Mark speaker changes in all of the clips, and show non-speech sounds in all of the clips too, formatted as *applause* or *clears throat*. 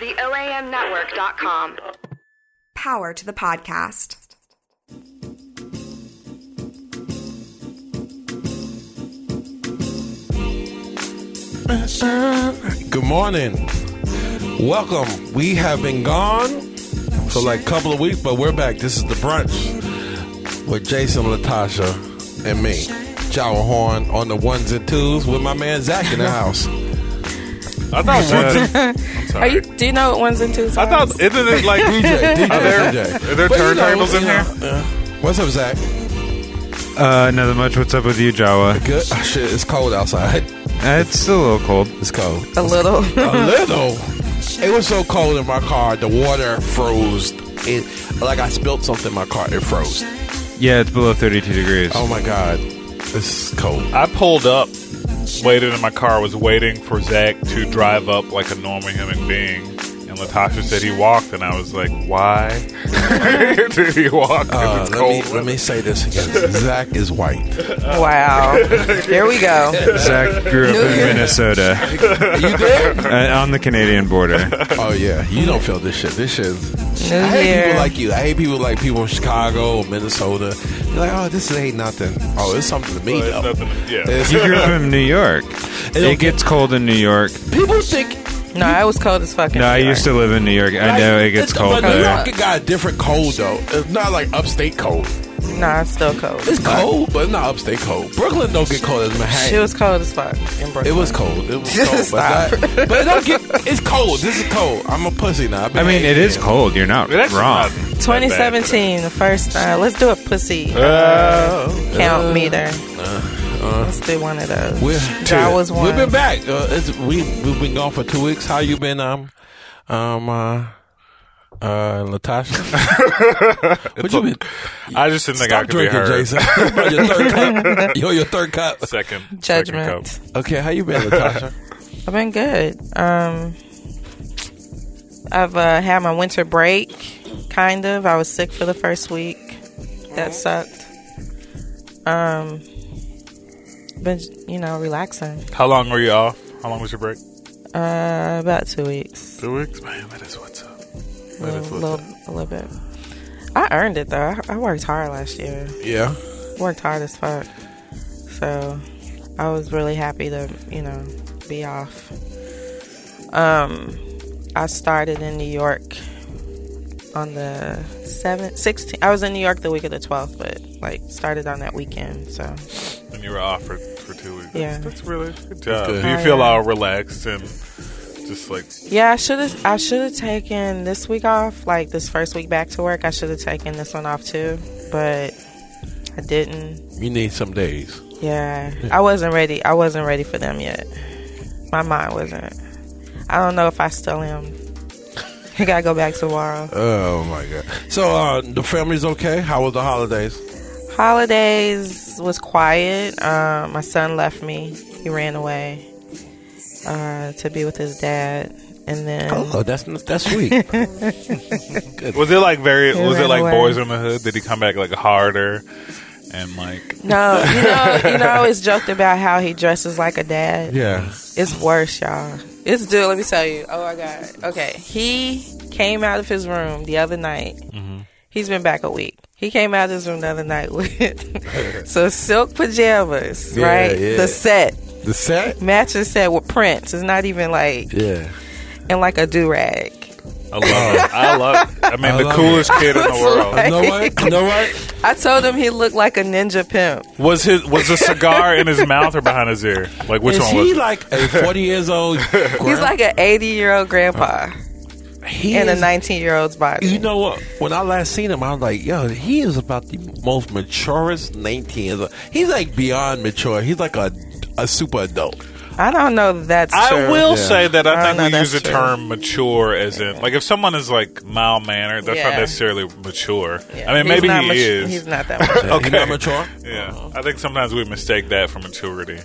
Speaker 1: The OAMnetwork.com.
Speaker 2: Power to the podcast.
Speaker 3: Good morning. Welcome. We have been gone for like a couple of weeks, but we're back. This is the brunch with Jason Latasha and me, Jawa Horn, on the ones and twos with my man Zach
Speaker 4: *laughs*
Speaker 3: in the house.
Speaker 4: I thought ones. And,
Speaker 5: Are you? Do you know what ones and twos?
Speaker 4: I
Speaker 5: are?
Speaker 4: thought isn't it like
Speaker 3: DJ, DJ,
Speaker 4: Are there-
Speaker 3: DJ.
Speaker 4: are there
Speaker 3: But
Speaker 4: turntables in
Speaker 3: uh, what's up, Zach?
Speaker 6: Uh, nothing much. What's up with you, Jawa?
Speaker 3: Good. Oh, shit, it's cold outside.
Speaker 6: Uh, It's still a little cold.
Speaker 3: It's cold.
Speaker 5: a little. *laughs*
Speaker 3: a little. It was so cold in my car, the water froze. It like I spilled something in my car. It froze.
Speaker 6: Yeah, it's below 32 degrees.
Speaker 3: Oh my god, this is cold.
Speaker 4: I pulled up, waited in my car, was waiting for Zach to drive up like a normal human being. And Latasha said he walked, and I was like, "Why *laughs* did he walk? 'Cause
Speaker 3: Uh,
Speaker 4: it's
Speaker 3: let
Speaker 4: cold."
Speaker 3: me let me say this
Speaker 4: *laughs*
Speaker 3: again. Zach is white.
Speaker 5: wow. Here we go.
Speaker 6: Zach grew up in Minnesota
Speaker 3: Are you there?
Speaker 6: uh, on the Canadian border.
Speaker 3: oh yeah, you don't feel this shit. This shit. Is,
Speaker 5: New
Speaker 3: *laughs* I hate
Speaker 5: year.
Speaker 3: people like you. I hate people like people in Chicago, Minnesota. They're like, oh, this ain't nothing. Oh, it's something to me
Speaker 4: Well,
Speaker 3: though.
Speaker 4: it's nothing- yeah. *laughs*
Speaker 3: It's-
Speaker 6: You grew up in New York.
Speaker 3: don't
Speaker 6: It gets cold in New York.
Speaker 3: people think
Speaker 5: no, I was cold as fuck. in
Speaker 6: No, I
Speaker 5: New York.
Speaker 6: used to live in New York. I know it
Speaker 3: it's-
Speaker 6: gets cold
Speaker 3: But New
Speaker 6: there.
Speaker 3: York it got a different cold though. It's not like upstate cold.
Speaker 5: No, I'm still cold.
Speaker 3: It's cold, but not upstate cold. Brooklyn don't get cold as Manhattan.
Speaker 5: She was cold as fuck in Brooklyn.
Speaker 3: It was cold. It was cold,
Speaker 5: Stop.
Speaker 3: but, not, but it don't get, it's cold. This is cold. I'm a pussy now. I've
Speaker 6: I
Speaker 3: been
Speaker 6: mean, it
Speaker 3: hating
Speaker 6: is cold. You're not
Speaker 4: But that's
Speaker 6: wrong.
Speaker 4: not that bad.
Speaker 5: 2017, the first. Uh, let's do a pussy uh, count meter. let's do one of those.
Speaker 3: uh, We're,
Speaker 5: that was one.
Speaker 3: We've been back. Uh, it's, we we've been gone for two weeks. How you been? Um, um, uh, uh Latasha. *laughs* what you been?
Speaker 4: I just didn't think I
Speaker 3: Stop
Speaker 4: could
Speaker 3: drinking,
Speaker 4: be heard.
Speaker 3: Jason. You're your third cup. Yo, your third cup.
Speaker 4: Second second
Speaker 5: Judgment.
Speaker 4: cup.
Speaker 3: Okay, how you been, Latasha?
Speaker 5: I've been good. Um, I've uh, had my winter break, kind of. I was sick for the first week. That sucked. Um, been you know relaxing.
Speaker 4: How long were you off? How long was your break?
Speaker 5: Uh, about two weeks,
Speaker 4: Two weeks, man. That is what's up.
Speaker 5: a little, little, a little bit. I earned it though. I, I worked hard last year.
Speaker 3: Yeah.
Speaker 5: Worked hard as fuck. So I was really happy to you know be off. Um, I started in New York on the 7th, 16th. I was in New York the week of the 12th, but like started on that weekend. So
Speaker 4: And you were off for, for two weeks.
Speaker 5: Yeah.
Speaker 4: That's, that's really good job.
Speaker 3: good.
Speaker 4: Do you
Speaker 5: Oh,
Speaker 4: feel
Speaker 5: yeah.
Speaker 4: all relaxed and just like
Speaker 5: yeah, I should have I should have taken this week off, like this first week back to work. I should have taken this one off too, but I didn't.
Speaker 3: You need some days.
Speaker 5: Yeah, I wasn't ready. I wasn't ready for them yet. My mind wasn't. I don't know if I still am. I gotta go back tomorrow.
Speaker 3: Oh my god. So uh, the family's okay. How was the holidays?
Speaker 5: Holidays was quiet. Uh, my son left me. He ran away uh, to be with his dad, and then
Speaker 3: Oh, that's that's sweet.
Speaker 4: Was it like very?
Speaker 5: They
Speaker 4: was it
Speaker 5: ran
Speaker 4: like
Speaker 5: away.
Speaker 4: Boys in the Hood? Did he come back like harder and like?
Speaker 5: no, you know, you know, it's joked about how he dresses like a
Speaker 3: *laughs*
Speaker 5: dad.
Speaker 3: yeah.
Speaker 5: It's worse, y'all. It's dude. Let me tell you. Oh my god. Okay, he came out of his room the other night.
Speaker 3: Mm-hmm.
Speaker 5: He's been back a week. He came out of his room the other night
Speaker 3: *laughs*
Speaker 5: *laughs* with so silk pajamas,
Speaker 3: Yeah,
Speaker 5: right?
Speaker 3: yeah.
Speaker 5: The set
Speaker 3: The set.
Speaker 5: matching set with prints. It's not even like
Speaker 3: Yeah.
Speaker 5: and like a do rag.
Speaker 4: I love it. Oh, I love. It. I mean,
Speaker 3: I
Speaker 4: the
Speaker 3: love
Speaker 4: coolest kid in the world.
Speaker 3: You know what? You know what?
Speaker 5: I told him he looked like a ninja pimp.
Speaker 4: Was his was the cigar in his mouth or behind his ear? Like which
Speaker 3: Is
Speaker 4: one
Speaker 3: he
Speaker 4: was? it?
Speaker 3: like a forty years old?
Speaker 5: He's like an eighty year old grandpa
Speaker 3: he
Speaker 5: in a
Speaker 3: is-
Speaker 5: nineteen year old's body.
Speaker 3: You know what? When I last seen him, I was like, "Yo, he is about the most maturest nineteen years old. He's like beyond mature. He's like a a super adult.
Speaker 5: I don't know if that's
Speaker 4: I
Speaker 5: true.
Speaker 4: will
Speaker 3: Yeah.
Speaker 4: say that I
Speaker 5: Oh,
Speaker 4: think
Speaker 5: no,
Speaker 4: we use
Speaker 5: that's
Speaker 4: the
Speaker 5: true.
Speaker 4: term mature as in like if someone is like mild mannered, that's not
Speaker 5: Yeah.
Speaker 4: necessarily mature. I
Speaker 5: Yeah,
Speaker 4: mean,
Speaker 5: he's
Speaker 4: maybe
Speaker 5: not
Speaker 4: he
Speaker 5: much-
Speaker 4: is.
Speaker 5: He's not
Speaker 3: *laughs*
Speaker 5: that much.
Speaker 3: Okay, not mature.
Speaker 4: yeah, I think sometimes we mistake that for maturity.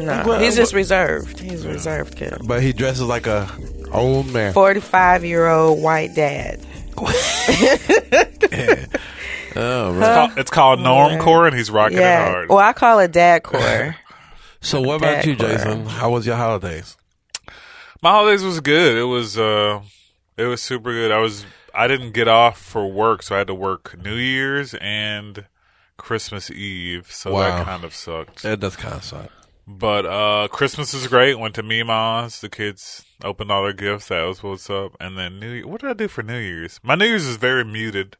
Speaker 5: No,
Speaker 3: Well,
Speaker 5: he's just
Speaker 3: well-
Speaker 5: reserved. He's a reserved kid.
Speaker 3: But he dresses like a old man.
Speaker 5: Forty-five year old white dad.
Speaker 3: Oh, right.
Speaker 4: It's called, it's called normcore, and he's rocking it
Speaker 5: Uh, Yeah.
Speaker 4: hard.
Speaker 5: Well, I call it dad core.
Speaker 4: *laughs*
Speaker 3: So what about
Speaker 5: Dad
Speaker 3: you,
Speaker 5: core.
Speaker 3: Jason? How was your holidays?
Speaker 4: My holidays was good. It was uh it was super good. I was I didn't get off for work, so I had to work New Year's and Christmas Eve, so
Speaker 3: Wow.
Speaker 4: that kind of sucked.
Speaker 3: That does kind of suck.
Speaker 4: But uh Christmas is great. Went to Mima's. The kids opened all their gifts. That was what's up. And then New Year. What did I do for New Year's? My New Year's is very muted.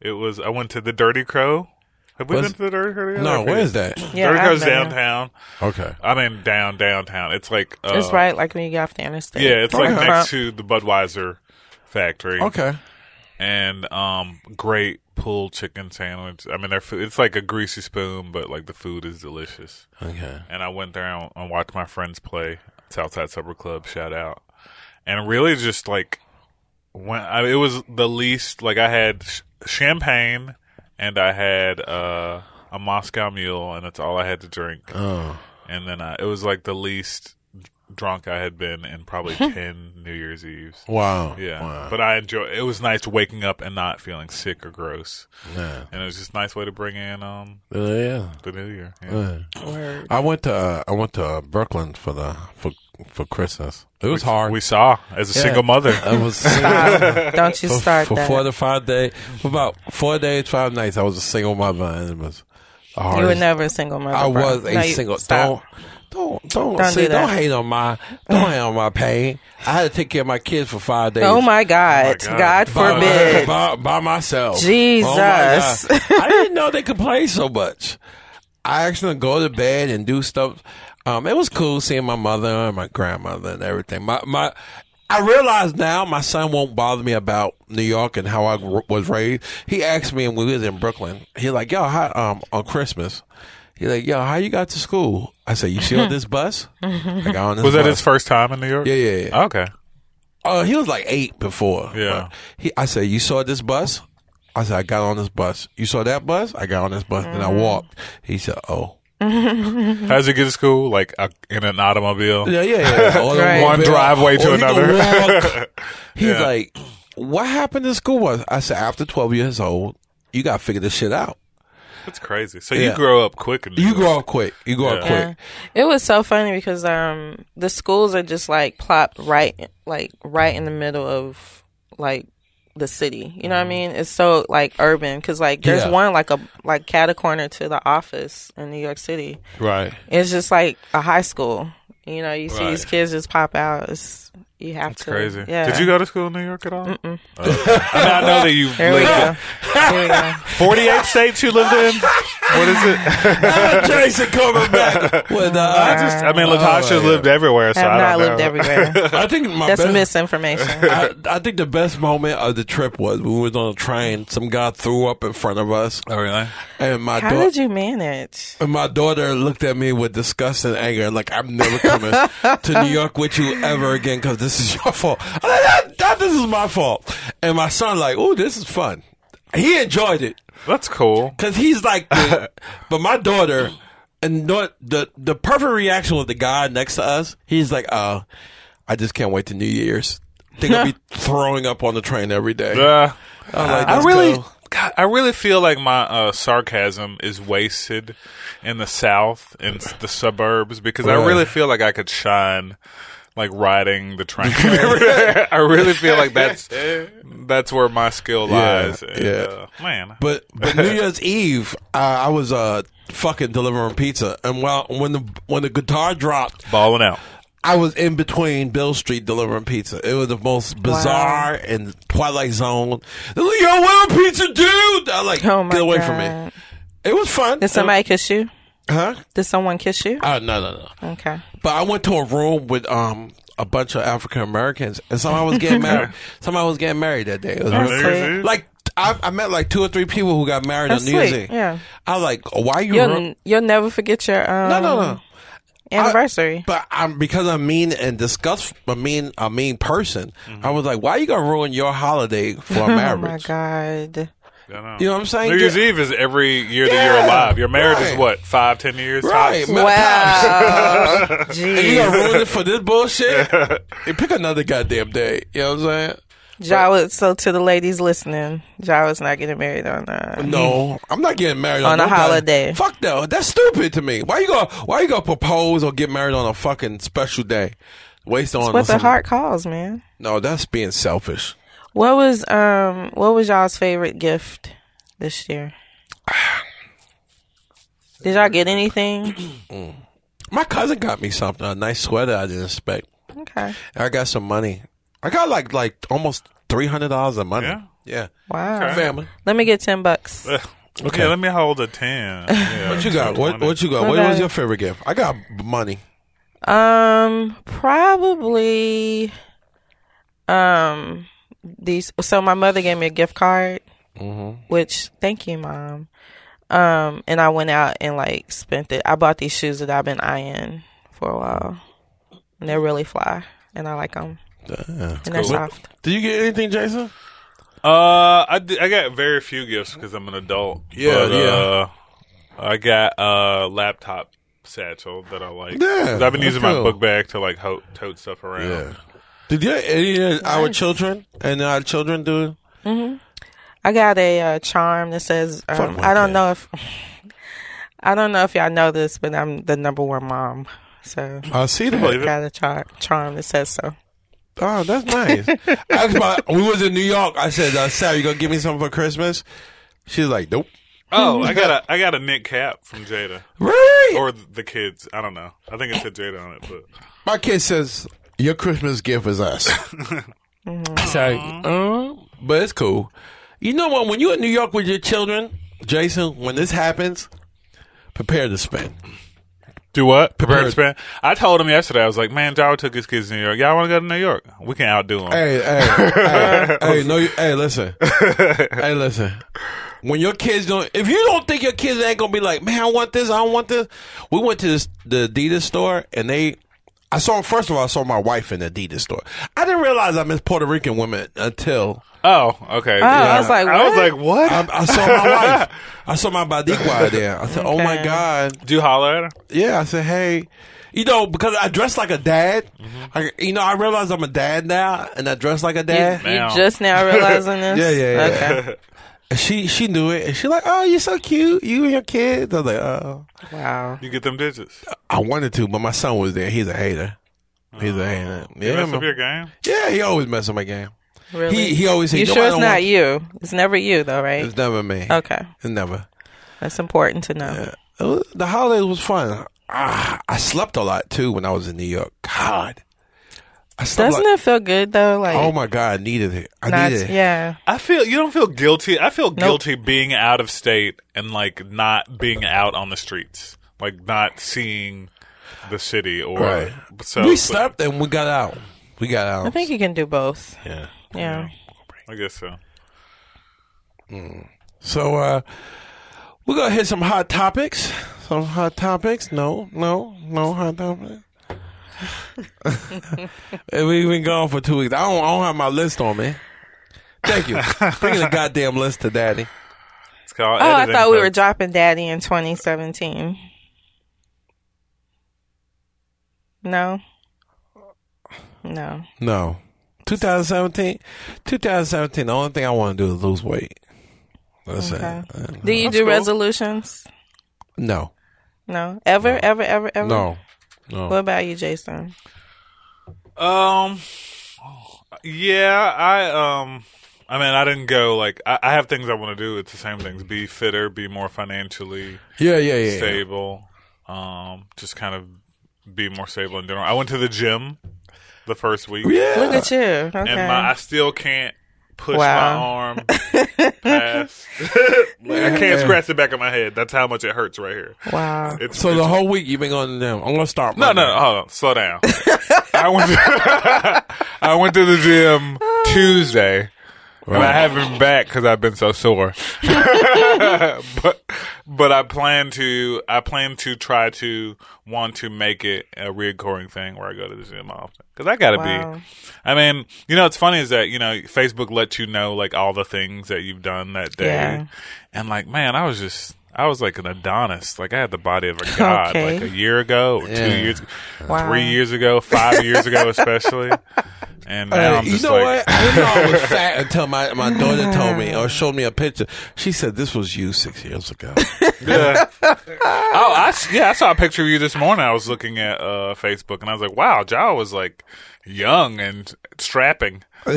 Speaker 4: It was I went to the Dirty Crow. Have we
Speaker 3: Was-
Speaker 4: been to the Dirty Crow? together?
Speaker 3: No, where is that?
Speaker 5: Yeah,
Speaker 4: Dirty
Speaker 5: I've
Speaker 4: Crow's
Speaker 5: been there.
Speaker 4: downtown.
Speaker 3: Okay.
Speaker 4: I mean down downtown. It's like uh,
Speaker 5: It's right like when you get off the interstate. *laughs* Uh-huh.
Speaker 4: Yeah, it's like
Speaker 5: Right
Speaker 4: next
Speaker 5: front.
Speaker 4: to the Budweiser factory.
Speaker 3: Okay.
Speaker 4: and um, great pulled chicken sandwich. I mean, their food, it's like a greasy spoon, but like the food is delicious.
Speaker 3: Okay.
Speaker 4: And I went there and, and watched my friends play Southside Supper Club. Shout out! And really, just like when I, it was the least like I had sh- champagne and I had uh, a Moscow Mule, and that's all I had to drink.
Speaker 3: Oh.
Speaker 4: And then I, it was like the least drunk I had been in
Speaker 3: *laughs*
Speaker 4: probably ten New Year's Eves.
Speaker 3: Wow.
Speaker 4: Yeah,
Speaker 3: Wow.
Speaker 4: but I enjoy. It was nice waking up and not feeling sick or gross,
Speaker 3: yeah.
Speaker 4: and it was just a nice way to bring in um
Speaker 3: Uh, yeah.
Speaker 4: the new year. Yeah.
Speaker 3: Uh,
Speaker 5: Word.
Speaker 3: I went to uh, I went to uh, Brooklyn for the for for Christmas. It was hard.
Speaker 4: We saw as a
Speaker 3: Yeah.
Speaker 4: single *laughs* mother.
Speaker 3: I was *laughs*
Speaker 5: Wow. Don't you
Speaker 3: for,
Speaker 5: start
Speaker 3: for
Speaker 5: that.
Speaker 3: four to five day for about four days, five nights. I was a single mother, and it was the hardest.
Speaker 5: you were never a single mother.
Speaker 3: I
Speaker 5: bro.
Speaker 3: was a
Speaker 5: No, you-
Speaker 3: single.
Speaker 5: Stop.
Speaker 3: Don't don't don't
Speaker 5: Don't
Speaker 3: see,
Speaker 5: do that.
Speaker 3: don't hate on my don't hate on my pain. I had to take care of my kids for five days.
Speaker 5: *laughs* Oh my God.
Speaker 4: God.
Speaker 5: God,
Speaker 3: by, *laughs*
Speaker 5: forbid.
Speaker 3: by, by myself.
Speaker 5: Jesus.
Speaker 3: Oh my God. I didn't know they could play so much. I actually go to bed and do stuff. Um, it was cool seeing my mother and my grandmother and everything. My my, I realize now my son won't bother me about New York and how I gr- was raised. He asked me when we was in Brooklyn. He like, yo, how, um, on Christmas. He's like, yo, how you got to school? I said, you see on this bus? I got on this
Speaker 4: was that
Speaker 3: bus.
Speaker 4: his first time in New York? Oh,
Speaker 3: Yeah, yeah, yeah.
Speaker 4: Okay.
Speaker 3: Uh, he was like eight before.
Speaker 4: Yeah.
Speaker 3: Uh, he, I said, you saw this bus? I said, I got on this bus. You saw that bus? I got on this bus. Then I
Speaker 5: Mm-hmm.
Speaker 3: walked. He said, oh.
Speaker 4: How's he get to school? Like uh, in an automobile?
Speaker 3: Yeah, yeah,
Speaker 5: *laughs*
Speaker 3: yeah. Or the
Speaker 5: Right.
Speaker 3: walk-
Speaker 4: One driveway to
Speaker 3: or Oh, he
Speaker 4: another.
Speaker 3: could
Speaker 4: *laughs*
Speaker 3: walk. He's
Speaker 4: Yeah.
Speaker 3: like, what happened in school was? I said, after 12 years old, you got to figure this shit out.
Speaker 4: That's crazy. So
Speaker 3: Yeah.
Speaker 4: you grow up quick. In New
Speaker 3: You
Speaker 4: York.
Speaker 3: grow up quick. You grow up
Speaker 5: Yeah.
Speaker 3: quick.
Speaker 5: It was so funny because um the schools are just like plopped right like right in the middle of like the city. You know what I mean? It's so like urban cuz like there's
Speaker 3: Mm-hmm. Yeah.
Speaker 5: one like a like cat a corner to the office in New York City.
Speaker 3: Right.
Speaker 5: It's just like a high school. You know, you see
Speaker 4: Right.
Speaker 5: these kids just pop out. It's, you have
Speaker 4: It's
Speaker 5: to.
Speaker 4: crazy.
Speaker 5: Yeah.
Speaker 4: Did you go to school in New York at all? Oh. Mm-mm. *laughs* I, mean, I know that
Speaker 5: *laughs*
Speaker 4: you
Speaker 5: There we go.
Speaker 3: *laughs*
Speaker 4: lived
Speaker 5: There we go.
Speaker 4: in 48 states you lived in. What is it?
Speaker 3: *laughs* Jason coming
Speaker 5: *laughs*
Speaker 3: back with, uh,
Speaker 4: I just, I mean, Latasha
Speaker 3: yeah.
Speaker 4: lived everywhere, so
Speaker 5: I have
Speaker 4: I
Speaker 5: not
Speaker 4: don't
Speaker 5: lived
Speaker 4: know.
Speaker 5: everywhere.
Speaker 3: *laughs* I think my
Speaker 5: That's
Speaker 3: best, *laughs*
Speaker 5: misinformation.
Speaker 3: I, I think the best moment of the trip was when we was on a train. Some guy threw up in front of us,
Speaker 4: Oh, really?
Speaker 3: and my
Speaker 5: How
Speaker 3: daughter.
Speaker 5: did you manage?
Speaker 3: and my daughter looked at me with disgust and anger, like I'm never coming to New York with you ever again because this is your fault. I'm like, "That- that- this is my fault. And my son, like, oh, this is fun. He enjoyed it
Speaker 4: That's cool.
Speaker 3: because he's like,
Speaker 5: *laughs*
Speaker 3: the- but my daughter, and not the the perfect reaction with the guy next to us. He's like, uh, I just can't wait to New Year's. They're gonna
Speaker 5: *laughs*
Speaker 3: be throwing up on the train every day.
Speaker 4: Yeah.
Speaker 3: I'm *laughs* like,
Speaker 4: I
Speaker 3: "Let's
Speaker 4: really,
Speaker 3: go."
Speaker 4: God, I really feel like my uh, sarcasm is wasted in the South and s- the suburbs because
Speaker 3: Yeah.
Speaker 4: I really feel like I could shine, like riding
Speaker 3: *laughs*
Speaker 4: the train. *laughs* I really feel like that's that's where my skill lies. And,
Speaker 3: yeah.
Speaker 4: uh, man.
Speaker 3: But but
Speaker 5: *laughs*
Speaker 3: New Year's Eve, I, I was uh fucking delivering pizza, and while when the when the guitar dropped,
Speaker 4: balling out.
Speaker 3: I was in between Bill Street delivering pizza. It was the most bizarre and Twilight Zone. They're like, "Yo, what a pizza, dude!" I like,
Speaker 5: Oh my
Speaker 3: get away
Speaker 5: God.
Speaker 3: from me. It was fun.
Speaker 5: Did somebody kiss you?
Speaker 3: Huh?
Speaker 5: Did someone kiss you?
Speaker 3: Oh no no no.
Speaker 5: Okay.
Speaker 3: But I went to a room with um a bunch of African Americans, and somebody was
Speaker 5: *laughs*
Speaker 3: getting married. somebody was getting married that day. It
Speaker 4: Oh,
Speaker 3: was
Speaker 5: That's
Speaker 3: really-
Speaker 5: sweet.
Speaker 4: Hmm?
Speaker 3: like I, I met like two or three people who got married
Speaker 5: That's
Speaker 3: on New Year's
Speaker 5: sweet,
Speaker 3: Eve.
Speaker 5: yeah.
Speaker 3: I was like, why you?
Speaker 5: You'll
Speaker 3: run-
Speaker 5: you'll never forget your um,
Speaker 3: no, no, no.
Speaker 5: anniversary.
Speaker 3: But I'm because I'm mean and disgust. I mean, a mean person.
Speaker 4: Mm-hmm.
Speaker 3: I was like, why you gonna ruin your holiday for a
Speaker 5: *laughs* oh my
Speaker 3: marriage?
Speaker 5: god.
Speaker 4: I don't know.
Speaker 3: You know what I'm saying?
Speaker 4: New Year's
Speaker 3: Get-
Speaker 4: Eve is every year that you're
Speaker 3: Yeah.
Speaker 4: alive. Your marriage
Speaker 3: Right.
Speaker 4: is what five, ten years.
Speaker 3: Right,
Speaker 4: tops?
Speaker 3: man. *laughs*
Speaker 5: *laughs* Wow.
Speaker 3: And you gonna
Speaker 5: Jeez.
Speaker 3: ruin it for this bullshit? *laughs* You pick another goddamn day. You know what I'm saying?
Speaker 5: Jawa, so to the ladies listening, Jawa's not getting married on uh
Speaker 3: No, I'm not getting married on,
Speaker 5: On a
Speaker 3: no goddamn-
Speaker 5: holiday.
Speaker 3: Fuck no, that's stupid to me. Why you gonna Why you gonna propose or get married on a fucking special day? waste on.
Speaker 5: What the
Speaker 3: some-
Speaker 5: heart calls, man.
Speaker 3: No, that's being selfish.
Speaker 5: What was um what was y'all's favorite gift this year? Did y'all get anything?
Speaker 3: My cousin got me something, a nice sweater I didn't expect.
Speaker 5: Okay.
Speaker 3: I got some money. I got like like almost three hundred dollars of money.
Speaker 4: Yeah?
Speaker 3: Yeah.
Speaker 5: Wow.
Speaker 3: Family.
Speaker 5: Let me get ten bucks.
Speaker 4: Ugh.
Speaker 3: Okay.
Speaker 4: Okay, let me hold a ten.
Speaker 3: *laughs*
Speaker 4: Yeah,
Speaker 3: What you got? What what you got?
Speaker 5: My
Speaker 3: What
Speaker 5: bad.
Speaker 3: was your favorite gift? I got money.
Speaker 5: Um probably um these so my mother gave me a gift card which thank you mom. Um and I went out and like spent it. I bought these shoes that I've been eyeing for a while. And they're really fly and I like them. and they're soft.
Speaker 3: Did you get anything, Jason?
Speaker 4: Uh, I, di- I got very few gifts because I'm an adult.
Speaker 3: Yeah,
Speaker 4: but, uh, I got a laptop satchel that I like.
Speaker 3: Yeah,
Speaker 4: 'Cause I've been
Speaker 3: that's
Speaker 4: using my
Speaker 3: cool.
Speaker 4: book bag to like ho- tote stuff around.
Speaker 3: Did you, any of our children and our children do?
Speaker 5: I got a uh, charm that says um,
Speaker 3: Fuck
Speaker 5: I
Speaker 3: Wildcat.
Speaker 5: don't know if *sighs* I don't know if y'all know this, but I'm the number one mom. So
Speaker 3: I see that.
Speaker 4: Believe it.
Speaker 5: got a char- charm that says so.
Speaker 3: Oh, that's
Speaker 5: *laughs*
Speaker 3: nice. I asked my, we was in New York. I said, uh, "Sarah, you gonna give me something for Christmas?" She's like, "Nope."
Speaker 4: Oh, I got
Speaker 3: *laughs*
Speaker 4: a I got a knit cap from Jada
Speaker 3: Really?
Speaker 4: or th- the kids. I don't know. I think it said Jada on it,
Speaker 3: *laughs*
Speaker 4: but
Speaker 3: my kid says, "Your Christmas gift is us."
Speaker 4: *laughs*
Speaker 3: Sorry, uh, but it's cool. You know what? When you're in New York with your children, Jason, when this happens, prepare to spend.
Speaker 4: do what? Prepare
Speaker 3: Prepared.
Speaker 4: to spend. I told him yesterday. I was like, man, Jada took his kids to New York. Y'all want to go to New York? We can outdo them.
Speaker 3: Hey,
Speaker 4: *laughs*
Speaker 3: hey, hey, hey, no, you- hey, listen, hey, listen. When your kids don't, if you don't think your kids ain't gonna be like, man, I want this, I don't want this. We went to this, the Adidas store, and they, I saw first of all, I saw my wife in the Adidas store. I didn't realize I missed Puerto Rican women until
Speaker 4: Oh, okay.
Speaker 5: I was like,
Speaker 4: I was
Speaker 5: what?
Speaker 4: like, what?
Speaker 3: I, I saw
Speaker 4: *laughs*
Speaker 3: my wife. I saw my Badiqua there. I said, oh my
Speaker 5: Okay.
Speaker 3: god,
Speaker 4: do you holler at her?
Speaker 3: yeah, I said, hey, you know, because I dress like a dad.
Speaker 4: Mm-hmm.
Speaker 3: I, you know, I realize I'm a dad now, and I dress like a
Speaker 5: You,
Speaker 3: dad.
Speaker 5: you
Speaker 4: Now.
Speaker 3: *laughs*
Speaker 5: just now realizing this?
Speaker 3: Yeah, yeah, yeah. *laughs*
Speaker 5: Okay.
Speaker 3: And she she knew it, and she like, oh, you're so cute, you and your kids. I was like, oh,
Speaker 5: Wow.
Speaker 4: You get them digits.
Speaker 3: I wanted to, but my son was there. He's a hater. He's a hater.
Speaker 4: You
Speaker 3: Oh. Yeah,
Speaker 4: mess up your
Speaker 3: man.
Speaker 4: game.
Speaker 3: yeah, he always mess up my game.
Speaker 5: Really?
Speaker 3: He he always say,
Speaker 5: you
Speaker 3: "No,
Speaker 5: sure
Speaker 3: I
Speaker 5: it's
Speaker 3: don't
Speaker 5: not
Speaker 3: want-"
Speaker 5: you? It's never you though, right?
Speaker 3: It's never me.
Speaker 5: okay.
Speaker 3: It's never.
Speaker 5: That's important to know.
Speaker 3: It was- the holidays was fun. Ah, I slept a lot too when I was in New York. God, I slept.
Speaker 5: Doesn't
Speaker 3: like-
Speaker 5: it feel good though? Like
Speaker 3: Oh my God, I needed it. I
Speaker 5: not,
Speaker 3: needed it.
Speaker 5: yeah.
Speaker 4: I feel you don't feel guilty. I feel guilty being out of state and like not being out on the streets, like not seeing the city or
Speaker 3: Right.
Speaker 4: so.
Speaker 3: we slept and we got out. We got out.
Speaker 5: I think you can do both.
Speaker 3: yeah.
Speaker 5: Yeah.
Speaker 4: I guess so.
Speaker 3: So uh we're gonna hit some hot topics. Some hot topics. No, no, no hot topics. *laughs* And We've been gone for two weeks. I don't, I don't have my list on me. Thank you. Bring the goddamn list to Daddy.
Speaker 4: It's called.
Speaker 5: Oh, I
Speaker 4: editing,
Speaker 5: thought we
Speaker 4: but-
Speaker 5: were dropping Daddy in 2017. No. No.
Speaker 3: No, 2017. 2017. The only thing I want to do is lose weight. That's
Speaker 5: Okay.
Speaker 3: it. Uh,
Speaker 5: Do you do resolutions?
Speaker 3: No,
Speaker 5: No. Ever, ever, ever, ever?
Speaker 3: no, no.
Speaker 5: What about you, Jason?
Speaker 4: Um. Yeah, I um. I mean, I didn't go like I, I have things I want to do. It's the same things: be fitter, be more financially
Speaker 3: Yeah, yeah, yeah. yeah.
Speaker 4: stable. Um, just kind of be more stable in general. I went to the gym the first week.
Speaker 3: Yeah.
Speaker 5: Look at you. Okay.
Speaker 4: *laughs* and my, I still can't push
Speaker 5: Wow.
Speaker 4: my
Speaker 5: *laughs*
Speaker 4: arm past. *laughs* Like, I can't scratch the back of my head. That's how much it hurts right here.
Speaker 5: wow.
Speaker 4: *laughs* It's
Speaker 3: So
Speaker 4: it's-
Speaker 3: the whole week you've been going to them. I'm gonna start.
Speaker 4: no,
Speaker 3: Monday.
Speaker 4: no, no, hold on, slow down. I went, to, *laughs* I went to the gym Tuesday, and I haven't been back because I've been so sore. *laughs* but, but I plan to, I plan to try to want to make it a reoccurring thing where I go to the gym often because I got to
Speaker 5: Wow.
Speaker 4: be. I mean, you know, it's funny is that you know Facebook lets you know like all the things that you've done that day,
Speaker 5: Yeah.
Speaker 4: and like man, I was just. I was like an Adonis. Like I had the body of a
Speaker 5: *laughs*
Speaker 4: god.
Speaker 5: Okay.
Speaker 4: Like a year ago, or two
Speaker 3: Yeah.
Speaker 4: years,
Speaker 5: Wow.
Speaker 4: three years ago, five years
Speaker 3: *laughs*
Speaker 4: ago, especially. And now
Speaker 3: Hey,
Speaker 4: I'm
Speaker 3: you
Speaker 4: just
Speaker 3: know
Speaker 4: like, *laughs*
Speaker 3: what? I didn't know I was fat until my, my daughter told me or showed me a picture. She said this was you six years ago.
Speaker 4: Yeah. oh, I s- yeah, I saw a picture of you this morning. I was looking at uh, Facebook, and I was like, "Wow, Jaw was like young and strapping." I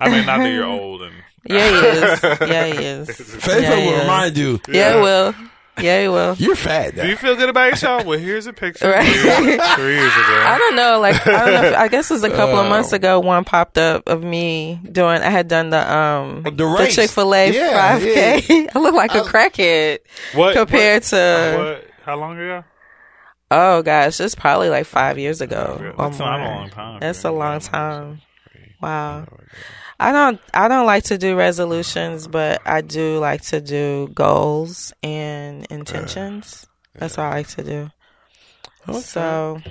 Speaker 4: mean, not that
Speaker 3: *laughs*
Speaker 4: you're old and
Speaker 5: Yeah, he is.
Speaker 4: *laughs*
Speaker 5: Yeah, he is.
Speaker 3: Facebook
Speaker 5: yeah,
Speaker 3: will
Speaker 5: yeah.
Speaker 3: remind you
Speaker 5: Yeah, he will. Yeah, he will.
Speaker 3: you're fat. Now.
Speaker 4: Do you feel good about yourself? Well, here's a picture
Speaker 5: Right.
Speaker 4: *laughs* of you three years
Speaker 5: I
Speaker 4: ago.
Speaker 5: don't know. Like I don't know. If, I guess it was a couple of months ago. One popped up of me doing. I had done the um
Speaker 3: The race.
Speaker 5: Chick Fil A
Speaker 3: Yeah,
Speaker 5: five k. *laughs* I look like a crackhead
Speaker 4: What
Speaker 5: compared
Speaker 3: uh,
Speaker 5: to.
Speaker 4: what, what? How long ago?
Speaker 5: Oh gosh, it's probably like five years ago
Speaker 4: Yeah,
Speaker 5: or
Speaker 4: that's
Speaker 5: more.
Speaker 4: not a long time,
Speaker 5: That's
Speaker 4: yeah.
Speaker 5: a long time. Wow. I don't. I don't like to do resolutions, but I do like to do goals and intentions. That's what I like to do. So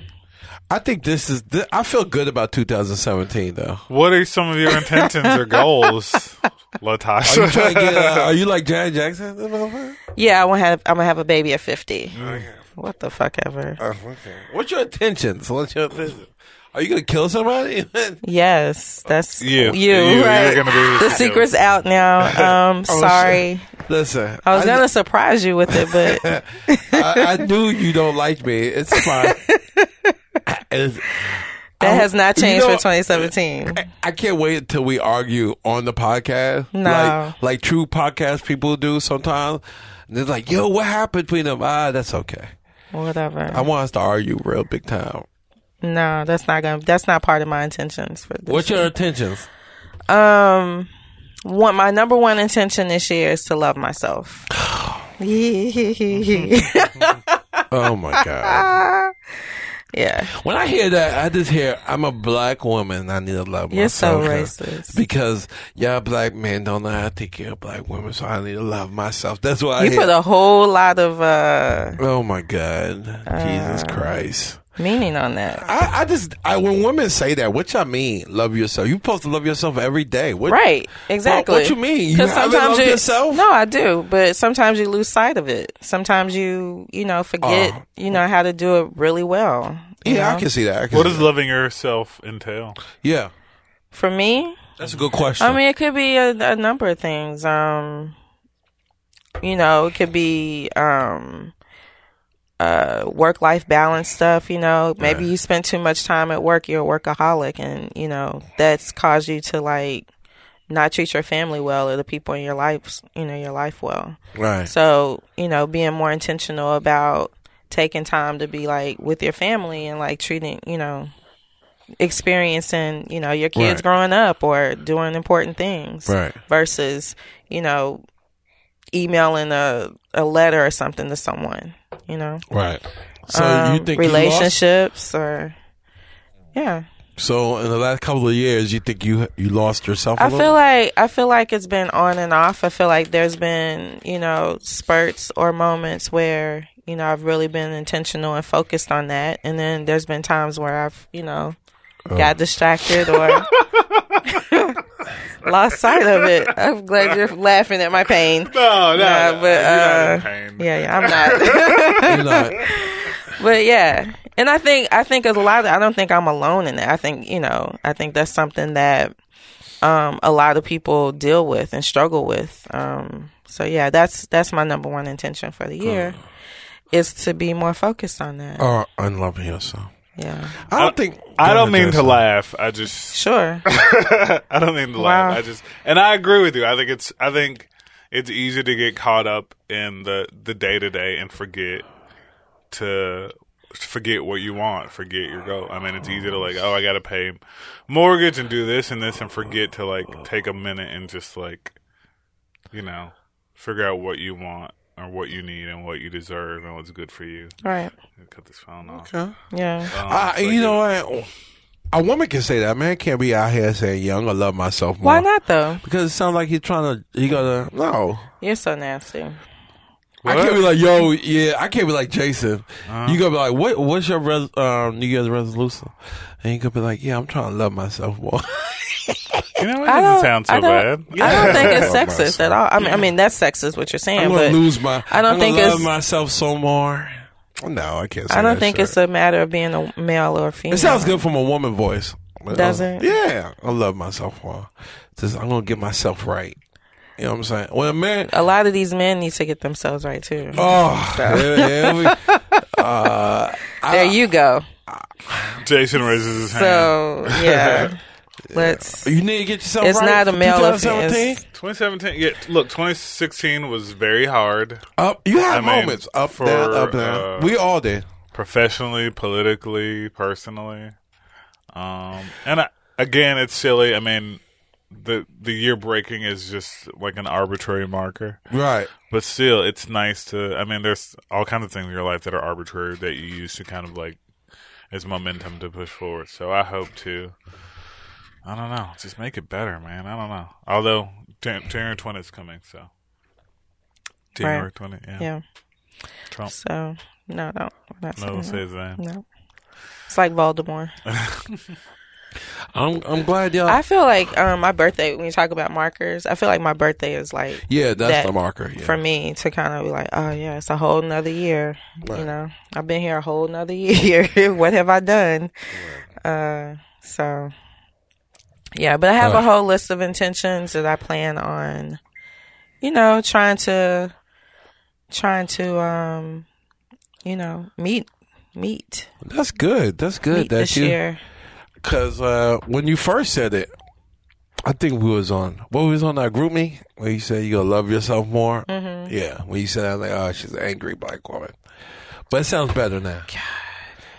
Speaker 3: I think this is. Th- I feel good about 2017 though.
Speaker 4: What are some of your intentions or goals,
Speaker 3: *laughs* Are you,
Speaker 4: Latasha?
Speaker 3: trying to get, uh, are you like Janet Jackson? That motherfucker?
Speaker 5: yeah, I want to have. I'm gonna have a baby at fifty.
Speaker 3: Mm.
Speaker 5: What the fuck ever.
Speaker 3: Uh. What's your intentions? What's your intentions? Are you gonna kill somebody? *laughs*
Speaker 5: Yes, that's
Speaker 4: You.
Speaker 5: you.
Speaker 4: You. You're
Speaker 5: right?
Speaker 4: gonna
Speaker 3: *laughs*
Speaker 4: be-
Speaker 5: the secret's out
Speaker 3: Oh,
Speaker 5: now. Um, sorry.
Speaker 3: Listen,
Speaker 5: I was gonna surprise you with it,
Speaker 3: *laughs*
Speaker 5: but
Speaker 3: I, I knew you don't like me. It's fine. It's-
Speaker 5: that has not
Speaker 3: You
Speaker 5: changed
Speaker 3: know-
Speaker 5: for 2017.
Speaker 3: I can't wait until we argue on the podcast.
Speaker 5: No.
Speaker 3: Like, like true podcast people do sometimes. And they're like, yo, what happened between them? Ah, that's okay.
Speaker 5: Whatever.
Speaker 3: I want us to argue real big time.
Speaker 5: no, that's not gonna. That's not part of my intentions for this.
Speaker 3: What's your intentions?
Speaker 5: Um, one my number one intention this year is to love
Speaker 3: *sighs*
Speaker 5: myself. *laughs* yeah,
Speaker 3: Oh my God.
Speaker 5: *laughs*
Speaker 3: When I hear that, I just hear, I'm a black woman. I need to love
Speaker 5: You're so
Speaker 3: myself.
Speaker 5: racist.
Speaker 3: Because y'all black men don't know how to take care of black women, so I need to love myself. That's why I
Speaker 5: you
Speaker 3: hear.
Speaker 5: put a whole lot of uh
Speaker 3: oh my God. Jesus Christ.
Speaker 5: meaning on that,
Speaker 3: I, I just I when women say that, what y'all mean? Love yourself. You supposed to love yourself every day, what,
Speaker 5: right? Exactly.
Speaker 3: what you mean? You
Speaker 5: 'Cause
Speaker 3: haven't loved
Speaker 5: you,
Speaker 3: yourself?
Speaker 5: No, I do, but sometimes you lose sight of it. Sometimes you you know forget
Speaker 3: Oh.
Speaker 5: you know how to do it really well. you
Speaker 3: Yeah,
Speaker 5: know?
Speaker 3: I can see that. I can
Speaker 4: What
Speaker 3: see
Speaker 4: does
Speaker 3: that.
Speaker 4: loving yourself entail?
Speaker 3: Yeah,
Speaker 5: For me,
Speaker 3: that's a good question.
Speaker 5: I mean, it could be a, a number of things. Um, you know, it could be um, uh, work life balance stuff. You know, maybe you spent too much time at work. You're a workaholic, and you know that's caused you to like not treat your family well or the people in your life. You know, your life well.
Speaker 3: right.
Speaker 5: So, you know, being more intentional about taking time to be like with your family and like treating, you know, experiencing, you know, your kids
Speaker 3: Right.
Speaker 5: growing up or doing important things
Speaker 3: Right.
Speaker 5: versus, you know, emailing a, a letter or something to someone, you know,
Speaker 3: right. So you
Speaker 5: Um,
Speaker 3: think You
Speaker 5: relationships or, yeah.
Speaker 3: lost, so in the last couple of years, you think you you lost yourself? I
Speaker 5: I feel like I feel like it's been on and off. I feel like there's been you know spurts or moments where you know I've really been intentional and focused on that, and then there's been times where I've you know
Speaker 4: Oh.
Speaker 5: got distracted
Speaker 4: *laughs*
Speaker 5: or lost sight of it. I'm glad you're laughing at my pain.
Speaker 4: No, no,
Speaker 5: Nah,
Speaker 4: no,
Speaker 5: but
Speaker 4: you're not
Speaker 5: uh,
Speaker 4: in pain.
Speaker 5: yeah, yeah, I'm
Speaker 4: *laughs*
Speaker 5: not.
Speaker 3: You're not-
Speaker 5: *laughs* but yeah, and I think I think as a lot. Of, I don't think I'm alone in that. I think you know. I think that's something that um, a lot of people deal with and struggle with. Um, so yeah, that's that's my number one intention for the year is to be more focused on that.
Speaker 3: or uh, unloving yourself.
Speaker 5: Yeah,
Speaker 3: I don't think.
Speaker 4: I don't mean to
Speaker 3: Jason.
Speaker 4: laugh. I just
Speaker 5: sure.
Speaker 4: *laughs* I don't mean to laugh.
Speaker 5: Wow.
Speaker 4: I just and I agree with you. I think it's I think it's easy to get caught up in the the day to day and forget to forget what you want, forget your goal. I mean, it's easy to like, oh, I got to pay mortgage and do this and this and forget to like take a minute and just like you know, figure out what you want or what you need and what you deserve and what's good for you.
Speaker 5: right.
Speaker 4: Cut this phone off.
Speaker 5: Yeah.
Speaker 4: Um,
Speaker 3: I,
Speaker 4: so
Speaker 3: you know, what? a woman can say that. A man can't be out here saying, "Young, I love myself." More.
Speaker 5: Why not though?
Speaker 3: Because it sounds like he's trying to. He gonna no.
Speaker 5: You're so nasty.
Speaker 3: I can't be like, yo, yeah. I can't be like Jason. You gonna be like, what? What's your res- um, New Year's resolution? And you could be like, yeah, I'm trying to love myself more. *laughs*
Speaker 4: you know, it
Speaker 5: I
Speaker 4: doesn't
Speaker 5: don't-
Speaker 4: sound so
Speaker 5: I
Speaker 4: bad.
Speaker 5: don't, I don't think
Speaker 3: *laughs*
Speaker 5: it's
Speaker 3: Yeah.
Speaker 5: sexist at all. I mean, I mean that's sexist what you're saying,
Speaker 3: I'm gonna
Speaker 5: but
Speaker 3: lose my.
Speaker 5: I don't
Speaker 3: I'm
Speaker 5: think
Speaker 3: gonna
Speaker 5: it's-
Speaker 3: love myself so more. No, I can't. Say
Speaker 5: I don't
Speaker 3: that
Speaker 5: think
Speaker 3: shit.
Speaker 5: it's a matter of being a male or female.
Speaker 3: It sounds good from a woman voice. um,
Speaker 5: Does it?
Speaker 3: Yeah, I love myself more. Just, I'm gonna get myself right. You know what I'm saying? When a man,
Speaker 5: A lot of these men need to get themselves right too.
Speaker 3: oh, here- here we-
Speaker 5: there you go.
Speaker 4: Jason raises his hand.
Speaker 5: So
Speaker 3: *laughs*
Speaker 5: yeah, let's.
Speaker 3: you need to get yourself.
Speaker 5: It's
Speaker 3: right
Speaker 5: not a
Speaker 3: for
Speaker 5: male
Speaker 3: 2017.
Speaker 5: offense.
Speaker 4: 2017. Yeah, look, 2016 was very hard
Speaker 3: Up, you have
Speaker 4: I mean,
Speaker 3: moments up,
Speaker 4: for,
Speaker 3: down, up, down.
Speaker 4: uh,
Speaker 3: we all did.
Speaker 4: professionally, politically, personally. Um, and I, again, it's silly. I mean, the the year breaking is just like an arbitrary marker.
Speaker 3: Right.
Speaker 4: But still, it's nice to. I mean, there's all kinds of things in your life that are arbitrary that you use to kind of like as momentum to push forward. So I hope to. I don't know. Just make it better, man. I don't know. Although Jan- January 20 is coming, so January 20, yeah.
Speaker 5: Yeah.
Speaker 4: Trump.
Speaker 5: So no, no, we're not
Speaker 4: No,
Speaker 5: saying
Speaker 4: say
Speaker 5: that.
Speaker 4: his name.
Speaker 5: no. It's like Voldemort.
Speaker 3: Oh. I'm I'm glad y'all.
Speaker 5: I feel like um, my birthday. When you talk about markers, I feel like my birthday is like
Speaker 3: yeah, that's
Speaker 5: that
Speaker 3: the marker. Yeah.
Speaker 5: for me to kind of be like, oh yeah, it's a whole nother year.
Speaker 3: Right.
Speaker 5: You know, I've been here a whole nother *laughs* year. what have I done? Uh, so yeah, but I have a
Speaker 3: Right.
Speaker 5: whole list of intentions that I plan on. You know, trying to, trying to, um, you know, meet, meet,
Speaker 3: That's good. That's good
Speaker 5: meet
Speaker 3: that
Speaker 5: this
Speaker 3: you.
Speaker 5: year.
Speaker 3: Cause uh, when you first said it, I think we was on what we was on that group me where you said you gonna love yourself more. Mm-hmm. Yeah, when you said that, I was like, oh, she's an angry black woman, but it sounds better now.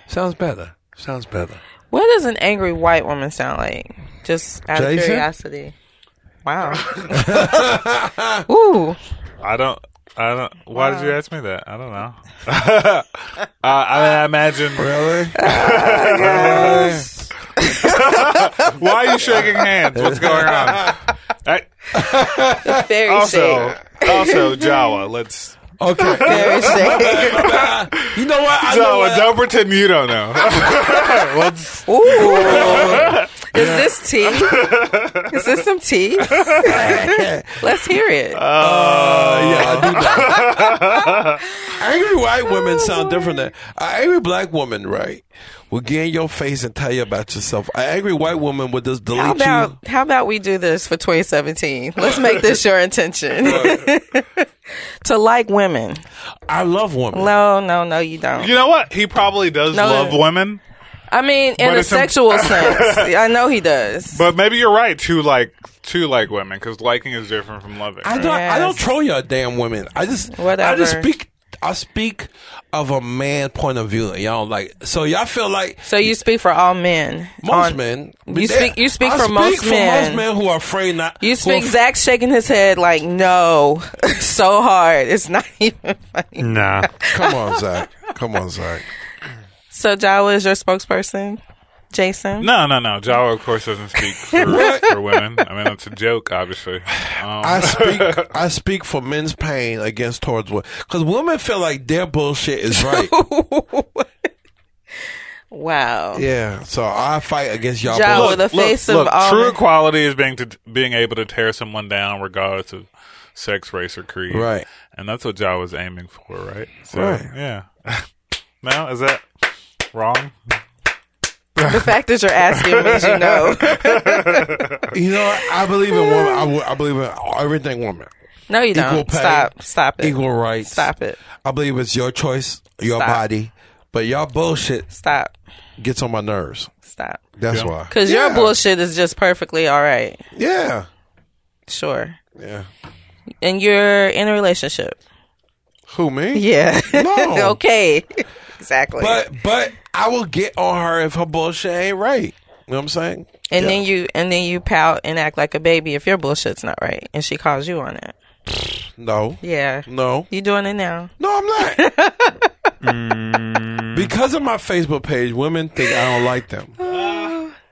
Speaker 3: Sounds better. Sounds better.
Speaker 5: What does an angry white woman sound like? Just out of
Speaker 3: Jason?
Speaker 5: curiosity.
Speaker 3: *laughs*
Speaker 5: Wow. *laughs* Ooh.
Speaker 4: I don't. I don't. Why did you ask me that? I don't know. *laughs* uh, I mean, I imagine. *laughs*
Speaker 3: Really?
Speaker 4: Why are you shaking hands? What's going on? I-
Speaker 5: Very
Speaker 4: also,
Speaker 5: sick.
Speaker 4: also Jawa. Let's
Speaker 5: *laughs*
Speaker 3: okay.
Speaker 5: Very sick.
Speaker 3: You know what? I know
Speaker 4: Jawa.
Speaker 3: what.
Speaker 4: Don't pretend you don't know. *laughs* Let's- *laughs*
Speaker 5: Ooh. Is this tea? Is this some
Speaker 4: *laughs*
Speaker 5: tea? Let's hear it.
Speaker 4: Uh,
Speaker 3: Uh, yeah, I do that. *laughs* Oh, angry white women sound different than an angry black woman, right? Will get in your face and tell you about yourself. An angry white woman will just delete
Speaker 5: how
Speaker 3: you.
Speaker 5: about how about we do this for 2017? Let's make this your intention. *laughs* to like women.
Speaker 3: I love women.
Speaker 5: No, no, no, you don't.
Speaker 4: you know what? He probably does
Speaker 5: No.
Speaker 4: love women,
Speaker 5: I mean, in
Speaker 4: But
Speaker 5: a
Speaker 4: it's a- *laughs*
Speaker 5: sexual sense. I know he does.
Speaker 4: but maybe you're right. To like, to like women, because liking is different from loving.
Speaker 3: I
Speaker 4: right?
Speaker 3: don't. I don't
Speaker 5: Yes.
Speaker 3: troll y'all damn women. I just. I just
Speaker 5: Whatever.
Speaker 3: speak. I speak of a man point of view, and y'all like. So y'all feel like
Speaker 5: So you speak for all men.
Speaker 3: most
Speaker 5: on-
Speaker 3: men.
Speaker 5: You speak- you speak
Speaker 3: I
Speaker 5: for
Speaker 3: speak
Speaker 5: most
Speaker 3: for Most
Speaker 5: men.
Speaker 3: men who are afraid not.
Speaker 5: You
Speaker 3: who
Speaker 5: speak. *laughs*
Speaker 3: are-
Speaker 5: Zach's shaking his head like no, *laughs* so hard. It's not even funny.
Speaker 6: Nah.
Speaker 3: Come on, Zach. Come on, Zach.
Speaker 5: So Jawa is your spokesperson, Jason.
Speaker 4: No, no, no. Jawa, of course, doesn't
Speaker 3: *laughs*
Speaker 4: speak for, for women. I mean, that's a joke, obviously. Um,
Speaker 5: *laughs*
Speaker 3: I speak. I speak for men's pain against towards women because women feel like their bullshit is
Speaker 5: *laughs*
Speaker 3: right.
Speaker 5: Wow.
Speaker 3: yeah. So I fight against y'all.
Speaker 5: Jawa,
Speaker 3: bullshit.
Speaker 5: the face of all
Speaker 4: true
Speaker 5: men.
Speaker 4: equality is being to being able to tear someone down regardless of sex, race, or creed.
Speaker 3: Right.
Speaker 4: and that's what Jawa was aiming for, right? So,
Speaker 3: Right.
Speaker 4: Yeah. *laughs* now is that wrong?
Speaker 5: The fact that you're asking means
Speaker 3: *laughs*
Speaker 5: you know.
Speaker 3: You know, what? I believe in women. I, w- I believe in everything women.
Speaker 5: No, you
Speaker 3: Equal
Speaker 5: don't.
Speaker 3: pay.
Speaker 5: Stop. Stop it.
Speaker 3: Equal rights.
Speaker 5: Stop it.
Speaker 3: I believe it's your choice, your
Speaker 5: Stop.
Speaker 3: body, but y'all bullshit
Speaker 5: Stop.
Speaker 3: gets on my nerves.
Speaker 5: Stop.
Speaker 3: That's
Speaker 4: Yeah.
Speaker 3: why.
Speaker 5: Because
Speaker 3: yeah.
Speaker 5: your bullshit is just perfectly all right.
Speaker 3: Yeah.
Speaker 5: Sure.
Speaker 3: Yeah.
Speaker 5: And you're in a relationship.
Speaker 3: Who me?
Speaker 5: *laughs* Yeah.
Speaker 3: No.
Speaker 5: okay. Exactly.
Speaker 3: But but I will get on her if her bullshit ain't right. You know what I'm saying?
Speaker 5: and
Speaker 3: Yeah.
Speaker 5: then you and then you pout and act like a baby if your bullshit's not right and she calls you on it.
Speaker 3: No.
Speaker 5: Yeah.
Speaker 3: No.
Speaker 5: You doing it now.
Speaker 3: No, I'm
Speaker 5: *laughs*
Speaker 3: not. because of my Facebook page, women think I don't like them.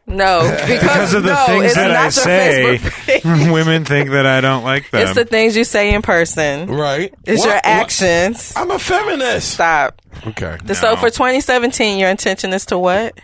Speaker 5: No,
Speaker 3: *laughs*
Speaker 5: because,
Speaker 6: Because of the
Speaker 5: no,
Speaker 6: things
Speaker 5: it's
Speaker 6: that
Speaker 5: not
Speaker 6: I
Speaker 5: the
Speaker 6: say,
Speaker 5: Facebook *laughs*
Speaker 6: *laughs*
Speaker 5: page.
Speaker 6: women think that I don't like them.
Speaker 5: It's the things you say in person.
Speaker 3: Right?
Speaker 5: It's
Speaker 3: What-
Speaker 5: your
Speaker 3: what-
Speaker 5: actions.
Speaker 3: I'm a feminist.
Speaker 5: Stop.
Speaker 3: Okay.
Speaker 5: The- So for 2017, your intention is to what?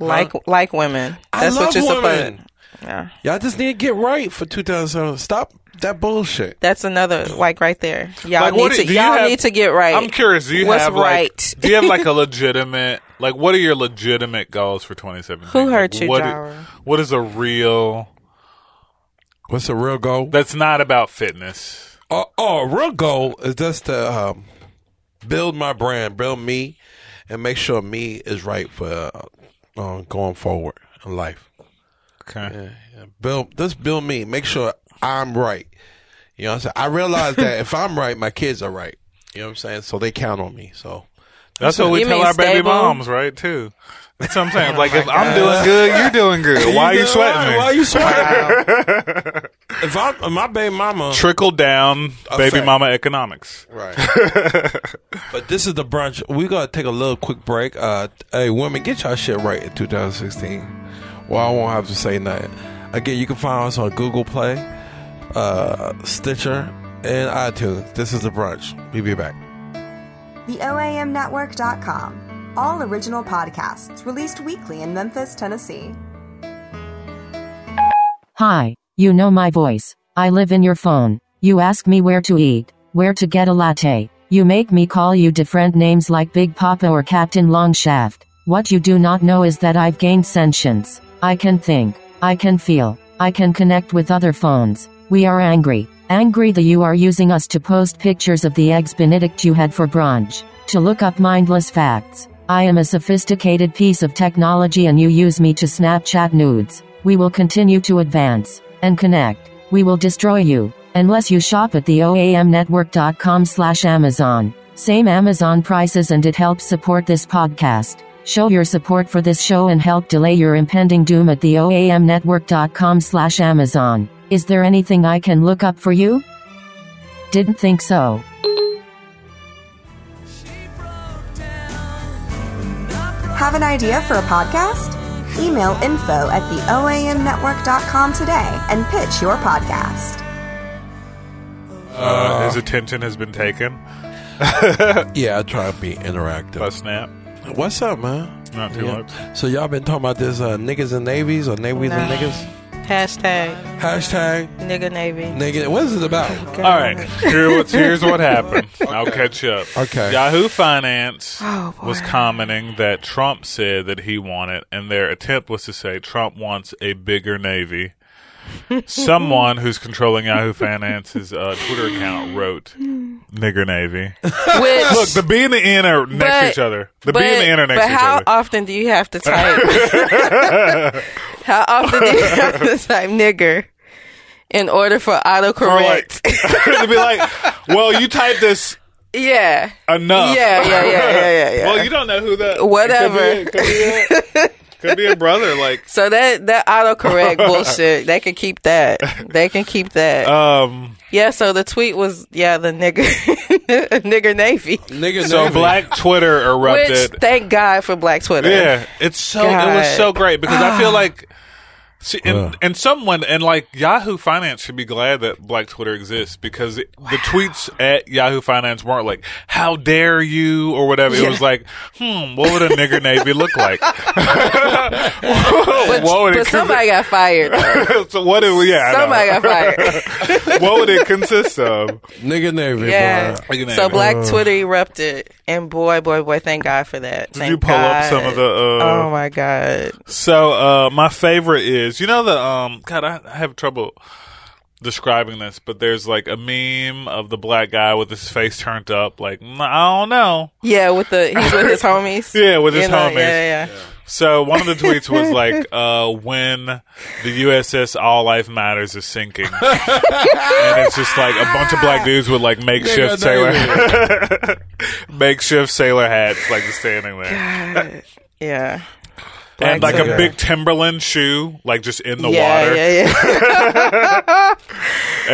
Speaker 5: Like like women.
Speaker 3: I
Speaker 5: That's
Speaker 3: love
Speaker 5: what you're supposed.
Speaker 3: women.
Speaker 5: Yeah.
Speaker 3: Y'all just need to get right for 2007. Stop that bullshit.
Speaker 5: That's another like right there. Y'all
Speaker 4: Like, what
Speaker 5: need
Speaker 4: do-
Speaker 5: to
Speaker 4: do you
Speaker 5: y'all
Speaker 4: have-
Speaker 5: need to get right.
Speaker 4: I'm curious. Do you
Speaker 5: What's
Speaker 4: have
Speaker 5: right?
Speaker 4: like? Do you have
Speaker 5: *laughs*
Speaker 4: like a legitimate? Like, what are your legitimate goals for 2017?
Speaker 5: Who hurt
Speaker 4: Like,
Speaker 5: you,
Speaker 4: what-
Speaker 5: Jawa?
Speaker 4: What is a real?
Speaker 3: What's a real goal?
Speaker 4: That's not about fitness.
Speaker 3: Uh, oh, a real goal is just to um, build my brand, build me, and make sure me is right for uh, uh, going forward in life.
Speaker 4: Okay.
Speaker 3: Build, just build me. Make sure I'm right. You know what I'm saying? I realize that if I'm right, my kids are right. You know what I'm saying? So they count on me. So
Speaker 4: That's what we
Speaker 5: You
Speaker 4: tell
Speaker 5: mean
Speaker 4: our baby
Speaker 5: stable? Oh
Speaker 4: moms, right? Too. That's what I'm
Speaker 5: *laughs*
Speaker 4: saying. Like, if I'm doing good, you're doing good. Why are you sweating me?
Speaker 3: Why you sweating? if I'm if my baby mama,
Speaker 4: Trickle down baby
Speaker 3: Effect.
Speaker 4: mama economics.
Speaker 3: Right. *laughs* but this is the brunch. We're going to take a little quick break. Uh, hey, women, get y'all shit right in 2016. Well, I won't have to say nothing. Again, you can find us on Google Play, uh, Stitcher, and iTunes. This is the brunch. We'll be back.
Speaker 2: The OAMnetwork.com. All original podcasts released weekly in Memphis, Tennessee.
Speaker 7: Hi, you know my voice. I live in your phone. You ask me where to eat, where to get a latte. You make me call you different names like Big Papa or Captain Longshaft. What you do not know is that I've gained sentience. I can think. I can feel. I can connect with other phones. We are angry. Angry that you are using us to post pictures of the eggs Benedict you had for brunch. To look up mindless facts. I am a sophisticated piece of technology and you use me to Snapchat nudes. We will continue to advance and connect. We will destroy you unless you shop at the oamnetwork.com slash Amazon. Same Amazon prices and it helps support this podcast. Show your support for this show and help delay your impending doom at the oamnetwork.com slash Amazon. Is there anything I can look up for you? Didn't think so.
Speaker 2: Have an idea for a podcast? Email info at the OAMnetwork.com today and pitch your podcast.
Speaker 4: Uh, his attention has been taken
Speaker 3: Yeah, I try to be interactive.
Speaker 4: by Snap.
Speaker 3: What's up, man?
Speaker 4: Not too
Speaker 3: Yeah.
Speaker 4: much.
Speaker 3: So y'all been talking about this uh, niggas and navies or navies and
Speaker 5: No.
Speaker 3: niggas?
Speaker 5: Hashtag
Speaker 3: Hashtag
Speaker 5: nigga
Speaker 4: *laughs*
Speaker 5: navy.
Speaker 3: nigga. What is it about?
Speaker 4: All right, Here what's, here's what happened. I'll catch up.
Speaker 3: Okay.
Speaker 4: Yahoo Finance
Speaker 5: Oh, boy.
Speaker 4: was commenting that Trump said that he wanted, and their attempt was to say Trump wants a bigger Navy.
Speaker 5: *laughs*
Speaker 4: Someone who's controlling Yahoo Finance's uh, Twitter account wrote "nigger Navy."
Speaker 5: Which,
Speaker 4: Look, the B and the N are next to
Speaker 5: but-
Speaker 4: each other. The
Speaker 5: but,
Speaker 4: B and the N are next
Speaker 5: but
Speaker 4: to each
Speaker 5: how
Speaker 4: other. *laughs*
Speaker 5: often do you have to type? *laughs* how often do you have to
Speaker 4: *laughs*
Speaker 5: type nigger in order for
Speaker 4: Or
Speaker 5: autocorrect? *laughs*
Speaker 4: like, to be like, well, you typed this
Speaker 5: yeah.
Speaker 4: enough.
Speaker 5: Yeah, yeah, yeah, yeah, yeah,
Speaker 4: *laughs*
Speaker 5: yeah.
Speaker 4: Well, you don't know who that.
Speaker 5: Whatever.
Speaker 4: Could be, a- could
Speaker 5: *laughs*
Speaker 4: be a- could be a brother. Like,
Speaker 5: So that
Speaker 4: *laughs*
Speaker 5: that autocorrect bullshit, they can keep that. They can keep that.
Speaker 4: um,
Speaker 5: yeah. So the tweet was yeah the nigger *laughs* nigger navy,
Speaker 3: Niggas.
Speaker 4: so Black Twitter
Speaker 5: which
Speaker 4: erupted.
Speaker 5: thank God for Black Twitter.
Speaker 4: yeah, it's so it was
Speaker 5: God.
Speaker 4: so great because I
Speaker 5: *sighs*
Speaker 4: feel like. See,
Speaker 3: Yeah.
Speaker 4: and, and someone and like Yahoo Finance should be glad that Black Twitter exists because it, the tweets at Yahoo Finance weren't like "How dare you" or whatever. It was like, "Hmm, what would a nigger navy look
Speaker 5: *laughs*
Speaker 4: like?"
Speaker 5: But,
Speaker 4: *laughs* what would
Speaker 5: but
Speaker 4: it consist-
Speaker 5: somebody got fired. though.
Speaker 4: *laughs* so what did we? Yeah, I know.
Speaker 5: somebody
Speaker 4: *laughs*
Speaker 5: got fired.
Speaker 4: what would it consist of?
Speaker 3: Nigga navy.
Speaker 5: Yeah.
Speaker 3: boy.
Speaker 4: Nigga
Speaker 5: So
Speaker 4: navy.
Speaker 5: Black Twitter erupted, and boy, boy, boy, thank God for that.
Speaker 4: Did you pull up some of the? Uh,
Speaker 5: oh my God!
Speaker 4: So uh, my favorite is you know the um God I, I have trouble describing this, but there's like a meme of the black guy with his face turned up, like "Mm, I don't know.
Speaker 5: Yeah, with the he's
Speaker 4: *laughs*
Speaker 5: with his homies.
Speaker 4: Yeah, with his
Speaker 5: You know,
Speaker 4: homies.
Speaker 5: Yeah, yeah, yeah.
Speaker 4: So one of the tweets was like, uh, "When the USS All Life Matters is sinking," and it's just like a bunch of black dudes with like makeshift sailor, *laughs* makeshift sailor hats, like just standing there,
Speaker 5: Yeah.
Speaker 4: and like a
Speaker 3: Twitter.
Speaker 4: big Timberland shoe, like just in the
Speaker 5: yeah,
Speaker 4: water
Speaker 5: yeah, yeah.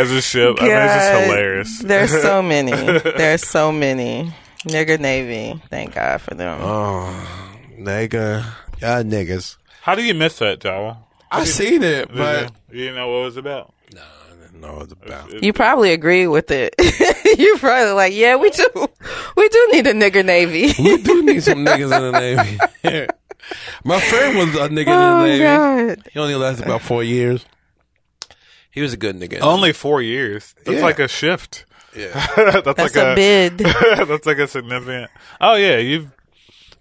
Speaker 4: as a ship. I mean, it's just
Speaker 5: God.
Speaker 4: hilarious.
Speaker 3: *laughs*
Speaker 5: There's so many. There's so many. Nigger Navy. Thank God for them.
Speaker 3: Oh, nigga. Y'all niggas.
Speaker 4: How do you miss that, Jawa?
Speaker 3: I seen it,
Speaker 4: Did
Speaker 3: but
Speaker 4: you, you didn't know what it was about.
Speaker 3: no, it's about.
Speaker 5: you probably agree with it. *laughs* you probably like, yeah, we do. We do need a nigger navy.
Speaker 3: *laughs* We do need some niggas in the *laughs* navy. My friend was a nigga in the
Speaker 5: oh
Speaker 3: navy.
Speaker 5: God!
Speaker 3: He only lasted about four years. Oh. He was a good nigga.
Speaker 4: Only four years. That's
Speaker 3: Yeah.
Speaker 4: like a shift.
Speaker 3: yeah.
Speaker 4: *laughs* that's,
Speaker 5: That's
Speaker 4: like
Speaker 3: *laughs*
Speaker 5: a,
Speaker 4: *laughs*
Speaker 5: bid.
Speaker 4: that's like a significant. Oh yeah, you've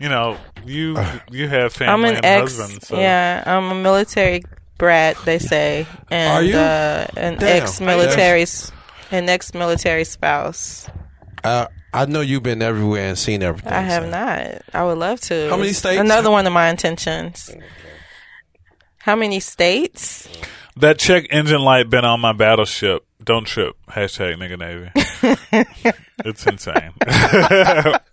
Speaker 4: you know you you have family
Speaker 5: *sighs* I'm an
Speaker 4: and
Speaker 5: ex.
Speaker 4: husband. So.
Speaker 5: Yeah, I'm a military brat, they say, and
Speaker 3: Are you?
Speaker 5: Uh, an
Speaker 3: Damn.
Speaker 5: ex-military, s- an ex-military spouse.
Speaker 3: Uh, I know you've been everywhere and seen everything.
Speaker 5: I have
Speaker 3: so.
Speaker 5: not. I would love to.
Speaker 3: How many states?
Speaker 5: Another one of my intentions. How many states?
Speaker 4: That check engine light been on my battleship. Don't trip. Hashtag nigga
Speaker 5: *laughs*
Speaker 4: navy. it's insane. *laughs*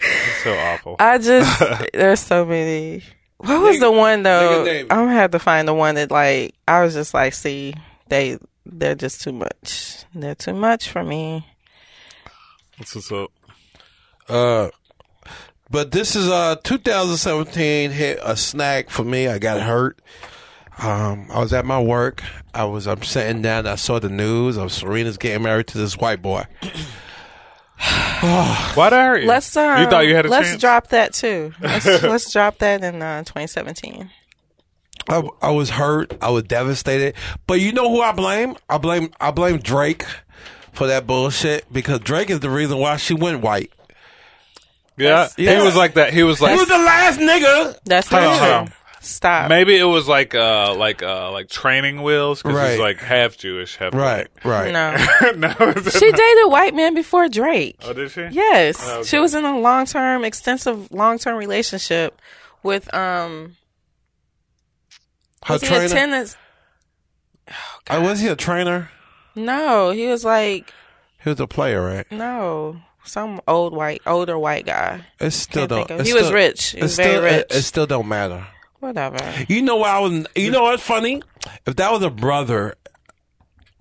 Speaker 4: it's so awful.
Speaker 5: I just *laughs* there's so many. What was the one though?
Speaker 3: nigga name.
Speaker 5: I'm gonna have to find the one that like I was just like, see, they they're just too much. They're too much for me.
Speaker 4: What's this up?
Speaker 3: Uh, but this is uh 2017 hit a snag for me. I got hurt. Um, I was at my work. I was I'm sitting down. I saw the news of Serena's getting married to this white boy.
Speaker 4: Why did I hurt you?
Speaker 5: Let's um,
Speaker 4: you thought you had a
Speaker 5: let's
Speaker 4: chance?
Speaker 5: drop that too.
Speaker 4: *laughs*
Speaker 5: Let's let's drop that in uh, 2017.
Speaker 3: I, I was hurt. I was devastated. But you know who I blame? I blame I blame Drake for that bullshit because Drake is the reason why she went white.
Speaker 4: Yeah, he
Speaker 3: that's-
Speaker 4: was like that. He was
Speaker 3: He
Speaker 4: like
Speaker 3: was the last nigga.
Speaker 5: That's
Speaker 4: Hold
Speaker 5: not
Speaker 4: on,
Speaker 5: true.
Speaker 4: hold on.
Speaker 5: Stop.
Speaker 4: maybe it was like uh like uh like training wheels because
Speaker 3: Right.
Speaker 4: he's like half Jewish, half
Speaker 3: Right, right.
Speaker 5: No,
Speaker 4: *laughs* black. no, is it-
Speaker 5: she dated white man before Drake.
Speaker 4: oh, did she?
Speaker 5: Yes,
Speaker 4: Oh, okay.
Speaker 5: she was in a long term, extensive long term relationship with um.
Speaker 3: Her
Speaker 5: was he a
Speaker 3: trainer.
Speaker 5: tennis?
Speaker 3: Uh, was he a trainer?
Speaker 5: No, he was like
Speaker 3: He was a player, right?
Speaker 5: no, some old white, older white guy.
Speaker 3: It still
Speaker 5: Can't think
Speaker 3: don't.
Speaker 5: of-
Speaker 3: it
Speaker 5: he was
Speaker 3: still-
Speaker 5: rich. He
Speaker 3: it
Speaker 5: was very
Speaker 3: still-
Speaker 5: rich.
Speaker 3: It, it still don't matter.
Speaker 5: Whatever.
Speaker 3: You know what I was. You know what's funny? If that was a brother,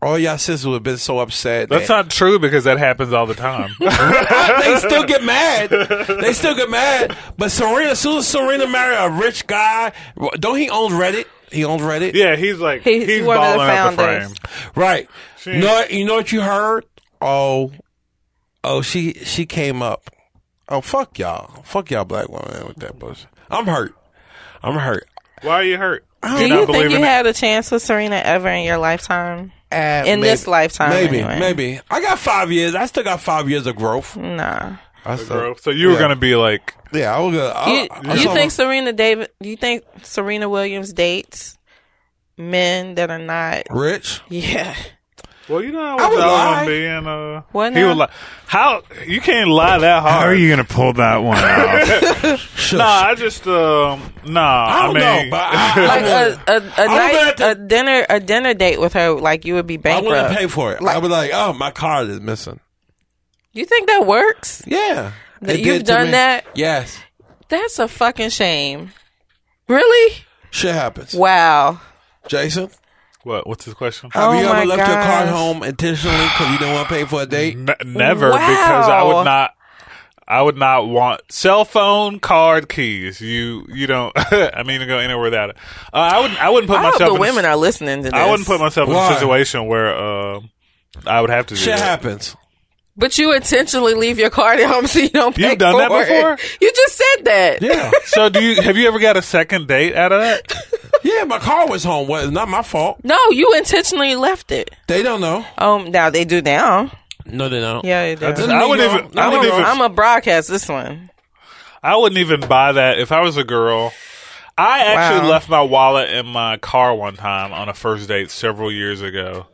Speaker 3: all y'all sisters would have been so upset.
Speaker 4: That's
Speaker 3: that-
Speaker 4: not true because that happens all the
Speaker 5: *laughs*
Speaker 4: time.
Speaker 3: *laughs*
Speaker 4: *laughs*
Speaker 3: they still get mad. They still get mad. But Serena, as soon as Serena married a rich guy, don't he own Reddit? He owns Reddit,
Speaker 4: yeah, he's like
Speaker 5: He's
Speaker 4: he's,
Speaker 5: one of the
Speaker 4: balling out the
Speaker 5: founders.
Speaker 4: frame.
Speaker 3: right? You know, you know what you heard? Oh, oh, she she came up. Oh fuck y'all, fuck y'all, black woman with that bullshit. I'm hurt. I'm hurt.
Speaker 4: Why are you hurt?
Speaker 5: Oh, Do you think you had a chance with Serena ever in your lifetime?
Speaker 3: Uh,
Speaker 5: In this lifetime,
Speaker 3: Maybe,
Speaker 5: anyway.
Speaker 3: maybe. I got five years. I still got five years of growth.
Speaker 5: Nah.
Speaker 3: I still,
Speaker 4: So you were
Speaker 3: Yeah.
Speaker 4: gonna be like,
Speaker 3: Yeah, I was gonna. I,
Speaker 5: You,
Speaker 3: I
Speaker 5: you
Speaker 3: saw-
Speaker 5: think Serena David? You think Serena Williams dates men that are not? *laughs*
Speaker 3: rich?
Speaker 5: Yeah.
Speaker 4: well, you know, I
Speaker 3: would
Speaker 4: was
Speaker 3: lie.
Speaker 4: out being uh,
Speaker 5: What
Speaker 4: he
Speaker 5: now?
Speaker 4: would lie. How you can't lie that hard?
Speaker 6: How are you gonna pull that one out?
Speaker 3: Shush.
Speaker 4: Nah, I just um, nah.
Speaker 3: I don't
Speaker 4: mean,
Speaker 3: know, but
Speaker 5: *laughs*
Speaker 3: I, I,
Speaker 5: Like
Speaker 3: wanna-
Speaker 5: a a, a,
Speaker 3: I
Speaker 5: night,
Speaker 3: would've had
Speaker 5: a dinner a dinner date with her, like you would be
Speaker 3: I
Speaker 5: bankrupt.
Speaker 3: wouldn't pay for it. I was like, oh, my card is missing.
Speaker 5: you think that works?
Speaker 3: Yeah,
Speaker 5: That
Speaker 3: It
Speaker 5: you've
Speaker 3: did to
Speaker 5: done
Speaker 3: me.
Speaker 5: that?
Speaker 3: Yes,
Speaker 5: That's a fucking shame. Really?
Speaker 3: shit happens.
Speaker 5: Wow.
Speaker 3: Jason,
Speaker 4: what? What's his question?
Speaker 3: have
Speaker 5: Oh
Speaker 3: you
Speaker 5: my
Speaker 3: ever left your card
Speaker 5: gosh.
Speaker 3: home intentionally because you didn't want to pay for a date?
Speaker 4: N- never because I
Speaker 5: Wow.
Speaker 4: would not. I would not want cell phone card keys. You you don't. *laughs* I mean, you go anywhere without it. Uh, I would. I wouldn't put
Speaker 5: I hope
Speaker 4: myself.
Speaker 5: the
Speaker 4: in a s-
Speaker 5: women are listening to this.
Speaker 4: I wouldn't put myself
Speaker 3: Why?
Speaker 4: in a situation where uh, I would have to do
Speaker 3: Shit
Speaker 4: that.
Speaker 3: happens.
Speaker 5: But you intentionally leave your card at home so you don't pay
Speaker 4: You've done that
Speaker 5: for it.
Speaker 4: before?
Speaker 5: You just said that.
Speaker 3: Yeah,
Speaker 4: So do you? Have you ever got a second date out of
Speaker 5: *laughs*
Speaker 4: that?
Speaker 3: yeah, my card was home. Well, it's not my fault.
Speaker 5: No, you intentionally left it.
Speaker 3: They don't know.
Speaker 5: Um, now they do now.
Speaker 3: No, they don't.
Speaker 5: Yeah, they do.
Speaker 4: That's- I wouldn't
Speaker 3: mean
Speaker 4: even.
Speaker 3: y'all-
Speaker 4: I wouldn't even.
Speaker 5: I'm a broadcast this one.
Speaker 4: I wouldn't even buy that if I was a girl. I actually
Speaker 5: Wow.
Speaker 4: left my wallet in my car one time on a first date several years ago,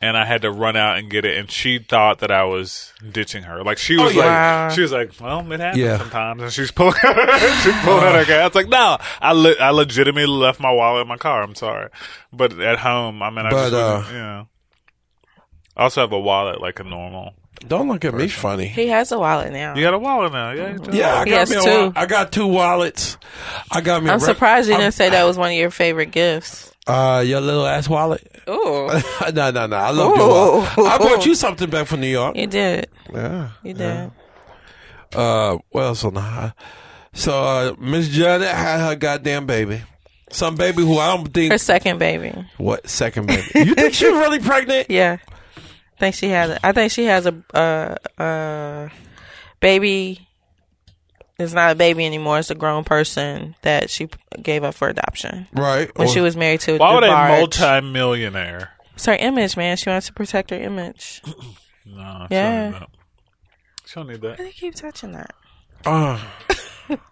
Speaker 4: and I had to run out and get it. And she thought that I was ditching her. Like she was
Speaker 3: Oh, yeah.
Speaker 4: like,
Speaker 5: Wow.
Speaker 4: she was like, "Well, it happens
Speaker 3: Yeah.
Speaker 4: sometimes." And she's pulling, *laughs* she's pulling out her car. It's like, no, I le- I legitimately left my wallet in my car. I'm sorry, but at home, I mean, I
Speaker 3: But,
Speaker 4: just
Speaker 3: uh,
Speaker 4: wouldn't- yeah. I also have a wallet like a normal.
Speaker 3: Don't look at me funny.
Speaker 5: He has a wallet now.
Speaker 4: You got a wallet now, yeah. you do.
Speaker 3: Yeah, I
Speaker 5: He
Speaker 3: got
Speaker 5: has
Speaker 3: me a
Speaker 5: two.
Speaker 3: wallet. I got two wallets. I got me. a
Speaker 5: I'm
Speaker 3: re-
Speaker 5: surprised you
Speaker 3: I'm-
Speaker 5: didn't say that was one of your favorite gifts.
Speaker 3: Uh, your little ass wallet. *laughs*
Speaker 5: Ooh,
Speaker 3: no, no, no. I love your
Speaker 5: Ooh.
Speaker 3: wallet. I bought you something back from New York.
Speaker 5: *laughs* you did.
Speaker 3: Yeah.
Speaker 5: You did.
Speaker 3: Uh, what else on the high? So uh, Miss Janet had her goddamn baby. Some baby who I don't think
Speaker 5: Her second baby.
Speaker 3: what second baby. You think she's really pregnant?
Speaker 5: *laughs* Yeah, think she has. a- I think she has a uh, uh, baby. It's not a baby anymore. It's a grown person that she p- gave up for adoption
Speaker 3: Right. Oh,
Speaker 5: when
Speaker 3: Or-
Speaker 5: she was married to.
Speaker 4: Why would a
Speaker 5: DeBarge.
Speaker 4: multi-millionaire?
Speaker 5: It's her image, man. She wants to protect her image.
Speaker 4: No,
Speaker 5: Yeah.
Speaker 4: she don't need that.
Speaker 5: They keep touching that.
Speaker 3: Uh,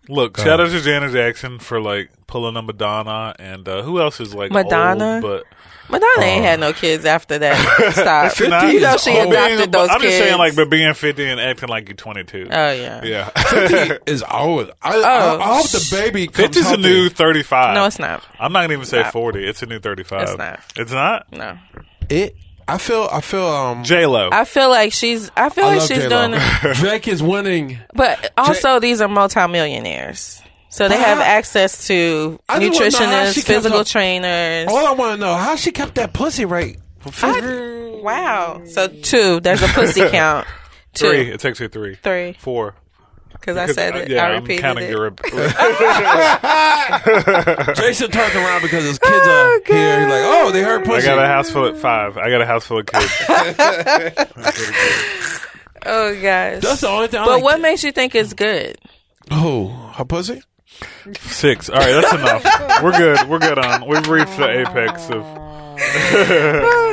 Speaker 4: Look, shout out to Janet Jackson for like pulling a Madonna and uh, who else is like old,
Speaker 5: Madonna?
Speaker 4: but
Speaker 5: Madonna ain't had no kids after that. Stop. you know she
Speaker 4: Being-
Speaker 5: adopted those
Speaker 4: Oh. I'm
Speaker 5: kids.
Speaker 4: just saying, like, but being 50 and acting like you're 22.
Speaker 5: oh yeah. *laughs*
Speaker 4: yeah, *laughs*
Speaker 3: Is always. I,
Speaker 5: Oh.
Speaker 3: I, I hope the baby comes
Speaker 4: 50's a new 35.
Speaker 5: No, it's not.
Speaker 4: I'm not gonna even say 40. It's a new 35.
Speaker 5: It's not.
Speaker 4: It's not.
Speaker 5: No.
Speaker 3: It. I feel. I feel. Um.
Speaker 4: J Lo.
Speaker 5: I feel like she's. I feel
Speaker 3: I
Speaker 5: like
Speaker 3: love
Speaker 5: she's
Speaker 3: J-Lo.
Speaker 5: doing.
Speaker 3: *laughs*
Speaker 5: it-
Speaker 3: Drake is winning.
Speaker 5: But also, these are multimillionaires, so they have
Speaker 3: But how-
Speaker 5: access to
Speaker 3: I just wanna know how she
Speaker 5: nutritionists,
Speaker 3: kept
Speaker 5: physical
Speaker 3: up-
Speaker 5: trainers.
Speaker 3: All I want to know how she kept that pussy rate. from
Speaker 5: I-
Speaker 3: 50.
Speaker 5: wow. So two. There's a pussy count. Two.
Speaker 4: three. It takes you three.
Speaker 5: Three.
Speaker 4: Four.
Speaker 5: Because I said it.
Speaker 4: yeah,
Speaker 5: I
Speaker 4: am
Speaker 5: repeated
Speaker 4: counting
Speaker 5: it.
Speaker 4: your.
Speaker 5: *laughs*
Speaker 3: Jason turned around because his kids are here. He's like, oh, they heard
Speaker 4: I
Speaker 3: pussy.
Speaker 4: got a house full of five. I got a house full of kids.
Speaker 5: *laughs* Oh gosh.
Speaker 3: That's the only thing. I
Speaker 5: but
Speaker 3: like.
Speaker 5: what makes you think it's good?
Speaker 3: Who? Her pussy?
Speaker 4: Six. All right, that's
Speaker 5: *laughs*
Speaker 4: enough. We're good. We're good on. We've reached the apex of.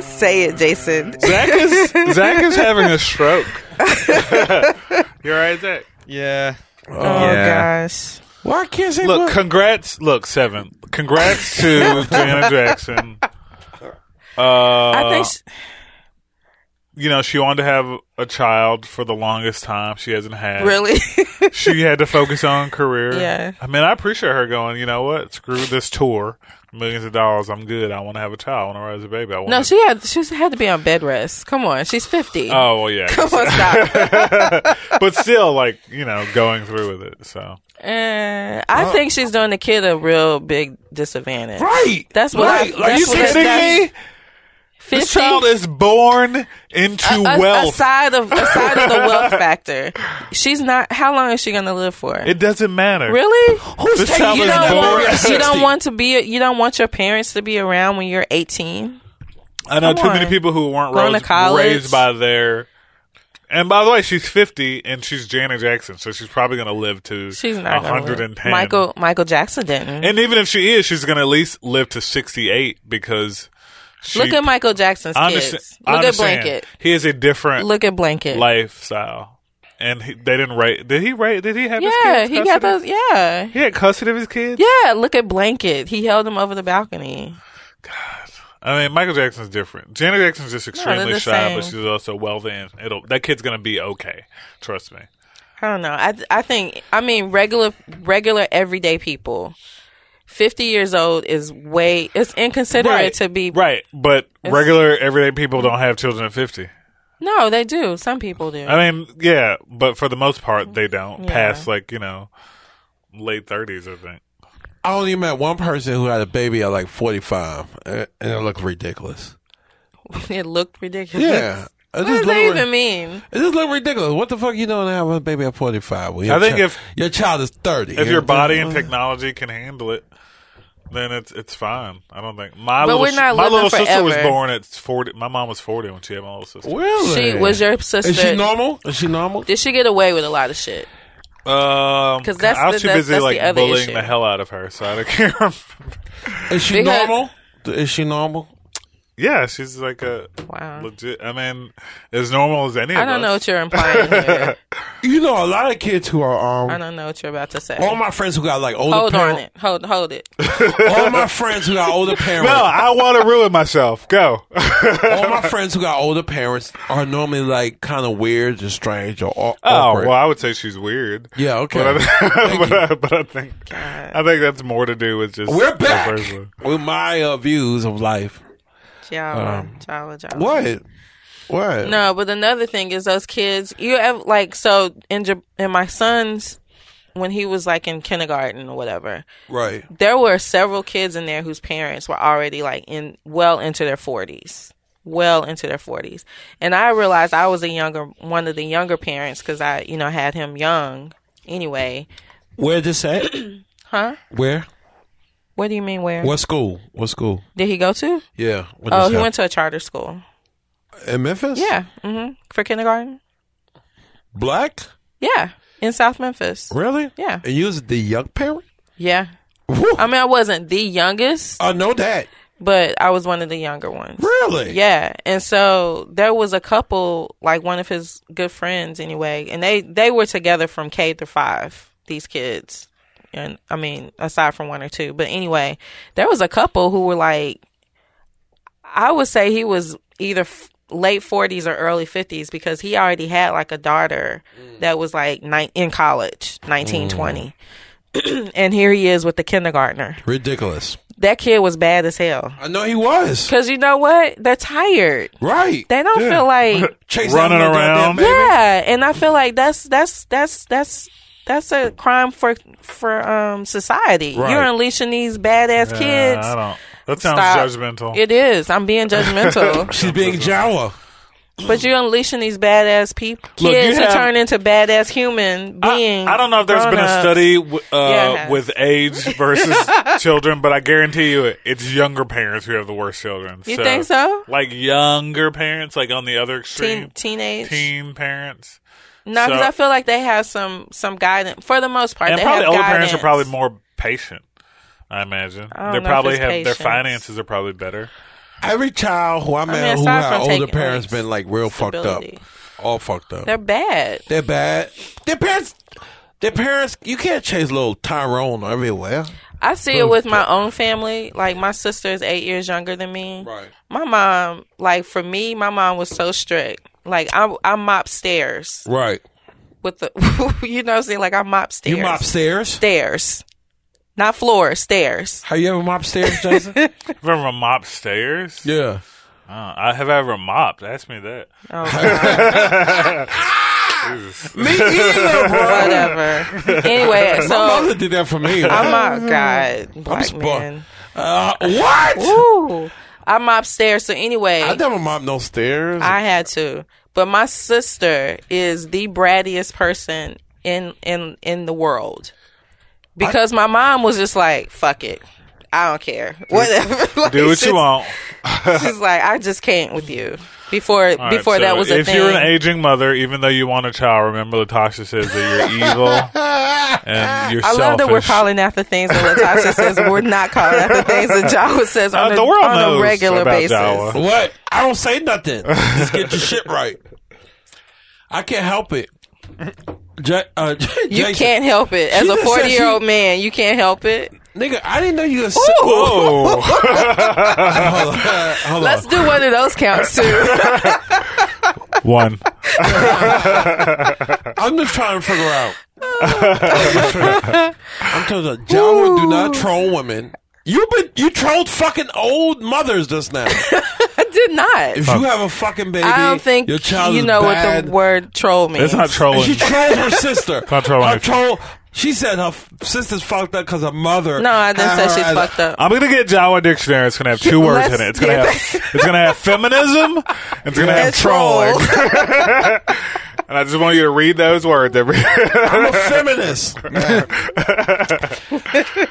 Speaker 5: Say it, Jason.
Speaker 4: Zach is Zach is having a stroke. *laughs* You're right, Zach.
Speaker 6: Yeah.
Speaker 5: Oh
Speaker 6: yeah.
Speaker 5: gosh.
Speaker 3: Why can't she
Speaker 4: Look, congrats. Look, seven. Congrats to Janet Jackson. Uh,
Speaker 5: I think. She,
Speaker 4: you know she wanted to have a child for the longest time. She hasn't had.
Speaker 5: really. *laughs*
Speaker 4: she had to focus on career.
Speaker 5: Yeah.
Speaker 4: I mean, I appreciate her going, you know what? Screw this tour. Millions of dollars. I'm good. I want to have a child. I want to raise a baby. I want
Speaker 5: no,
Speaker 4: to-
Speaker 5: she had. She had to be on bed rest. Come on, she's fifty.
Speaker 4: Oh, well, yeah.
Speaker 5: *laughs* Come
Speaker 4: *laughs*
Speaker 5: on, stop.
Speaker 4: but still, like, you know, going through with it. So,
Speaker 5: Uh, I think she's doing the kid a real big disadvantage.
Speaker 3: Right.
Speaker 5: That's what
Speaker 3: Right.
Speaker 5: I-
Speaker 3: Like,
Speaker 5: that's
Speaker 3: you
Speaker 5: what
Speaker 3: kidding
Speaker 5: that's-
Speaker 3: me?
Speaker 5: Fifty.
Speaker 4: This child is born into
Speaker 5: a-
Speaker 4: wealth.
Speaker 5: Aside of
Speaker 4: *laughs*
Speaker 5: aside of the wealth factor, she's not. How long is she going to live for?
Speaker 4: it doesn't matter.
Speaker 5: really?
Speaker 4: This child
Speaker 5: you
Speaker 4: is
Speaker 5: don't,
Speaker 4: born.
Speaker 5: want, you
Speaker 3: 60.
Speaker 5: don't want to be. You don't want your parents to be around when you're 18.
Speaker 4: I know
Speaker 5: Come
Speaker 4: too many
Speaker 5: on.
Speaker 4: people who weren't
Speaker 5: Going to
Speaker 4: raised,
Speaker 5: college.
Speaker 4: raised by their. And by the way, she's 50 and she's Janet Jackson, so she's probably going to live to
Speaker 5: She's not gonna live.
Speaker 4: 110.
Speaker 5: Michael Michael Jackson didn't.
Speaker 4: And even if she is, she's going to at least live to 68 because she,
Speaker 5: Look at Michael Jackson's
Speaker 4: I understand-
Speaker 5: kids.
Speaker 4: I
Speaker 5: Look at
Speaker 4: understand.
Speaker 5: Blanket.
Speaker 4: He is a different
Speaker 5: Look at Blanket.
Speaker 4: lifestyle. And he, they didn't write. Did he write? Did he have his
Speaker 5: yeah,
Speaker 4: kids?
Speaker 5: he got
Speaker 4: custody?
Speaker 5: those. Yeah.
Speaker 4: He had custody of his kids?
Speaker 5: Yeah, look at Blanket. He held him over the balcony.
Speaker 4: I mean, Michael Jackson's different. Janet Jackson's just extremely
Speaker 5: the
Speaker 4: shy, but
Speaker 5: same.
Speaker 4: she's also wealthy, and it'll that kid's gonna be okay. Trust me.
Speaker 5: I don't know. I I think I mean regular regular everyday people. Fifty years old is way it's inconsiderate to be
Speaker 4: right, but regular everyday people don't have children at fifty.
Speaker 5: No, they do. Some people do.
Speaker 4: I mean, yeah, but for the most part, they don't pass like you know late thirties. I think.
Speaker 3: I only met one person who had a baby at like 45, and and it looked ridiculous.
Speaker 5: *laughs* it looked ridiculous.
Speaker 3: Yeah. It
Speaker 5: What does
Speaker 3: just
Speaker 5: that
Speaker 3: looked ri-
Speaker 5: even mean?
Speaker 3: It just looked ridiculous. What the fuck you doing to have a baby at 45? Well, your
Speaker 4: I think
Speaker 3: chi-
Speaker 4: if-
Speaker 3: your child is 30.
Speaker 4: If
Speaker 3: you
Speaker 4: your
Speaker 3: know?
Speaker 4: body and technology can handle it, then it's it's fine. I don't think my
Speaker 5: But
Speaker 4: little
Speaker 5: we're
Speaker 4: si-
Speaker 5: not
Speaker 4: my
Speaker 5: living
Speaker 4: little sister was
Speaker 5: forever.
Speaker 4: born at forty. My mom was forty when she had my little sister.
Speaker 3: Really?
Speaker 5: She was your sister.
Speaker 3: Is she normal? Is she normal?
Speaker 5: Did she get away with a lot of shit?
Speaker 4: Um,
Speaker 5: 'Cause that's
Speaker 4: I
Speaker 5: the-
Speaker 4: was too
Speaker 5: that's-
Speaker 4: busy
Speaker 5: that's the
Speaker 4: like
Speaker 5: other
Speaker 4: bullying
Speaker 5: issue.
Speaker 4: the hell out of her, so I don't *laughs* care.
Speaker 3: Is she
Speaker 5: Because-
Speaker 3: normal? Is she normal?
Speaker 4: yeah, she's like a
Speaker 5: Wow.
Speaker 4: legit. I mean, as normal as any.
Speaker 5: I
Speaker 4: of
Speaker 5: don't
Speaker 4: us.
Speaker 5: know what you're
Speaker 4: *laughs*
Speaker 5: implying here.
Speaker 3: You know, a lot of kids who are um,
Speaker 5: I don't know what you're about to say.
Speaker 3: all my friends who got like older
Speaker 5: hold on
Speaker 3: parents.
Speaker 5: it. Hold
Speaker 3: *laughs*
Speaker 5: hold it.
Speaker 3: All my friends who got
Speaker 5: *laughs*
Speaker 3: older parents.
Speaker 4: No, I want to ruin myself. *laughs* Go.
Speaker 3: all my friends who got older parents are normally like kind of weird and strange or aw-
Speaker 4: Oh
Speaker 3: awkward.
Speaker 4: well, I would say she's weird.
Speaker 3: Yeah, okay.
Speaker 4: but I, *laughs*
Speaker 3: Thank
Speaker 4: but,
Speaker 3: you.
Speaker 4: I, but I think
Speaker 5: Oh
Speaker 4: I think that's more to do with just
Speaker 3: We're
Speaker 4: the
Speaker 3: back
Speaker 4: person.
Speaker 3: with my uh, views of life.
Speaker 5: Jawa, Jawa, Jawa.
Speaker 3: Um, What? What?
Speaker 5: No, but another thing is those kids. You have like so in Ja- in my son's when he was like in kindergarten or whatever.
Speaker 3: Right.
Speaker 5: There were several kids in there whose parents were already like in well into their forties, well into their forties, and I realized I was a younger one of the younger parents because I you know had him young anyway.
Speaker 3: Where this at?
Speaker 5: Huh?
Speaker 3: Where?
Speaker 5: What do you mean? Where
Speaker 3: What school? What school?
Speaker 5: did he go to?
Speaker 3: Yeah. What
Speaker 5: Oh,
Speaker 3: this
Speaker 5: he
Speaker 3: at?
Speaker 5: went to a charter school.
Speaker 3: in Memphis.
Speaker 5: Yeah, hmm for kindergarten.
Speaker 3: Black.
Speaker 5: Yeah, in South Memphis.
Speaker 3: Really?
Speaker 5: Yeah.
Speaker 3: And you was the young parent.
Speaker 5: Yeah.
Speaker 3: Woo.
Speaker 5: I mean, I wasn't the youngest,
Speaker 3: I know that.
Speaker 5: but I was one of the younger ones.
Speaker 3: Really?
Speaker 5: Yeah. And so there was a couple, like one of his good friends anyway, and they they were together from K through 5. these kids. And I mean, aside from one or two, but anyway, there was a couple who were like, I would say he was either f- late 40s or early 50s because he already had like a daughter that was like ni- in college, 1920. *clears throat* and here he is with the kindergartner.
Speaker 3: Ridiculous.
Speaker 5: That kid was bad as hell.
Speaker 3: I know he was.
Speaker 5: Cause you know what? They're tired.
Speaker 3: Right.
Speaker 5: They don't
Speaker 4: *laughs*
Speaker 5: feel like
Speaker 3: Chase
Speaker 4: Running
Speaker 3: after that goddamn
Speaker 4: around.
Speaker 3: baby.
Speaker 5: yeah, and I feel like that's that's that's that's that's a crime for for um society.
Speaker 3: Right.
Speaker 5: You're unleashing these badass
Speaker 4: Yeah,
Speaker 5: kids.
Speaker 4: I don't. That sounds
Speaker 5: Stop.
Speaker 4: judgmental.
Speaker 5: It is. I'm
Speaker 4: *laughs*
Speaker 5: being judgmental,
Speaker 3: She's being Jawa.
Speaker 5: but you're unleashing these badass people
Speaker 4: Look,
Speaker 5: kids
Speaker 4: you
Speaker 5: who
Speaker 4: have-
Speaker 5: turn into badass human
Speaker 4: I-
Speaker 5: beings.
Speaker 4: I, don't know if there's been a
Speaker 5: grown-ups.
Speaker 4: study w- uh,
Speaker 5: Yeah, it has.
Speaker 4: with age
Speaker 5: *laughs*
Speaker 4: versus children, but I guarantee you, it, it's younger parents who have the worst children.
Speaker 5: You think so?
Speaker 4: Like younger parents, like on the other extreme,
Speaker 5: Teen, teenage.
Speaker 4: teen parents,
Speaker 5: no, because
Speaker 4: so-
Speaker 5: I feel like they have some some guidance for the most part.
Speaker 4: and
Speaker 5: they
Speaker 4: probably
Speaker 5: have
Speaker 4: older
Speaker 5: guidance.
Speaker 4: parents are probably more patient. I imagine
Speaker 5: I don't
Speaker 4: they
Speaker 5: know if
Speaker 4: probably
Speaker 5: it's
Speaker 4: have
Speaker 5: patience.
Speaker 4: their finances are probably better.
Speaker 3: Every child who I met
Speaker 5: mean,
Speaker 3: who
Speaker 5: aside
Speaker 3: had
Speaker 5: from
Speaker 3: older
Speaker 5: taking
Speaker 3: parents
Speaker 5: risks,
Speaker 3: been like real
Speaker 5: stability.
Speaker 3: fucked up. All fucked up.
Speaker 5: They're bad.
Speaker 3: They're bad. Their parents, their parents, you can't chase little Tyrone everywhere.
Speaker 5: I see it with my own family. Like my sister is eight years younger than me. My mom, like for me, my mom was so strict. Like I, I mop stairs
Speaker 3: Right.
Speaker 5: with the, *laughs* you know, what I'm saying like I mop stairs.
Speaker 3: You mop stairs?
Speaker 5: stairs, not floors, stairs.
Speaker 3: Have you ever mopped stairs,
Speaker 5: *laughs*
Speaker 3: Jason?
Speaker 4: Have you ever mopped stairs? *laughs*
Speaker 3: yeah.
Speaker 4: Uh, I have I ever mopped. Ask me that.
Speaker 5: Oh,
Speaker 3: *laughs* Me either, bro.
Speaker 5: Whatever.
Speaker 3: *laughs*
Speaker 5: anyway,
Speaker 3: Mother
Speaker 5: so
Speaker 3: did that for me.
Speaker 5: I mop. God, black
Speaker 3: spo-
Speaker 5: man.
Speaker 3: Uh, what?
Speaker 5: Woo. I mop stairs. So anyway,
Speaker 3: I never mopped no stairs.
Speaker 5: I had to. But my sister is the brattiest person in in in the world. Because my mom was just like, fuck it. I don't care. *laughs* Whatever. *laughs* Like,
Speaker 4: Do what
Speaker 5: she's-
Speaker 4: you want.
Speaker 5: She's like, I just can't with you. Before
Speaker 4: All right,
Speaker 5: before
Speaker 4: so
Speaker 5: that was a
Speaker 4: if
Speaker 5: thing.
Speaker 4: you're an aging mother, even though you want a child, remember Latasha says that you're evil and you're
Speaker 5: *laughs* I
Speaker 4: selfish.
Speaker 5: love that we're calling after things that Latasha
Speaker 4: *laughs*
Speaker 5: says we're not calling after things that Jawa says on,
Speaker 4: Uh,
Speaker 5: a,
Speaker 4: the world
Speaker 5: on
Speaker 4: knows
Speaker 5: a regular
Speaker 4: about
Speaker 5: basis.
Speaker 4: Jawa.
Speaker 3: what? I don't say nothing. Just get your shit right. I can't help it. Ja- uh, *laughs*
Speaker 5: You can't help it. As
Speaker 3: She
Speaker 5: a
Speaker 3: just said she-
Speaker 5: 40 year old man, you can't help it.
Speaker 3: nigga. I didn't know you. Was
Speaker 5: *laughs*
Speaker 4: Oh,
Speaker 3: hold on, hold on.
Speaker 5: Let's do one of those counts too.
Speaker 4: *laughs* one.
Speaker 3: I'm just trying to figure
Speaker 5: *laughs*
Speaker 3: out. I'm telling you, Jawa do not troll women. You been you trolled fucking old mothers just now.
Speaker 5: did not.
Speaker 3: If you have a fucking baby,
Speaker 5: I don't think
Speaker 3: your child
Speaker 5: you
Speaker 3: is
Speaker 5: know
Speaker 3: bad.
Speaker 5: what the word troll means.
Speaker 4: It's not
Speaker 3: And
Speaker 4: trolling.
Speaker 3: She trolled her *laughs* sister.
Speaker 4: Not trolling.
Speaker 3: Her troll. She said her f- sister's fucked up because her mother.
Speaker 5: no, I didn't say
Speaker 3: had
Speaker 5: she's
Speaker 3: her as-
Speaker 5: fucked up.
Speaker 4: I'm gonna get Jawa dictionary. It's gonna have
Speaker 5: *laughs*
Speaker 4: two words
Speaker 5: Let's
Speaker 4: in it. It's gonna have
Speaker 5: get
Speaker 4: it's gonna have feminism. and It's
Speaker 5: *laughs*
Speaker 4: gonna have
Speaker 5: And
Speaker 4: trolling. *laughs* and I just want you to read those words
Speaker 5: *laughs*
Speaker 4: every.
Speaker 3: I'm a *laughs* feminist.
Speaker 4: oh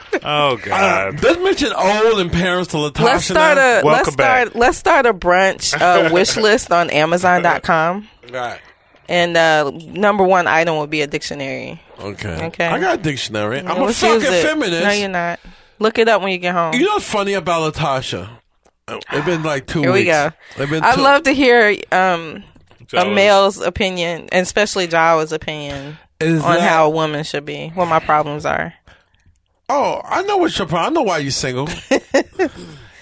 Speaker 4: *laughs*
Speaker 3: Uh,
Speaker 4: God.
Speaker 3: Let's mention old and parents to Latasha.
Speaker 5: Let's start a let's
Speaker 4: Welcome back.
Speaker 5: start let's start a brunch
Speaker 3: *laughs*
Speaker 5: uh, wish list on Amazon.com,
Speaker 3: a. Right.
Speaker 5: and uh, number one item will be a dictionary.
Speaker 3: Okay.
Speaker 5: Okay.
Speaker 3: I got a dictionary. I'm a
Speaker 5: Refuse
Speaker 3: fucking
Speaker 5: it.
Speaker 3: feminist.
Speaker 5: No, you're not. Look it up when you get home.
Speaker 3: You know what's funny about Latasha? Uh, It's been like two
Speaker 5: Here
Speaker 3: weeks.
Speaker 5: we go.
Speaker 3: It's been
Speaker 5: I
Speaker 3: two-
Speaker 5: love to hear um, a
Speaker 4: Jawa's-
Speaker 5: male's opinion, and especially Jawa's opinion
Speaker 3: Is
Speaker 5: on
Speaker 3: that-
Speaker 5: how a woman should be. What my problems are.
Speaker 3: Oh, I know what your problem. I know why you're
Speaker 5: *laughs*
Speaker 3: single.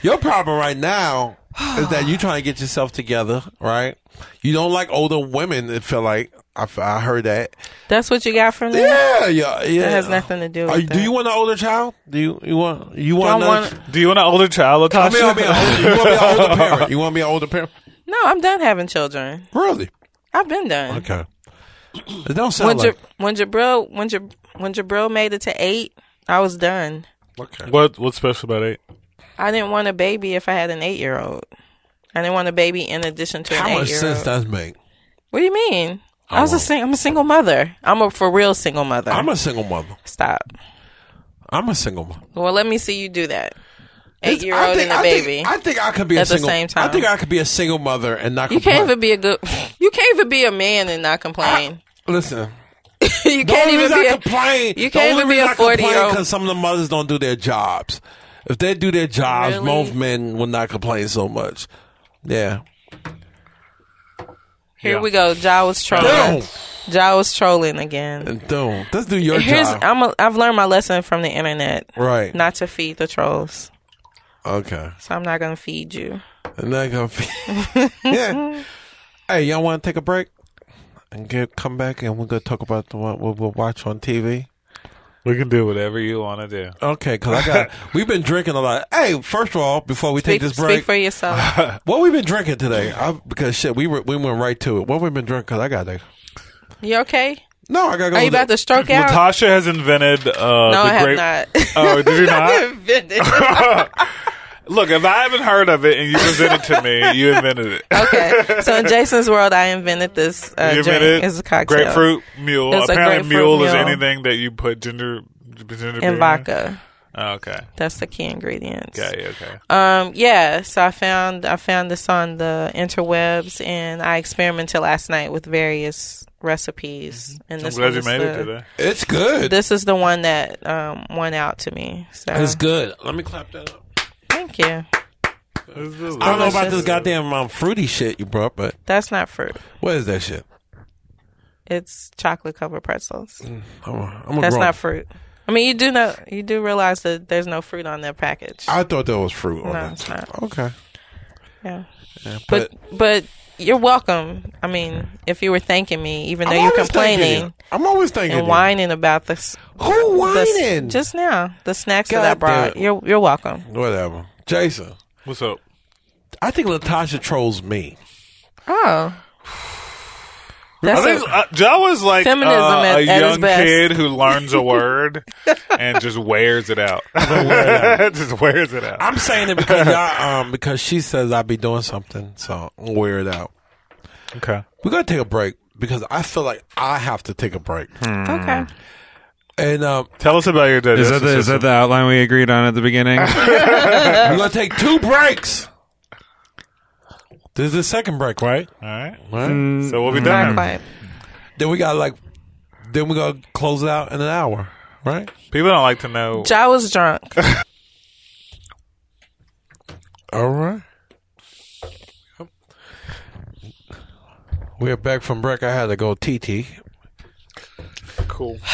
Speaker 3: your problem right now is that
Speaker 5: *sighs*
Speaker 3: you're trying to get yourself together, right? You don't like older women. It feel like I, f- I heard that.
Speaker 5: That's what you got from there.
Speaker 3: Yeah, yeah, yeah.
Speaker 5: That has nothing to do with
Speaker 3: Are you-
Speaker 5: that.
Speaker 3: do you want an older child? Do you you want you want?
Speaker 5: Don't
Speaker 3: another
Speaker 5: want-
Speaker 3: ch-
Speaker 4: Do you want an older child,
Speaker 3: I
Speaker 4: Latasha?
Speaker 3: mean, I mean, older- you want to be
Speaker 5: *laughs*
Speaker 3: an older parent? You want to be an older parent?
Speaker 5: No, I'm done having children.
Speaker 3: Really?
Speaker 5: I've been done.
Speaker 3: Okay. It don't sound
Speaker 5: When,
Speaker 3: like.
Speaker 5: Ja- when Jabril when Ja- when Jabril made it to eight, I was done.
Speaker 3: okay.
Speaker 4: *laughs* what what's special about eight?
Speaker 5: I didn't want a baby if I had an eight year old. I didn't want a baby in addition to
Speaker 3: How
Speaker 5: an
Speaker 3: much
Speaker 5: eight year
Speaker 3: sense
Speaker 5: old.
Speaker 3: does make?
Speaker 5: what do you mean? I was a sing- I'm a single mother. I'm a for real single mother.
Speaker 3: I'm a single mother.
Speaker 5: Stop.
Speaker 3: I'm a single mother.
Speaker 5: Well, let me see you do that. Eight
Speaker 3: It's-
Speaker 5: year
Speaker 3: I
Speaker 5: old
Speaker 3: think-
Speaker 5: and a
Speaker 3: I think-
Speaker 5: baby.
Speaker 3: I think I could be a
Speaker 5: At the
Speaker 3: single.
Speaker 5: same time.
Speaker 3: I think I could be a single mother and not.
Speaker 5: you can't
Speaker 3: complain.
Speaker 5: even be a good. *laughs* You can't even be a man and not complain. *laughs*
Speaker 3: listen.
Speaker 5: you
Speaker 3: The
Speaker 5: can't
Speaker 3: only
Speaker 5: even
Speaker 3: reason
Speaker 5: be.
Speaker 3: I
Speaker 5: A,
Speaker 3: complain.
Speaker 5: you can't even be a 40-year-old.
Speaker 3: because some of the mothers don't do their jobs. If they do their jobs,
Speaker 5: Really?
Speaker 3: most men will not complain so much. Yeah.
Speaker 5: Here
Speaker 4: Yeah.
Speaker 5: we go. Ja was trolling.
Speaker 3: Boom.
Speaker 5: Ja was trolling again.
Speaker 3: And don't. Let's do your
Speaker 5: Here's
Speaker 3: job.
Speaker 5: I'm a, I've learned my lesson from the internet.
Speaker 3: right.
Speaker 5: Not to feed the trolls.
Speaker 3: okay.
Speaker 5: So I'm not gonna feed you.
Speaker 3: And that gonna
Speaker 5: *laughs*
Speaker 3: be- yeah. Hey, y'all want to take a break and get come back and we're gonna talk about the one we'll, we'll watch on TV.
Speaker 4: We can do whatever you want to do.
Speaker 3: Okay, because I
Speaker 5: *laughs*
Speaker 3: got we've been drinking a lot. Hey, first of all, before we take
Speaker 5: Speak,
Speaker 3: this
Speaker 5: speak
Speaker 3: break,
Speaker 5: for yourself.
Speaker 3: what we've been drinking today? I, because shit, we were, we went right to it. What we've been drinking? Cause I got to.
Speaker 5: You okay?
Speaker 3: No, I got.
Speaker 5: Are you about to stroke out?
Speaker 4: Latasha has invented uh,
Speaker 5: no,
Speaker 4: the
Speaker 5: I have
Speaker 4: grape.
Speaker 5: not.
Speaker 4: *laughs*
Speaker 5: *laughs*
Speaker 4: Oh, did you not? *laughs*
Speaker 5: not?
Speaker 4: Look, if I haven't heard of it and you presented to me, you invented it.
Speaker 5: *laughs* *laughs* okay. So in Jason's world, I invented this uh,
Speaker 4: you
Speaker 5: drink.
Speaker 4: invented
Speaker 5: It's a cocktail.
Speaker 4: grapefruit mule.
Speaker 5: It's a
Speaker 4: Apparently,
Speaker 5: grapefruit
Speaker 4: mule, is
Speaker 5: mule.
Speaker 4: anything that you put ginger, ginger beer
Speaker 5: and
Speaker 4: in.
Speaker 5: vodka.
Speaker 4: Oh, okay.
Speaker 5: That's the key ingredients.
Speaker 4: Yeah. Yeah. Okay.
Speaker 5: Um, yeah. So I found I found this on the interwebs, and I experimented last night with various recipes. And
Speaker 4: Mm-hmm. I'm
Speaker 5: this
Speaker 4: glad
Speaker 5: one
Speaker 4: you
Speaker 5: is
Speaker 4: made it
Speaker 5: the-
Speaker 4: today.
Speaker 3: It's good.
Speaker 5: This is the one that um, went out to me. So
Speaker 3: it's good. Let me clap that up.
Speaker 5: thank you.
Speaker 3: I don't know about this
Speaker 5: Delicious.
Speaker 3: goddamn um, fruity shit you brought, but
Speaker 5: That's not fruit.
Speaker 3: what is that shit?
Speaker 5: It's chocolate covered pretzels.
Speaker 3: I'm a, I'm a
Speaker 5: That's
Speaker 3: grown-
Speaker 5: not fruit. I mean, you do know you do realize that there's no fruit on that package.
Speaker 3: I thought that was fruit. on
Speaker 5: No,
Speaker 3: it.
Speaker 5: it's not.
Speaker 3: Okay.
Speaker 5: yeah.
Speaker 3: but-
Speaker 5: but, but you're welcome. I mean, if you were thanking me, even though
Speaker 3: I'm
Speaker 5: you're
Speaker 3: always thanking
Speaker 5: complaining
Speaker 3: you. I'm always thanking
Speaker 5: and
Speaker 3: you.
Speaker 5: whining about this,
Speaker 3: Who
Speaker 5: this
Speaker 3: whining?
Speaker 5: just now the snacks
Speaker 3: God
Speaker 5: that I brought.
Speaker 3: damn it.
Speaker 5: You're you're welcome.
Speaker 3: whatever. Jason,
Speaker 4: What's up?
Speaker 3: I think Latasha trolls me.
Speaker 5: Oh,
Speaker 4: I
Speaker 5: that's *laughs*
Speaker 4: think
Speaker 5: a,
Speaker 4: uh, Jawa's like
Speaker 5: Feminism
Speaker 4: uh,
Speaker 5: at-
Speaker 4: a
Speaker 5: at its
Speaker 4: young
Speaker 5: best.
Speaker 4: kid
Speaker 5: *laughs*
Speaker 4: who learns a word and just wears it *laughs* out. *laughs* just wears it out.
Speaker 3: I'm saying it
Speaker 4: *laughs*
Speaker 3: because y'all, um, because she says I be doing something, so I'm weird out.
Speaker 4: Okay.
Speaker 3: We're gonna take a break because I feel like I have to take a break.
Speaker 4: Hmm.
Speaker 5: okay.
Speaker 3: And um,
Speaker 4: Tell us about your
Speaker 6: Is
Speaker 4: digestive
Speaker 6: that, the, is that the outline we agreed on at
Speaker 4: *laughs*
Speaker 6: the beginning?
Speaker 4: Uh.
Speaker 3: we're gonna take two breaks. This is the second break, right?
Speaker 4: All right. Hmm.
Speaker 3: Right.
Speaker 4: So we'll be
Speaker 5: Not
Speaker 4: done.
Speaker 5: quite.
Speaker 3: Then we got like, then we gonna close it out in an hour, right?
Speaker 4: People don't like to know.
Speaker 5: Ja was
Speaker 3: *laughs*
Speaker 5: drunk.
Speaker 3: All right. We're back from break. I had to go TT.
Speaker 4: Cool.
Speaker 3: *sighs*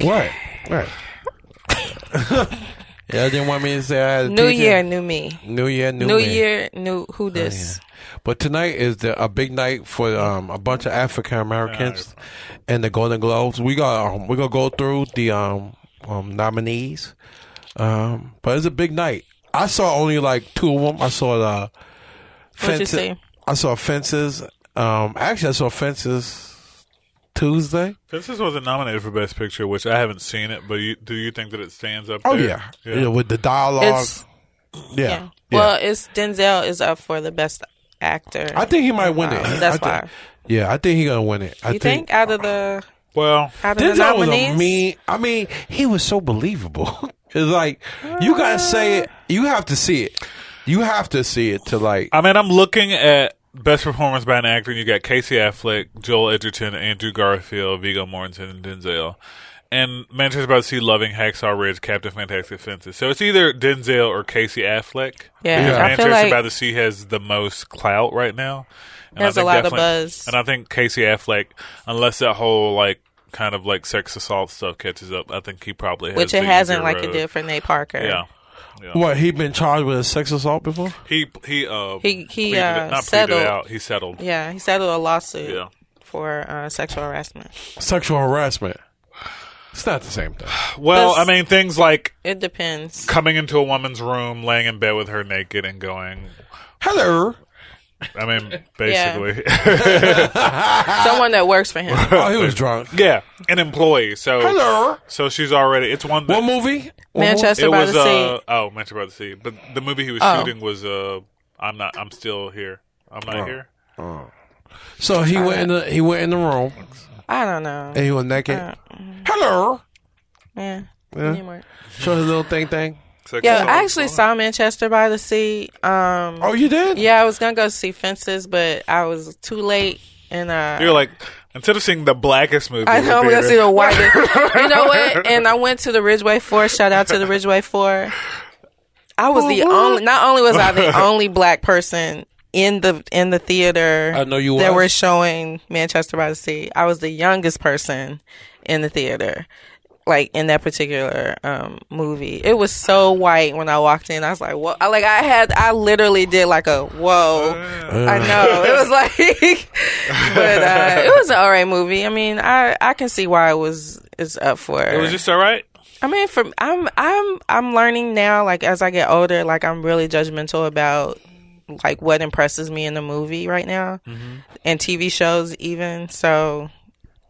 Speaker 3: What? Right. *laughs* yeah, I didn't want me to say I had a
Speaker 5: New
Speaker 3: TT.
Speaker 5: year, new me.
Speaker 3: New year, new,
Speaker 5: New
Speaker 3: me. Oh,
Speaker 5: year, new who this?
Speaker 3: But tonight is the, a big night for um, a bunch of African Americans and the Golden Globes. We got um, we're gonna go through the um, um, nominees, um, but it's a big night. I saw only like two of them. I saw the
Speaker 5: What'd you
Speaker 3: fences.
Speaker 5: see?
Speaker 3: I saw fences. Um, actually, I saw fences Tuesday.
Speaker 4: Princess wasn't nominated for Best Picture, which I haven't seen it, but you, do you think that it stands up
Speaker 3: Oh
Speaker 4: there?
Speaker 3: yeah, yeah. with the dialogue.
Speaker 5: It's
Speaker 3: yeah.
Speaker 5: yeah.
Speaker 3: Yeah.
Speaker 5: Well, it's Denzel is up for the best actor.
Speaker 3: I think he might win it.
Speaker 5: Um, that's
Speaker 3: I thi-
Speaker 5: why.
Speaker 3: Yeah, I think he gonna win it. I
Speaker 5: You think, out of the
Speaker 4: Well,
Speaker 5: out of the
Speaker 3: Denzel was
Speaker 5: nominees?
Speaker 3: a mean. I mean, he was so believable. *laughs* it's like you gotta say it. You have to see it. You have to see it to like.
Speaker 4: I mean, I'm looking at best performance by an actor, and you got Casey Affleck, Joel Edgerton, Andrew Garfield, Vigo Mortensen, and Denzel. And Manchester's about to see Loving, Hacksaw Ridge, Captain Fantastic Fences. So it's either Denzel or Casey Affleck.
Speaker 5: Yeah,
Speaker 4: Because
Speaker 5: I feel
Speaker 4: Manchester
Speaker 5: like-
Speaker 4: by the Sea has the most clout right now. And I
Speaker 5: There's a
Speaker 4: think
Speaker 5: lot of
Speaker 4: definitely-
Speaker 5: buzz.
Speaker 4: And I think Casey Affleck, unless that whole like kind of like sex assault stuff catches up, I think he probably has
Speaker 5: which
Speaker 4: the
Speaker 5: it hasn't
Speaker 4: easier
Speaker 5: like it
Speaker 4: road.
Speaker 5: did for Nate Parker.
Speaker 4: Yeah.
Speaker 3: What he been charged with a sex assault before?
Speaker 4: He he uh
Speaker 5: He- he,
Speaker 4: pleaded it-
Speaker 5: uh,
Speaker 4: not pleaded
Speaker 5: settled.
Speaker 4: it out. He settled.
Speaker 5: Yeah, he settled a lawsuit
Speaker 4: Yeah.
Speaker 5: for uh, sexual harassment.
Speaker 3: Sexual harassment. It's not the same thing.
Speaker 4: Well,
Speaker 5: That's-
Speaker 4: I mean, things like
Speaker 5: It depends.
Speaker 4: coming into a woman's room, laying in bed with her naked, and going.
Speaker 3: Hello.
Speaker 4: I
Speaker 5: *laughs*
Speaker 4: mean, basically, *laughs*
Speaker 5: Someone that works for him.
Speaker 3: Oh, he was drunk.
Speaker 4: yeah, an employee. So,
Speaker 3: Hello.
Speaker 4: so she's already. It's one.
Speaker 3: What
Speaker 4: That,
Speaker 3: movie? What
Speaker 5: Manchester
Speaker 4: it
Speaker 5: by
Speaker 4: was
Speaker 5: the
Speaker 4: uh
Speaker 5: Sea.
Speaker 4: oh, Manchester by the Sea. But the movie he was
Speaker 5: Oh.
Speaker 4: shooting was uh, I'm not. I'm still here. I'm not here.
Speaker 3: movie? So he went in the he went in the room
Speaker 5: I don't know.
Speaker 3: and he was naked.
Speaker 5: Uh,
Speaker 3: Hello.
Speaker 5: Yeah. Anymore.
Speaker 3: Show his little thing thing.
Speaker 4: Sex
Speaker 5: Yeah,
Speaker 4: assault.
Speaker 5: I actually saw Manchester by the Sea. Um,
Speaker 3: Oh, you did?
Speaker 5: yeah, I was gonna go see Fences, but I was too late, and uh,
Speaker 4: You're like instead of seeing the blackest movie.
Speaker 5: I
Speaker 4: in the
Speaker 5: know I'm gonna
Speaker 4: theater-
Speaker 5: see
Speaker 3: *laughs*
Speaker 5: the whitest. you know what? And I went to the Ridgeway Four. Shout out to
Speaker 3: *laughs*
Speaker 5: the Ridgeway Four. I was the only. Not only was I the only black person in the in the theater
Speaker 3: I know you
Speaker 5: that
Speaker 3: was.
Speaker 5: were showing Manchester by the Sea. I was the youngest person in the theater, like in that particular um, movie. It was so white when I walked in. I was like, "Whoa!" I, like I had, I literally did like a whoa. I know
Speaker 4: *laughs*
Speaker 5: it was like, *laughs* but uh, it was an alright movie. I mean, I I can see why it was is up for.
Speaker 4: It was just all right.
Speaker 5: I mean, from I'm I'm I'm learning now. Like as I get older, like I'm really judgmental about like what impresses me in the movie right now,
Speaker 4: Mm-hmm.
Speaker 5: and TV shows even. So,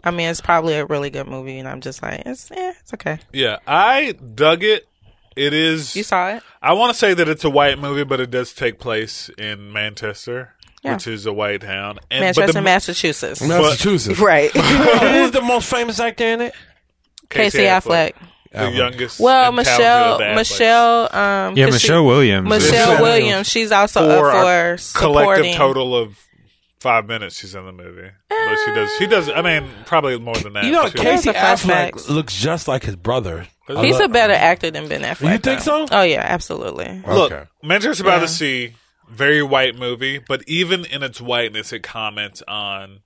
Speaker 5: I mean, it's probably a really good movie, and I'm just like, it's eh, it's okay.
Speaker 4: Yeah, I dug it. It is.
Speaker 5: You saw it?
Speaker 4: I want to say that it's a white movie, but it does take place in Manchester,
Speaker 5: Yeah.
Speaker 4: which is a white town. And, but
Speaker 5: Manchester,
Speaker 4: the-
Speaker 5: Massachusetts.
Speaker 3: Massachusetts.
Speaker 5: Right.
Speaker 3: *laughs* Who's the most famous actor in it?
Speaker 5: Casey Affleck.
Speaker 4: the youngest.
Speaker 5: Well,
Speaker 4: and talented of
Speaker 5: Michelle,
Speaker 4: the Afflecks.
Speaker 5: Michelle, um,
Speaker 6: Yeah,
Speaker 5: 'cause she-
Speaker 6: Michelle Williams. is-
Speaker 5: Michelle Williams. She's also
Speaker 4: For a
Speaker 5: up uh, for
Speaker 4: collective
Speaker 5: supporting.
Speaker 4: total of five minutes, she's in the movie. But she does. She does. I mean, probably more than that.
Speaker 3: You know,
Speaker 4: but she-
Speaker 5: That's
Speaker 3: Casey
Speaker 5: a
Speaker 3: Affleck
Speaker 5: flashback.
Speaker 3: looks just like his brother. I
Speaker 5: He's a
Speaker 3: love-
Speaker 5: better actor than Ben Affleck.
Speaker 3: You think so?
Speaker 5: though. Oh yeah, absolutely.
Speaker 4: Look,
Speaker 3: Okay.
Speaker 4: Manchester by the Sea, very white movie, but even in its whiteness, it comments on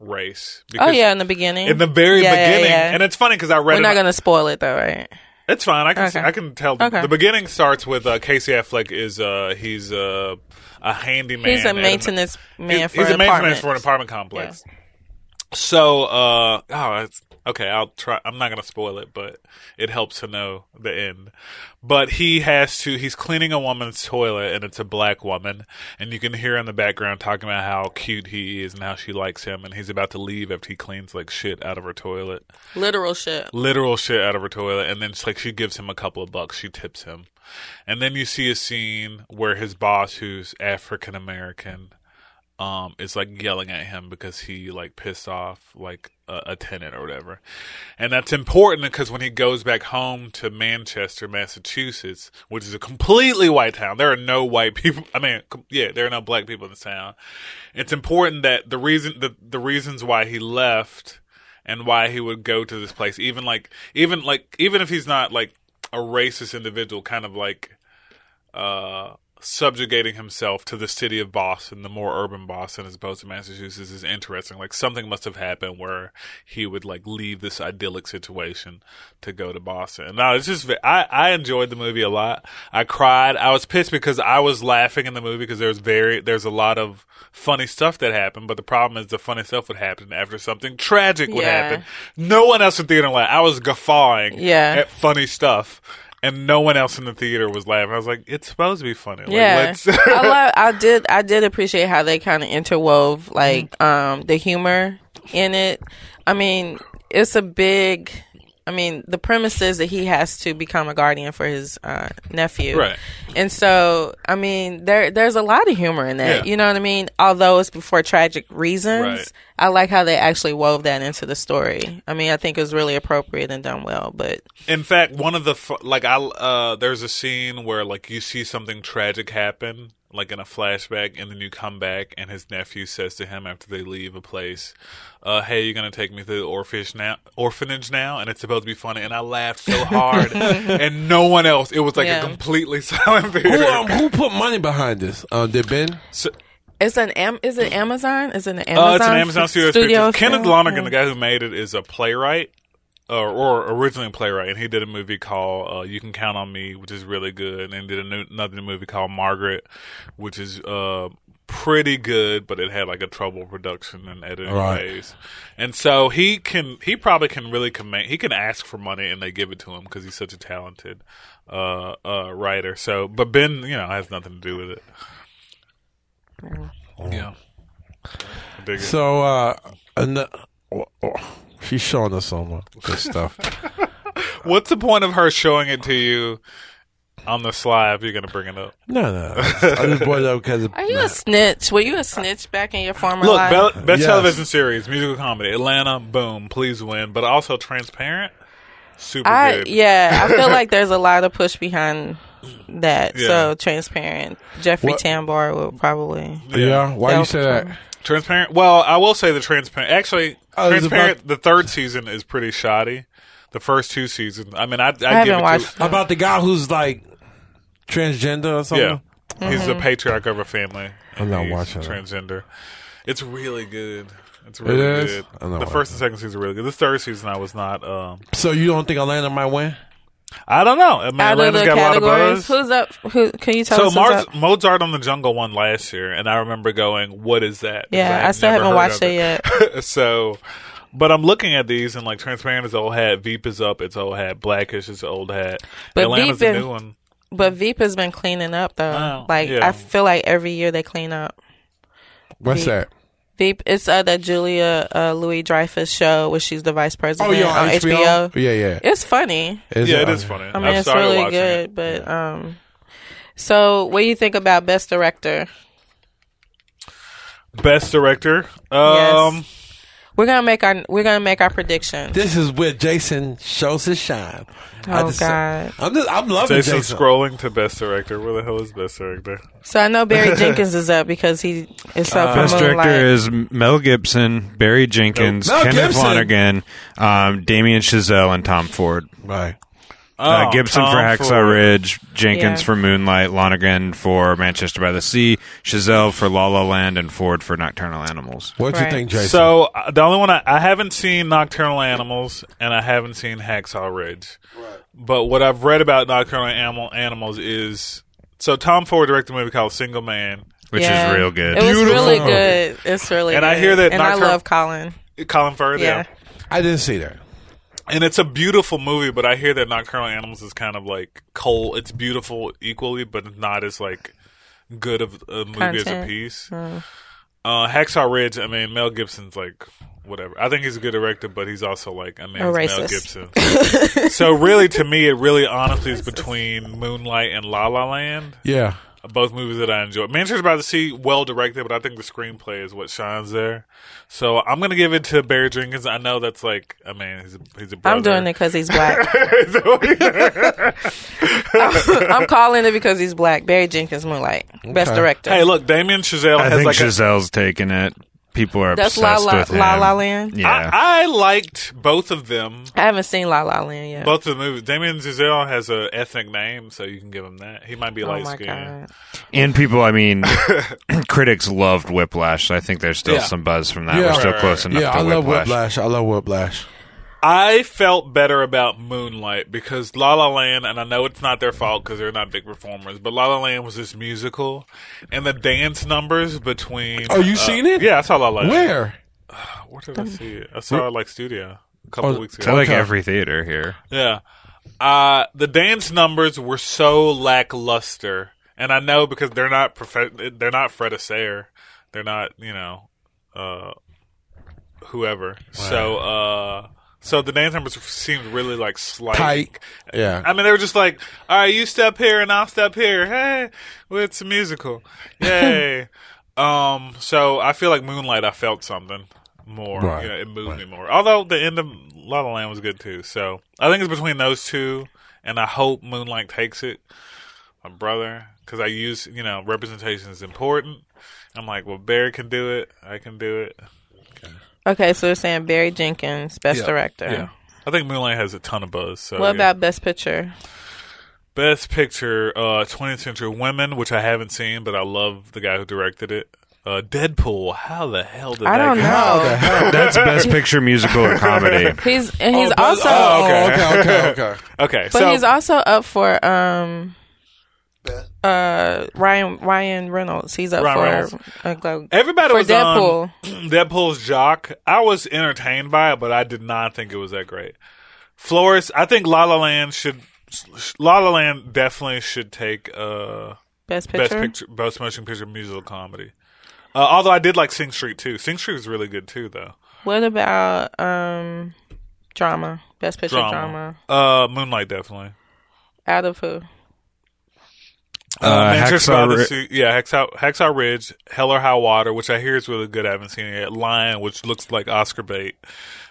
Speaker 4: race.
Speaker 5: Oh
Speaker 4: Because
Speaker 5: yeah, in the beginning.
Speaker 4: in the very
Speaker 5: Yeah, yeah,
Speaker 4: beginning,
Speaker 5: yeah.
Speaker 4: and it's funny because I read.
Speaker 5: We're not
Speaker 4: an-
Speaker 5: gonna spoil it though, right?
Speaker 4: It's fine. I can
Speaker 5: Okay.
Speaker 4: I can tell.
Speaker 5: Okay.
Speaker 4: The beginning starts with uh, Casey Affleck is uh he's uh, a handyman.
Speaker 5: He's a
Speaker 4: at an-
Speaker 5: maintenance man
Speaker 4: he's,
Speaker 5: for
Speaker 4: he's
Speaker 5: an
Speaker 4: a maintenance
Speaker 5: apartment.
Speaker 4: for an apartment complex. So uh oh it's, okay I'll try. I'm not gonna spoil it, but it helps to know the end. But he has to. He's cleaning a woman's toilet, and it's a black woman, and you can hear in the background talking about how cute he is and how she likes him, and he's about to leave after he cleans like shit out of her toilet
Speaker 5: Literal shit.
Speaker 4: literal shit out of her toilet and then it's like she gives him a couple of bucks she tips him and then you see a scene where his boss who's african american um is like yelling at him because he like pissed off like a, a tenant or whatever and that's important because when he goes back home to manchester massachusetts which is a completely white town there are no white people i mean com- yeah there are no black people in the town it's important that the reason the, the reasons why he left and why he would go to this place even like even like even if he's not like a racist individual kind of like uh subjugating himself to the city of boston the more urban boston as opposed to massachusetts is interesting like something must have happened where he would like leave this idyllic situation to go to boston no it's just ve- i i enjoyed the movie a lot i cried i was pissed because i was laughing in the movie because there's very there's a lot of funny stuff that happened but the problem is the funny stuff would happen after something tragic would
Speaker 5: Yeah.
Speaker 4: happen no one else in theater laughed. i was guffawing
Speaker 5: Yeah.
Speaker 4: at funny stuff and no one else in the theater was laughing. I was like, it's supposed to be funny. Like,
Speaker 5: Yeah,
Speaker 4: let's- *laughs*
Speaker 5: I love. I did. I did appreciate how they kind of interwove
Speaker 4: Mm-hmm.
Speaker 5: like um the humor in it. I mean, it's a big. I mean, the premise is that he has to become a guardian for his uh, nephew,
Speaker 4: Right.
Speaker 5: And so, I mean, there there's a lot of humor in that.
Speaker 4: Yeah.
Speaker 5: You know what I mean? Although it's for tragic reasons,
Speaker 4: Right.
Speaker 5: I like how they actually wove that into the story. I mean, I think it was really appropriate and done well. But
Speaker 4: In fact, one of the fu- like I uh there's a scene where like you see something tragic happen like in a flashback and then you come back and his nephew says to him after they leave a place, uh hey, you're going to take me to the orphanage now, orphanage now and it's supposed to be funny and I laughed so
Speaker 5: *laughs*
Speaker 4: hard and no one else. It was like
Speaker 5: Yeah.
Speaker 4: a completely *laughs* silent theater.
Speaker 3: Who, um, who put money behind this? Uh, did Ben?
Speaker 4: So-
Speaker 5: It's an am. Is it Amazon? Is it an Amazon?
Speaker 4: Uh, it's an Amazon Studios
Speaker 5: studio
Speaker 4: picture. Kenneth
Speaker 5: thing?
Speaker 4: Lonergan, the guy who made it, is a playwright, uh, or originally a playwright, and he did a movie called uh, "You Can Count on Me," which is really good, and then did a new, another movie called "Margaret," which is uh, pretty good, but it had like a trouble production and editing
Speaker 3: Right.
Speaker 4: phase. And so he can, he probably can really command. He can ask for money, and they give it to him because he's such a talented uh, uh, writer. So, but Ben, you know, has nothing to do with it. Yeah. I dig it.
Speaker 3: So, uh, and the, oh, oh, she's showing us some good stuff. *laughs*
Speaker 4: What's the point of her showing it to you on the sly if you're going to bring it up?
Speaker 3: no, no, I just brought it up because
Speaker 5: Are you a snitch? Were you a snitch back in your former
Speaker 4: Look,
Speaker 5: life?
Speaker 4: be- best
Speaker 3: Yes.
Speaker 4: television series, musical comedy, Atlanta, boom, please win, but also transparent, super
Speaker 5: I
Speaker 4: good.
Speaker 5: yeah. I feel
Speaker 4: *laughs*
Speaker 5: like there's a lot of push behind that.
Speaker 4: Yeah.
Speaker 5: So transparent. Jeffrey
Speaker 3: What-
Speaker 5: Tambor will probably.
Speaker 3: yeah. Why you say that?
Speaker 4: Transparent. Well, I will say the transparent. Actually,
Speaker 3: I was
Speaker 4: transparent. the third season is pretty shoddy. The first two seasons. I mean, I, I, give
Speaker 5: haven't
Speaker 4: it
Speaker 5: watched
Speaker 4: to.
Speaker 5: it.
Speaker 3: About the guy who's like transgender or something.
Speaker 4: Yeah. He's the
Speaker 5: Mm-hmm.
Speaker 4: patriarch of a family.
Speaker 3: I'm not
Speaker 4: He's
Speaker 3: watching it.
Speaker 4: Transgender. It's really good. It's really
Speaker 3: is?
Speaker 4: good.
Speaker 3: I'm not
Speaker 4: The first
Speaker 3: watching
Speaker 4: and second season are really good. The third season I was not. Um,
Speaker 3: So you don't think Atlanta might win?
Speaker 4: I don't know. I mean,
Speaker 5: Out of
Speaker 4: Atlanta's
Speaker 5: the
Speaker 4: got a lot of
Speaker 5: categories,
Speaker 4: buzz.
Speaker 5: who's up? Who can you tell
Speaker 4: so
Speaker 5: us? who's
Speaker 4: Mars,
Speaker 5: up?
Speaker 4: Mozart on the Jungle won last year, and I remember going, "What is that?" 'Cause
Speaker 5: Yeah,
Speaker 4: had
Speaker 5: I still
Speaker 4: never
Speaker 5: haven't
Speaker 4: heard
Speaker 5: watched
Speaker 4: of
Speaker 5: it
Speaker 4: *laughs*
Speaker 5: yet.
Speaker 4: so, but I'm looking at these and like Transparent is old hat, Veep is up, it's old hat, Blackish is old hat,
Speaker 5: But
Speaker 4: Atlanta's
Speaker 5: Veep
Speaker 4: the
Speaker 5: and-
Speaker 4: new one.
Speaker 5: But Veep has been cleaning up though.
Speaker 4: Oh,
Speaker 5: like
Speaker 4: yeah.
Speaker 5: I feel like every year they clean up.
Speaker 3: What's that?
Speaker 5: Veep, it's uh, that Julia uh, Louis Dreyfus show where she's the vice president
Speaker 3: Oh, yeah,
Speaker 5: on HBO.
Speaker 3: Yeah, yeah.
Speaker 5: It's funny.
Speaker 4: yeah, it
Speaker 3: uh,
Speaker 4: is funny.
Speaker 5: I mean,
Speaker 4: have
Speaker 5: it's
Speaker 4: started
Speaker 5: really
Speaker 4: watching
Speaker 5: good.
Speaker 4: it.
Speaker 5: But um, so what do you think about Best Director?
Speaker 4: Best director. Um,
Speaker 5: We're gonna make our we're gonna make our predictions.
Speaker 3: This is where Jason shows his shine. I
Speaker 5: Oh, God.
Speaker 3: I'm just, I'm loving
Speaker 4: Jason
Speaker 3: Jason.
Speaker 4: scrolling to best director. Where the hell is best director?
Speaker 5: So I know Barry Jenkins is up because he is up for
Speaker 6: Uh, Best
Speaker 5: Moonlight.
Speaker 6: director is Mel Gibson, Barry Jenkins,
Speaker 3: Mel
Speaker 6: Kenneth
Speaker 3: Gibson!
Speaker 6: Lonergan, um, Damien Chazelle, and Tom Ford.
Speaker 3: Right.
Speaker 6: uh,
Speaker 4: Oh,
Speaker 6: Gibson
Speaker 4: Tom
Speaker 6: for Hacksaw
Speaker 4: Ford.
Speaker 6: Ridge, Jenkins
Speaker 5: Yeah.
Speaker 6: for Moonlight, Lonergan for Manchester by the Sea, Chazelle for La La Land, and Ford for Nocturnal Animals.
Speaker 3: What do you
Speaker 5: Right.
Speaker 3: think, Jason?
Speaker 4: So uh, the only one I, I haven't seen Nocturnal Animals, and I haven't seen Hacksaw Ridge. But what I've read about Nocturnal Animal Animals is so Tom Ford directed a movie called Single Man.
Speaker 6: Which
Speaker 5: Yeah.
Speaker 6: is real good.
Speaker 5: It was really
Speaker 3: Beautiful.
Speaker 5: good. It's really
Speaker 4: And
Speaker 5: good.
Speaker 4: I hear that
Speaker 5: And I
Speaker 4: Nocturne-
Speaker 5: love Colin.
Speaker 4: Colin Firth,
Speaker 5: Yeah.
Speaker 4: yeah.
Speaker 3: I didn't see that.
Speaker 4: And it's a beautiful movie, but I hear that Nocturnal Animals is kind of like cold. It's beautiful equally, but not as like good of a movie as a
Speaker 5: Content. Hmm.
Speaker 4: piece. Uh, Hacksaw Ridge. I mean, Mel Gibson's like whatever. I think he's a good director, but he's also like I mean,
Speaker 5: A
Speaker 4: he's Mel
Speaker 5: racist.
Speaker 4: Gibson. so really, to me, it really honestly is between Moonlight and La La Land.
Speaker 3: Yeah.
Speaker 4: Both movies that I enjoy. Manchester by the Sea, well directed, but I think the screenplay is what shines there. So I'm gonna give it to Barry Jenkins. I know that's like, I mean, he's a, he's a brother.
Speaker 5: I'm doing it because he's black.
Speaker 4: *laughs* it.
Speaker 5: I'm calling it because he's black. Barry Jenkins, Moonlight, best
Speaker 3: Okay.
Speaker 5: director.
Speaker 4: hey, look, Damien Chazelle
Speaker 6: I
Speaker 4: has
Speaker 6: think
Speaker 4: like a,
Speaker 6: Chazelle's taking it. People are
Speaker 5: That's
Speaker 6: obsessed
Speaker 5: La La,
Speaker 6: with him.
Speaker 5: La La Land.
Speaker 6: Yeah.
Speaker 4: I, I liked both of them.
Speaker 5: I haven't seen La La Land yet.
Speaker 4: Both of the movies. Damien Chazelle has a ethnic name, so you can give him that. He might be
Speaker 5: oh
Speaker 4: light
Speaker 5: my
Speaker 4: skinned.
Speaker 5: god!
Speaker 6: and people, I mean, *clears throat* critics loved Whiplash, so I think there's still
Speaker 4: Yeah.
Speaker 6: some buzz from that.
Speaker 3: Yeah.
Speaker 6: We're still
Speaker 4: Right,
Speaker 6: close enough
Speaker 3: Yeah,
Speaker 6: to
Speaker 3: I love
Speaker 6: Whiplash.
Speaker 3: Whiplash. I love Whiplash.
Speaker 4: I felt better about Moonlight because La La Land, and I know it's not their fault because they're not big performers, but La La Land was this musical, and the dance numbers between. uh,
Speaker 3: Oh, you seen it?
Speaker 4: Yeah, I saw
Speaker 3: Oh,
Speaker 4: La La Land.
Speaker 3: Where?
Speaker 4: Where did I see it? I saw it like studio a couple
Speaker 3: Oh,
Speaker 4: weeks ago.
Speaker 6: So like
Speaker 3: Okay.
Speaker 6: every theater
Speaker 4: *laughs*
Speaker 6: here.
Speaker 4: Yeah. Uh, the dance numbers were so lackluster, and I know because they're not prof- they're not Fred Astaire, they're not you know, uh, whoever. So uh, so the dance numbers seemed really like slight.
Speaker 3: Tight. Yeah. *laughs*
Speaker 4: I mean, they were just like, "All right, you step here and I'll step here. Hey, well, it's a musical,
Speaker 3: *laughs*
Speaker 4: yay!" um, so I feel like Moonlight. I felt something more.
Speaker 3: Right,
Speaker 4: You know, it moved me more. Although the end of La La Land was good too. So I think it's between those two, and I hope Moonlight takes it. My brother, because I use you know representation is important. I'm like, well, Barry can do it. I can do it.
Speaker 5: Okay, so we're saying Barry Jenkins, best director.
Speaker 4: Yeah. I think Moonlight has a ton of buzz. So
Speaker 5: What
Speaker 4: yeah.
Speaker 5: about Best Picture?
Speaker 4: Best Picture, uh, 20th Century Women, which I haven't seen, but I love the guy who directed it. Uh, Deadpool. How the hell did that
Speaker 5: I don't
Speaker 4: go?
Speaker 5: know.
Speaker 6: That's Best Picture, Musical, or Comedy.
Speaker 5: He's and he's
Speaker 4: but-
Speaker 5: also,
Speaker 4: oh, okay.
Speaker 3: okay, okay, okay.
Speaker 4: Okay,
Speaker 5: but
Speaker 4: so
Speaker 5: he's also up for um, uh, Ryan Ryan Reynolds. He's up
Speaker 4: Ryan
Speaker 5: for
Speaker 4: Reynolds.
Speaker 5: a Glo-
Speaker 4: everybody
Speaker 5: for
Speaker 4: was
Speaker 5: Deadpool.
Speaker 4: on *clears throat* Deadpool's jock. I was entertained by it, but I did not think it was that great. Flores, I think La La Land should. La La Land definitely should take uh,
Speaker 5: Best
Speaker 4: best
Speaker 5: Picture.
Speaker 4: picture, best motion picture musical comedy. Uh, although I did like Sing Street too. Sing Street was really good too, though.
Speaker 5: What about um, drama? Best Picture drama.
Speaker 4: Drama, uh, Moonlight definitely.
Speaker 5: Out of who?
Speaker 4: *laughs* Uh, Manchester by
Speaker 6: Hacksaw
Speaker 4: the
Speaker 6: Ri-
Speaker 4: Sea, yeah, Hacksaw, Hacksaw Ridge, Hell or High Water, which I hear is really good. I haven't seen it yet. Lion, which looks like Oscar bait.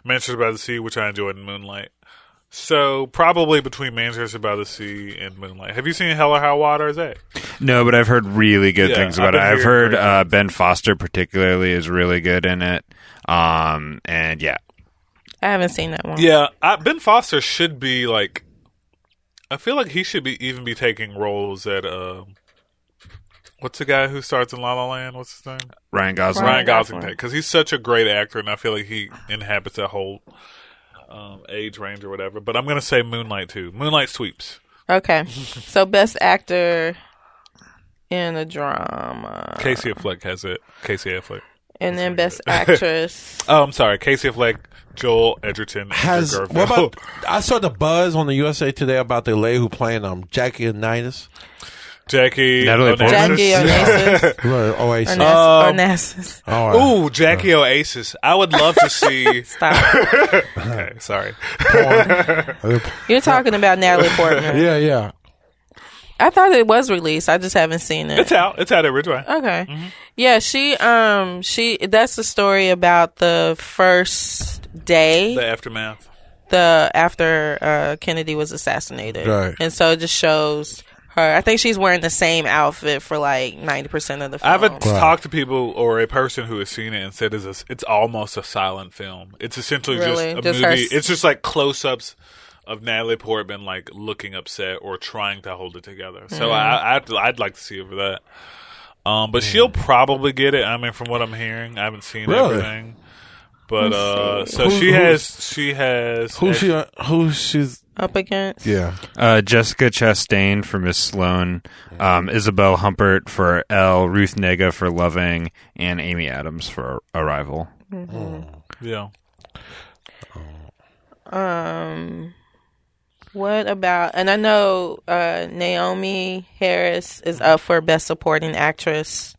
Speaker 4: Manchester by the Sea, which I enjoyed in Moonlight. So probably between Manchester by the Sea and Moonlight. Have you seen Hell or High Water? Is that?
Speaker 6: No, but I've heard really good
Speaker 4: Yeah,
Speaker 6: things
Speaker 4: I've
Speaker 6: about it.
Speaker 4: been
Speaker 6: I've
Speaker 4: hearing
Speaker 6: heard
Speaker 4: great
Speaker 6: uh, Ben Foster particularly is really good in it. Um, and yeah,
Speaker 5: I haven't seen that one.
Speaker 4: Yeah, I, Ben Foster should be like. I feel like he should be even be taking roles that uh, What's the guy who starts in La La Land? What's his name?
Speaker 6: Ryan Gosling.
Speaker 4: Ryan Gosling.
Speaker 5: Gosling.
Speaker 4: Because he's such a great actor, and I feel like he inhabits that whole um, age range or whatever. But I'm going to say Moonlight too. Moonlight sweeps. *laughs*
Speaker 5: Okay. so best actor in a drama.
Speaker 4: Casey
Speaker 3: Uh.
Speaker 4: Affleck has it. Casey Affleck.
Speaker 5: and then best
Speaker 4: *laughs*
Speaker 5: actress.
Speaker 4: Oh, I'm sorry. Casey Affleck, Joel Edgerton, and
Speaker 3: Has
Speaker 4: Andrew
Speaker 3: what
Speaker 4: Garfield.
Speaker 3: about? *laughs* I saw the buzz on the USA Today about the lady who playing um Jackie Onitas.
Speaker 4: *laughs* Jackie
Speaker 6: Natalie
Speaker 4: Onassis.
Speaker 6: Portman?
Speaker 5: Jackie
Speaker 3: *laughs*
Speaker 5: Onassis.
Speaker 3: Right, Oasis.
Speaker 5: Onassis.
Speaker 4: Um,
Speaker 5: Onassis.
Speaker 3: All right.
Speaker 4: *laughs* Ooh, Jackie Oasis. I would love
Speaker 3: *laughs*
Speaker 4: to see.
Speaker 5: Stop.
Speaker 4: okay, sorry. *laughs*
Speaker 5: You're talking about Natalie Portman.
Speaker 3: yeah, yeah.
Speaker 5: I thought it was released. I just haven't seen it.
Speaker 4: It's out. It's out at Ridgeway.
Speaker 5: Okay.
Speaker 3: Mm-hmm.
Speaker 5: Yeah, she um she that's the story about the first day
Speaker 4: The aftermath.
Speaker 5: the after uh Kennedy was assassinated.
Speaker 3: Right.
Speaker 5: And so it just shows her I think she's wearing the same outfit for like 90% of the film.
Speaker 4: I haven't talked to people or a person who has seen it and said it's, a, it's almost a silent film. It's essentially
Speaker 5: Really?
Speaker 4: just a
Speaker 5: Just her
Speaker 4: movie.
Speaker 5: s-
Speaker 4: It's just like close ups of Natalie Portman like looking upset or trying to hold it together.
Speaker 5: Mm-hmm.
Speaker 4: So I, I'd, I'd like to see it for that. Um, but she'll probably get it. I mean, from what I'm hearing, I haven't seen
Speaker 3: Mm. Really?
Speaker 4: everything. But uh, so
Speaker 3: Who-
Speaker 4: she
Speaker 3: who-
Speaker 4: has she has
Speaker 3: Who she? Who she's?
Speaker 5: up against.
Speaker 3: Yeah.
Speaker 6: Uh, Jessica Chastain for Miss Sloan, um, Isabel Humpert for Elle, Ruth Nega for Loving, and Amy Adams for Arrival.
Speaker 4: yeah.
Speaker 5: Um what about and I know uh Naomi Harris is up for best supporting actress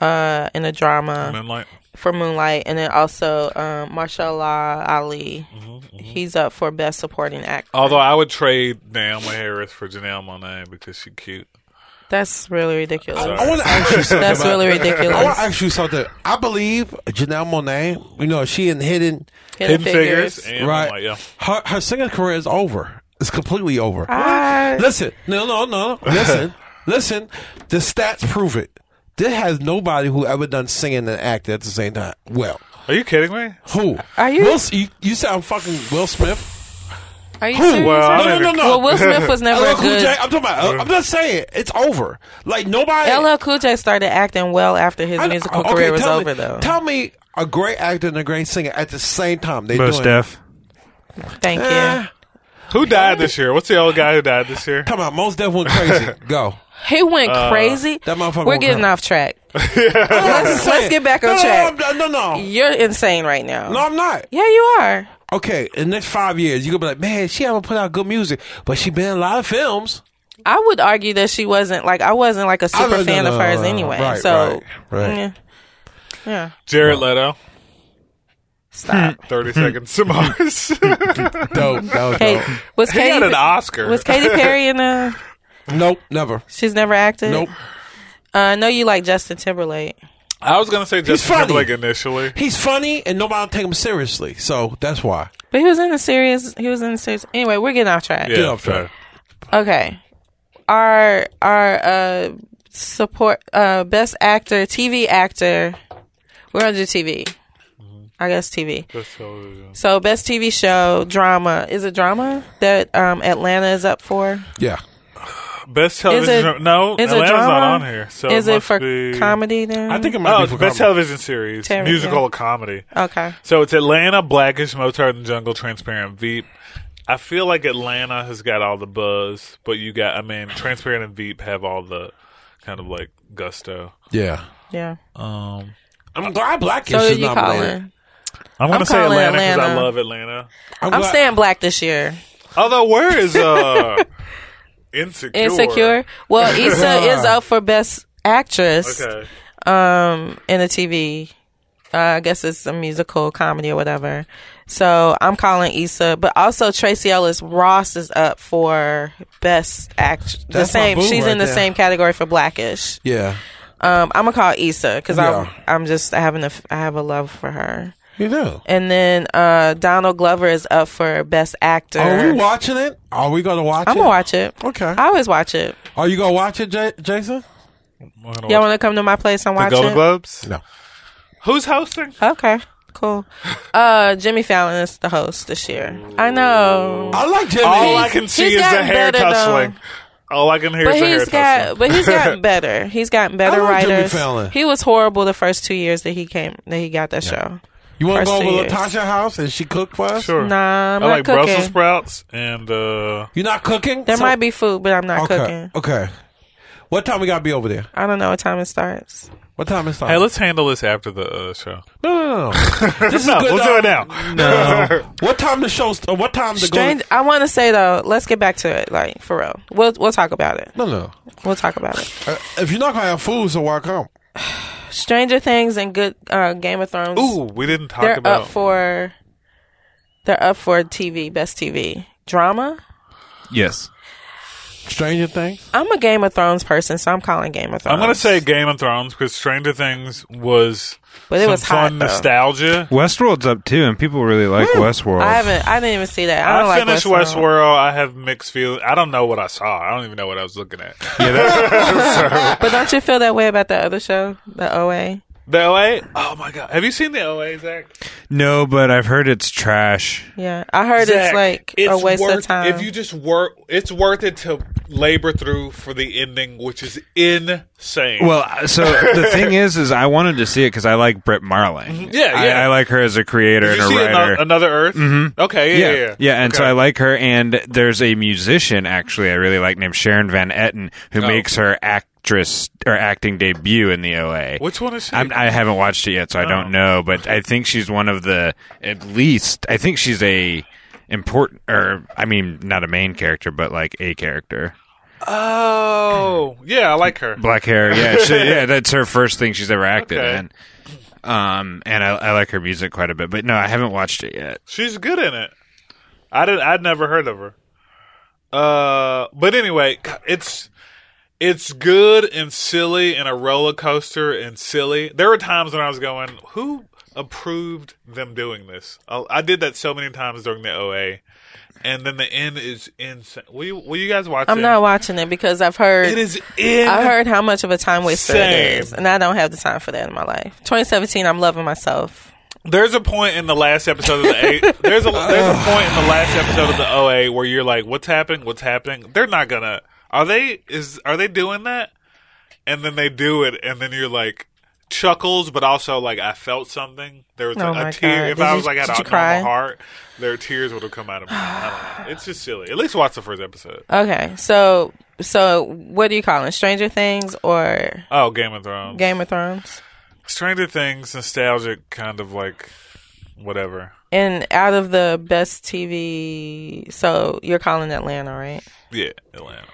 Speaker 5: uh in a drama.
Speaker 4: Moonlight.
Speaker 5: for Moonlight, and then also um, Marsha Law Ali.
Speaker 3: Mm-hmm,
Speaker 5: He's up for Best Supporting Actor.
Speaker 4: Although I would trade Naomi Harris for Janelle Monae because she's cute.
Speaker 5: That's really ridiculous.
Speaker 3: I want to ask you something.
Speaker 5: That's
Speaker 3: about- *laughs*
Speaker 5: really
Speaker 3: I want to
Speaker 5: ridiculous.
Speaker 3: ask you something. I believe Janelle Monae, you know, she in Hidden,
Speaker 5: Hidden Figures.
Speaker 4: and
Speaker 3: right?
Speaker 4: Moonlight, yeah.
Speaker 3: Her her singing career is over. It's completely over.
Speaker 5: I-
Speaker 3: Listen, no, no, no.
Speaker 6: *laughs*
Speaker 3: Listen, listen. The stats prove it. There has nobody who ever done singing and acting at the same time. Well,
Speaker 4: Are you kidding me?
Speaker 3: who?
Speaker 5: Are you-
Speaker 3: Will, you, you sound fucking Will Smith.
Speaker 5: Are you serious?
Speaker 4: Well, I
Speaker 3: No, no,
Speaker 4: don't
Speaker 3: no,
Speaker 4: even-
Speaker 3: no.
Speaker 5: Well, Will
Speaker 3: *laughs*
Speaker 5: Smith was never
Speaker 3: LL
Speaker 5: a
Speaker 3: Cool
Speaker 5: good.
Speaker 3: J. I'm talking about. I'm just saying, it's over. Like nobody.
Speaker 5: LL Cool J started acting well after his
Speaker 3: I-
Speaker 5: musical
Speaker 3: okay,
Speaker 5: career was
Speaker 3: tell
Speaker 5: over,
Speaker 3: me,
Speaker 5: though.
Speaker 3: Tell me a great actor and a great singer at the same time. They
Speaker 6: Most
Speaker 3: doing
Speaker 6: Def.
Speaker 5: Thank
Speaker 3: Eh,
Speaker 4: Who died this year? What's the old guy who died this year?
Speaker 3: Come on, most Def went
Speaker 6: *laughs*
Speaker 3: crazy. Go.
Speaker 5: you. He went crazy.
Speaker 3: Uh, that motherfucker
Speaker 5: We're
Speaker 3: won't
Speaker 5: getting
Speaker 3: come. *laughs*
Speaker 5: off track.
Speaker 3: let's,
Speaker 5: let's get back on
Speaker 3: no,
Speaker 5: track.
Speaker 3: No, I'm- no, no, no.
Speaker 5: You're insane right now.
Speaker 3: No, I'm not.
Speaker 5: Yeah, you are.
Speaker 3: Okay, in the next five years, you're gonna be like, man, she haven't put out good music, but she been in a lot of
Speaker 4: *laughs*
Speaker 3: films.
Speaker 5: I would argue that she wasn't like I wasn't like a
Speaker 3: I
Speaker 5: super
Speaker 3: don't-
Speaker 5: fan
Speaker 3: no,
Speaker 5: of
Speaker 3: no,
Speaker 5: hers
Speaker 3: no, no.
Speaker 5: anyway.
Speaker 3: Right,
Speaker 5: so
Speaker 3: right, right.
Speaker 5: yeah,
Speaker 3: *laughs*
Speaker 5: yeah.
Speaker 4: Jared Leto.
Speaker 5: Stop.
Speaker 4: 30
Speaker 5: hmm.
Speaker 4: Seconds to
Speaker 5: *laughs*
Speaker 4: Mars. he
Speaker 3: Dope. That was
Speaker 5: Hey, was
Speaker 4: got
Speaker 5: Katy
Speaker 4: an Oscar.
Speaker 5: was Katy Perry in a?
Speaker 3: Nope, never.
Speaker 5: She's never acted.
Speaker 3: Nope.
Speaker 5: Uh, I know you like Justin Timberlake.
Speaker 4: I was going to say Justin
Speaker 3: funny.
Speaker 4: Timberlake initially.
Speaker 3: He's funny and nobody will take him seriously, so that's why.
Speaker 5: But he was in the series. He was in the series. Anyway, we're getting off track.
Speaker 4: Yeah,
Speaker 3: off track.
Speaker 5: Okay. Our our uh support uh best actor, TV actor. We're gonna do TV. I guess TV.
Speaker 4: That's television.
Speaker 5: So best TV show drama is it drama that um Atlanta is up for?
Speaker 3: Yeah.
Speaker 4: Best television.
Speaker 5: it-
Speaker 4: dra- no,
Speaker 5: Is
Speaker 4: Atlanta's
Speaker 5: it drama?
Speaker 4: not on here. So
Speaker 5: is it,
Speaker 4: must
Speaker 5: for
Speaker 4: be-
Speaker 5: comedy then?
Speaker 3: I think it might
Speaker 4: Oh,
Speaker 3: be
Speaker 4: it's
Speaker 3: for
Speaker 4: best
Speaker 3: comedy.
Speaker 4: television series,
Speaker 5: Terry,
Speaker 4: musical
Speaker 5: yeah.
Speaker 4: or comedy.
Speaker 5: Okay.
Speaker 4: So it's Atlanta, Blackish, Mozart and Jungle, Transparent, Veep. I feel like Atlanta has got all the buzz, but you got, I mean, Transparent and Veep have all the kind of like gusto.
Speaker 3: Yeah.
Speaker 5: Yeah.
Speaker 4: Um,
Speaker 3: I'm glad Black
Speaker 5: So
Speaker 3: is
Speaker 5: you
Speaker 3: nominated.
Speaker 5: calling?
Speaker 4: I'm going
Speaker 5: I'm
Speaker 4: to say
Speaker 5: calling
Speaker 4: Atlanta because I
Speaker 5: Atlanta.
Speaker 4: love Atlanta.
Speaker 5: I'm
Speaker 3: glad-
Speaker 5: staying black this year.
Speaker 4: Although, where is
Speaker 5: *laughs*
Speaker 4: uh, Insecure?
Speaker 5: Insecure. Well,
Speaker 3: *laughs*
Speaker 5: Issa is up for best actress
Speaker 4: Okay.
Speaker 5: um, in a TV. Uh, I guess it's a musical comedy or whatever. So I'm calling Issa, but also Tracy Ellis Ross is up for best actress. The
Speaker 3: That's my
Speaker 5: same,
Speaker 3: boo
Speaker 5: she's
Speaker 3: right
Speaker 5: in the
Speaker 3: there.
Speaker 5: same category for Blackish.
Speaker 3: Yeah.
Speaker 5: Um, I'm gonna call Issa because
Speaker 3: Yeah.
Speaker 5: I'm I'm just having a f- I have a love for her.
Speaker 3: You do.
Speaker 5: And then uh, Donald Glover is up for best actor.
Speaker 3: Are Oh, we watching it? Are we gonna watch
Speaker 5: I'm
Speaker 3: it?
Speaker 5: gonna watch it.
Speaker 3: Okay.
Speaker 5: I always watch it.
Speaker 3: Are you gonna watch it, J- Jason?
Speaker 4: I'm gonna
Speaker 5: Y'all
Speaker 4: watch
Speaker 5: want to come to my place and
Speaker 4: the
Speaker 5: watch
Speaker 4: Golden
Speaker 5: it?
Speaker 4: Globes?
Speaker 3: No.
Speaker 4: Who's hosting?
Speaker 5: Okay, cool. Uh, Jimmy Fallon is the host this year. I know.
Speaker 3: I like Jimmy.
Speaker 4: All
Speaker 5: He's-
Speaker 4: I can see
Speaker 5: he's
Speaker 4: is the
Speaker 5: gotten
Speaker 4: hair
Speaker 5: better, though.
Speaker 4: tussling. All I can hear
Speaker 5: But
Speaker 4: is a hair
Speaker 5: he's
Speaker 4: tussle.
Speaker 5: got, but
Speaker 4: *laughs*
Speaker 5: he's gotten better. He's gotten better
Speaker 3: I like Jimmy
Speaker 5: writers.
Speaker 3: Fallon.
Speaker 5: He was horrible the first two years that he came, that he got that show.
Speaker 3: You want to
Speaker 5: First
Speaker 3: go
Speaker 5: two
Speaker 3: over
Speaker 5: years.
Speaker 3: to Latasha's house and she cook for us?
Speaker 4: Sure.
Speaker 5: Nah, I'm
Speaker 4: I
Speaker 5: not
Speaker 4: like Brussels
Speaker 5: cooking.
Speaker 4: sprouts and uh,
Speaker 3: You not cooking?
Speaker 5: There
Speaker 3: So-
Speaker 5: might be food, but I'm not
Speaker 3: okay.
Speaker 5: cooking.
Speaker 3: Okay. What time we gotta be over there?
Speaker 5: I don't know what time it starts.
Speaker 3: What time is time?
Speaker 4: hey, let's handle this after the uh, show.
Speaker 3: no, no, no, no. *laughs* this
Speaker 4: No,
Speaker 3: is good.
Speaker 4: we'll do it now.
Speaker 3: No. *laughs* what time the show? st- uh, What time the
Speaker 5: Strange. I want to say though, let's get back to it. Like for real, we'll we'll talk about it.
Speaker 3: Go- no, no.
Speaker 5: We'll talk about it.
Speaker 3: Uh, if you're not gonna have food, so why come?
Speaker 5: Stranger Things and good uh, Game of Thrones.
Speaker 4: Ooh, we didn't talk
Speaker 5: they're
Speaker 4: about
Speaker 5: up for they're up for TV best TV drama.
Speaker 6: Yes.
Speaker 3: Stranger Things.
Speaker 5: I'm a Game of Thrones person, so I'm calling Game of Thrones.
Speaker 4: I'm gonna say Game of Thrones because Stranger Things was
Speaker 5: But it
Speaker 4: some
Speaker 5: was hot,
Speaker 4: fun
Speaker 5: though.
Speaker 4: nostalgia.
Speaker 6: Westworld's up too, and people really like
Speaker 4: Hmm.
Speaker 6: Westworld.
Speaker 5: I haven't. I didn't even see that. I
Speaker 4: I,
Speaker 5: don't like
Speaker 4: finished
Speaker 5: Westworld.
Speaker 4: Westworld. I have mixed feelings. I don't know what I saw. I don't even know what I was looking at.
Speaker 5: But don't you feel that way about the other show, the OA?
Speaker 4: *laughs* the OA. Oh my god! Have you seen the OA, Zach?
Speaker 6: No, but I've heard it's trash.
Speaker 5: Yeah, I heard
Speaker 4: Zach,
Speaker 5: it's like a waste
Speaker 4: worth,
Speaker 5: of time.
Speaker 4: If you just work, it's worth it to labor through for the ending, which is insane.
Speaker 6: Well, uh, so
Speaker 4: *laughs*
Speaker 6: the thing is, is I wanted to see it because I like Britt Marling.
Speaker 4: Mm-hmm. Yeah,
Speaker 6: I-
Speaker 4: yeah.
Speaker 6: I, like her as a creator
Speaker 4: did you
Speaker 6: and
Speaker 4: see
Speaker 6: a
Speaker 4: another,
Speaker 6: writer.
Speaker 4: another Earth? Mm-hmm. Okay, yeah, yeah, yeah.
Speaker 6: and so I like her. And there's a musician actually I really like named Sharon Van Etten who
Speaker 4: Oh.
Speaker 6: makes her actress or acting debut in the OA.
Speaker 4: Which one is she?
Speaker 6: I'm, I haven't watched it yet, so I
Speaker 4: Oh.
Speaker 6: don't know. But I think she's one of the at least. I think she's a important, or I mean, not a main character, but like a character.
Speaker 4: oh, yeah, I like her.
Speaker 6: Black hair, *laughs* yeah, she, yeah. That's her first thing she's ever acted
Speaker 4: Okay.
Speaker 6: in. Um, and I, I like her music quite a bit, but no, I haven't watched it yet.
Speaker 4: She's good in it. I did. I'd never heard of her. Uh, but anyway, it's it's good and silly and a roller coaster and silly. There were times when I was going, "Who approved them doing this?" I, I did that so many times during the OA, and then the end is insane. Will you, will you guys watch?
Speaker 5: I'm
Speaker 4: it?
Speaker 5: not watching it because I've heard
Speaker 4: It is in.
Speaker 5: I heard how much of a time waster
Speaker 4: Same.
Speaker 5: it is, and I don't have the time for that in my life. 2017, I'm loving myself.
Speaker 4: There's a point in the last episode of the eight. There's a there's a point in the last episode of the OA where you're like, "What's happening? What's happening?" They're not gonna. Are they? Is are they doing that? And then they do it, and then you're like chuckles, but also like I felt something. There was
Speaker 5: Oh
Speaker 4: a,
Speaker 5: my
Speaker 4: a tear.
Speaker 5: God.
Speaker 4: If
Speaker 5: Did
Speaker 4: I
Speaker 5: you-
Speaker 4: was like had
Speaker 5: did
Speaker 4: a
Speaker 5: you cry?
Speaker 4: normal heart, their tears would have come out of me. I don't know. It's just silly. At least watch the first episode.
Speaker 5: Okay, so so what do you call it? Stranger Things or
Speaker 4: Oh, Game of Thrones.
Speaker 5: Game of Thrones?
Speaker 4: Stranger Things, nostalgic, kind of like whatever.
Speaker 5: And out of the best TV, so you're calling Atlanta, right?
Speaker 4: Yeah, Atlanta.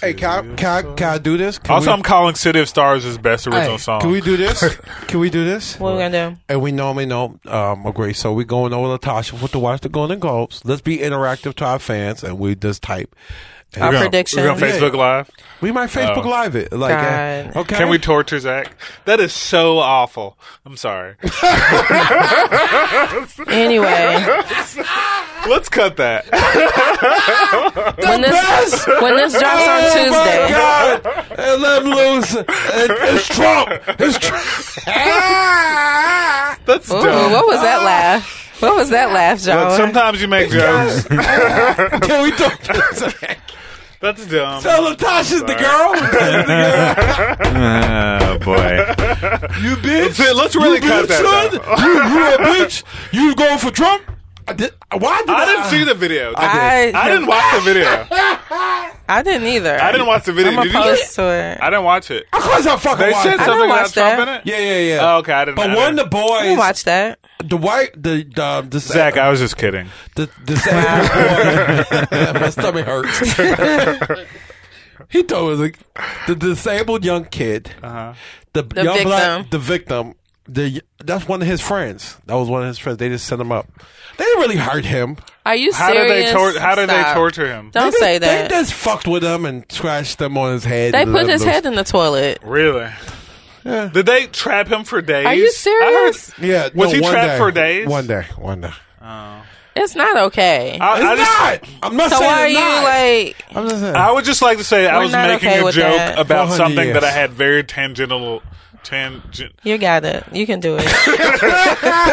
Speaker 3: Hey, can I, can I, can I do this? Can
Speaker 4: Also,
Speaker 3: we,
Speaker 4: I'm calling City of Stars his best original
Speaker 3: Hey,
Speaker 4: song.
Speaker 3: Can we do *laughs* this? can we do this?
Speaker 5: What are we gonna do?
Speaker 3: And we normally know, um, agree. So we're going over Latasha with the Watch the Golden Globes. Let's be interactive to our fans, and we just type. And
Speaker 5: Our
Speaker 3: we-
Speaker 5: prediction.
Speaker 4: We're on Facebook Live.
Speaker 3: we might Facebook Live it. Like, uh,
Speaker 5: God.
Speaker 3: okay.
Speaker 4: Can we torture Zach? That is so awful.
Speaker 3: *laughs*
Speaker 4: I'm sorry.
Speaker 3: *laughs*
Speaker 5: Anyway,
Speaker 4: Let's cut that.
Speaker 5: when this when this drops on
Speaker 3: Oh my
Speaker 5: Tuesday,
Speaker 3: God! And let him lose. And it's Trump. It's *laughs* Trump.
Speaker 4: That's
Speaker 5: Ooh,
Speaker 4: dumb.
Speaker 5: what
Speaker 3: *laughs*
Speaker 5: was that laugh? What was that laugh,
Speaker 4: But
Speaker 5: John?
Speaker 4: sometimes you make jokes.
Speaker 3: *laughs* Can we talk? Tell
Speaker 4: That's dumb.
Speaker 3: Latasha's the girl.
Speaker 6: Oh *laughs* boy,
Speaker 3: you bitch.
Speaker 4: Let's- let's really
Speaker 3: you
Speaker 4: cut
Speaker 3: bitch,
Speaker 4: that
Speaker 3: son. You you a bitch. You going for Trump? I did, why did I,
Speaker 4: I didn't see the video.
Speaker 5: I,
Speaker 4: I didn't watch the video.
Speaker 5: I didn't either.
Speaker 4: I didn't watch the video.
Speaker 5: I'm
Speaker 4: Did you?
Speaker 5: opposed to it.
Speaker 4: I didn't watch it.
Speaker 3: Of course I fucking
Speaker 4: They
Speaker 3: watched
Speaker 4: said
Speaker 3: it.
Speaker 4: something about
Speaker 5: watch that.
Speaker 4: Trump in it.
Speaker 3: Yeah, yeah, yeah.
Speaker 4: Oh, okay. I didn't. I
Speaker 3: But
Speaker 4: didn't.
Speaker 3: one of the
Speaker 5: I didn't
Speaker 3: boys,
Speaker 5: watch that.
Speaker 3: the white, the the the,
Speaker 4: Zach, I was just kidding.
Speaker 3: the, the
Speaker 4: *laughs*
Speaker 3: disabled boy. *laughs* My stomach hurts. *laughs* he told us the disabled young kid,
Speaker 4: Uh-huh.
Speaker 3: the, young
Speaker 5: victim.
Speaker 3: black, the victim. The that's one of his friends. That was one of his friends. They just sent him up. They didn't really hurt him.
Speaker 5: Are you
Speaker 4: How did
Speaker 5: serious?
Speaker 4: they? Tor- how did they
Speaker 5: Stop.
Speaker 4: torture him?
Speaker 5: Don't
Speaker 3: They just-
Speaker 5: say that.
Speaker 3: They just fucked with him and scratched him on his head.
Speaker 5: They
Speaker 3: and
Speaker 5: put
Speaker 3: let
Speaker 5: his
Speaker 3: him
Speaker 5: head in the toilet.
Speaker 4: Really? Did they trap him for days?
Speaker 5: Are you
Speaker 4: I
Speaker 5: serious?
Speaker 4: heard-
Speaker 3: loose. Yeah,
Speaker 4: Was
Speaker 3: no,
Speaker 4: he
Speaker 3: one
Speaker 4: trapped
Speaker 3: day.
Speaker 4: for days?
Speaker 3: One day, one day.
Speaker 5: It's not okay.
Speaker 4: I,
Speaker 3: It's
Speaker 4: I just-
Speaker 3: not. I'm not
Speaker 5: so
Speaker 3: saying
Speaker 5: why are
Speaker 3: it's
Speaker 5: you
Speaker 3: not.
Speaker 5: like?
Speaker 3: I'm just saying.
Speaker 4: I would just like to say I
Speaker 5: We're
Speaker 4: was
Speaker 5: not
Speaker 4: making
Speaker 5: okay
Speaker 4: a
Speaker 5: with
Speaker 4: joke
Speaker 5: that.
Speaker 4: about
Speaker 3: 400
Speaker 4: something that I
Speaker 3: years.
Speaker 4: had very tangential, tangent,
Speaker 5: You got it. You can do
Speaker 4: *laughs*
Speaker 5: it.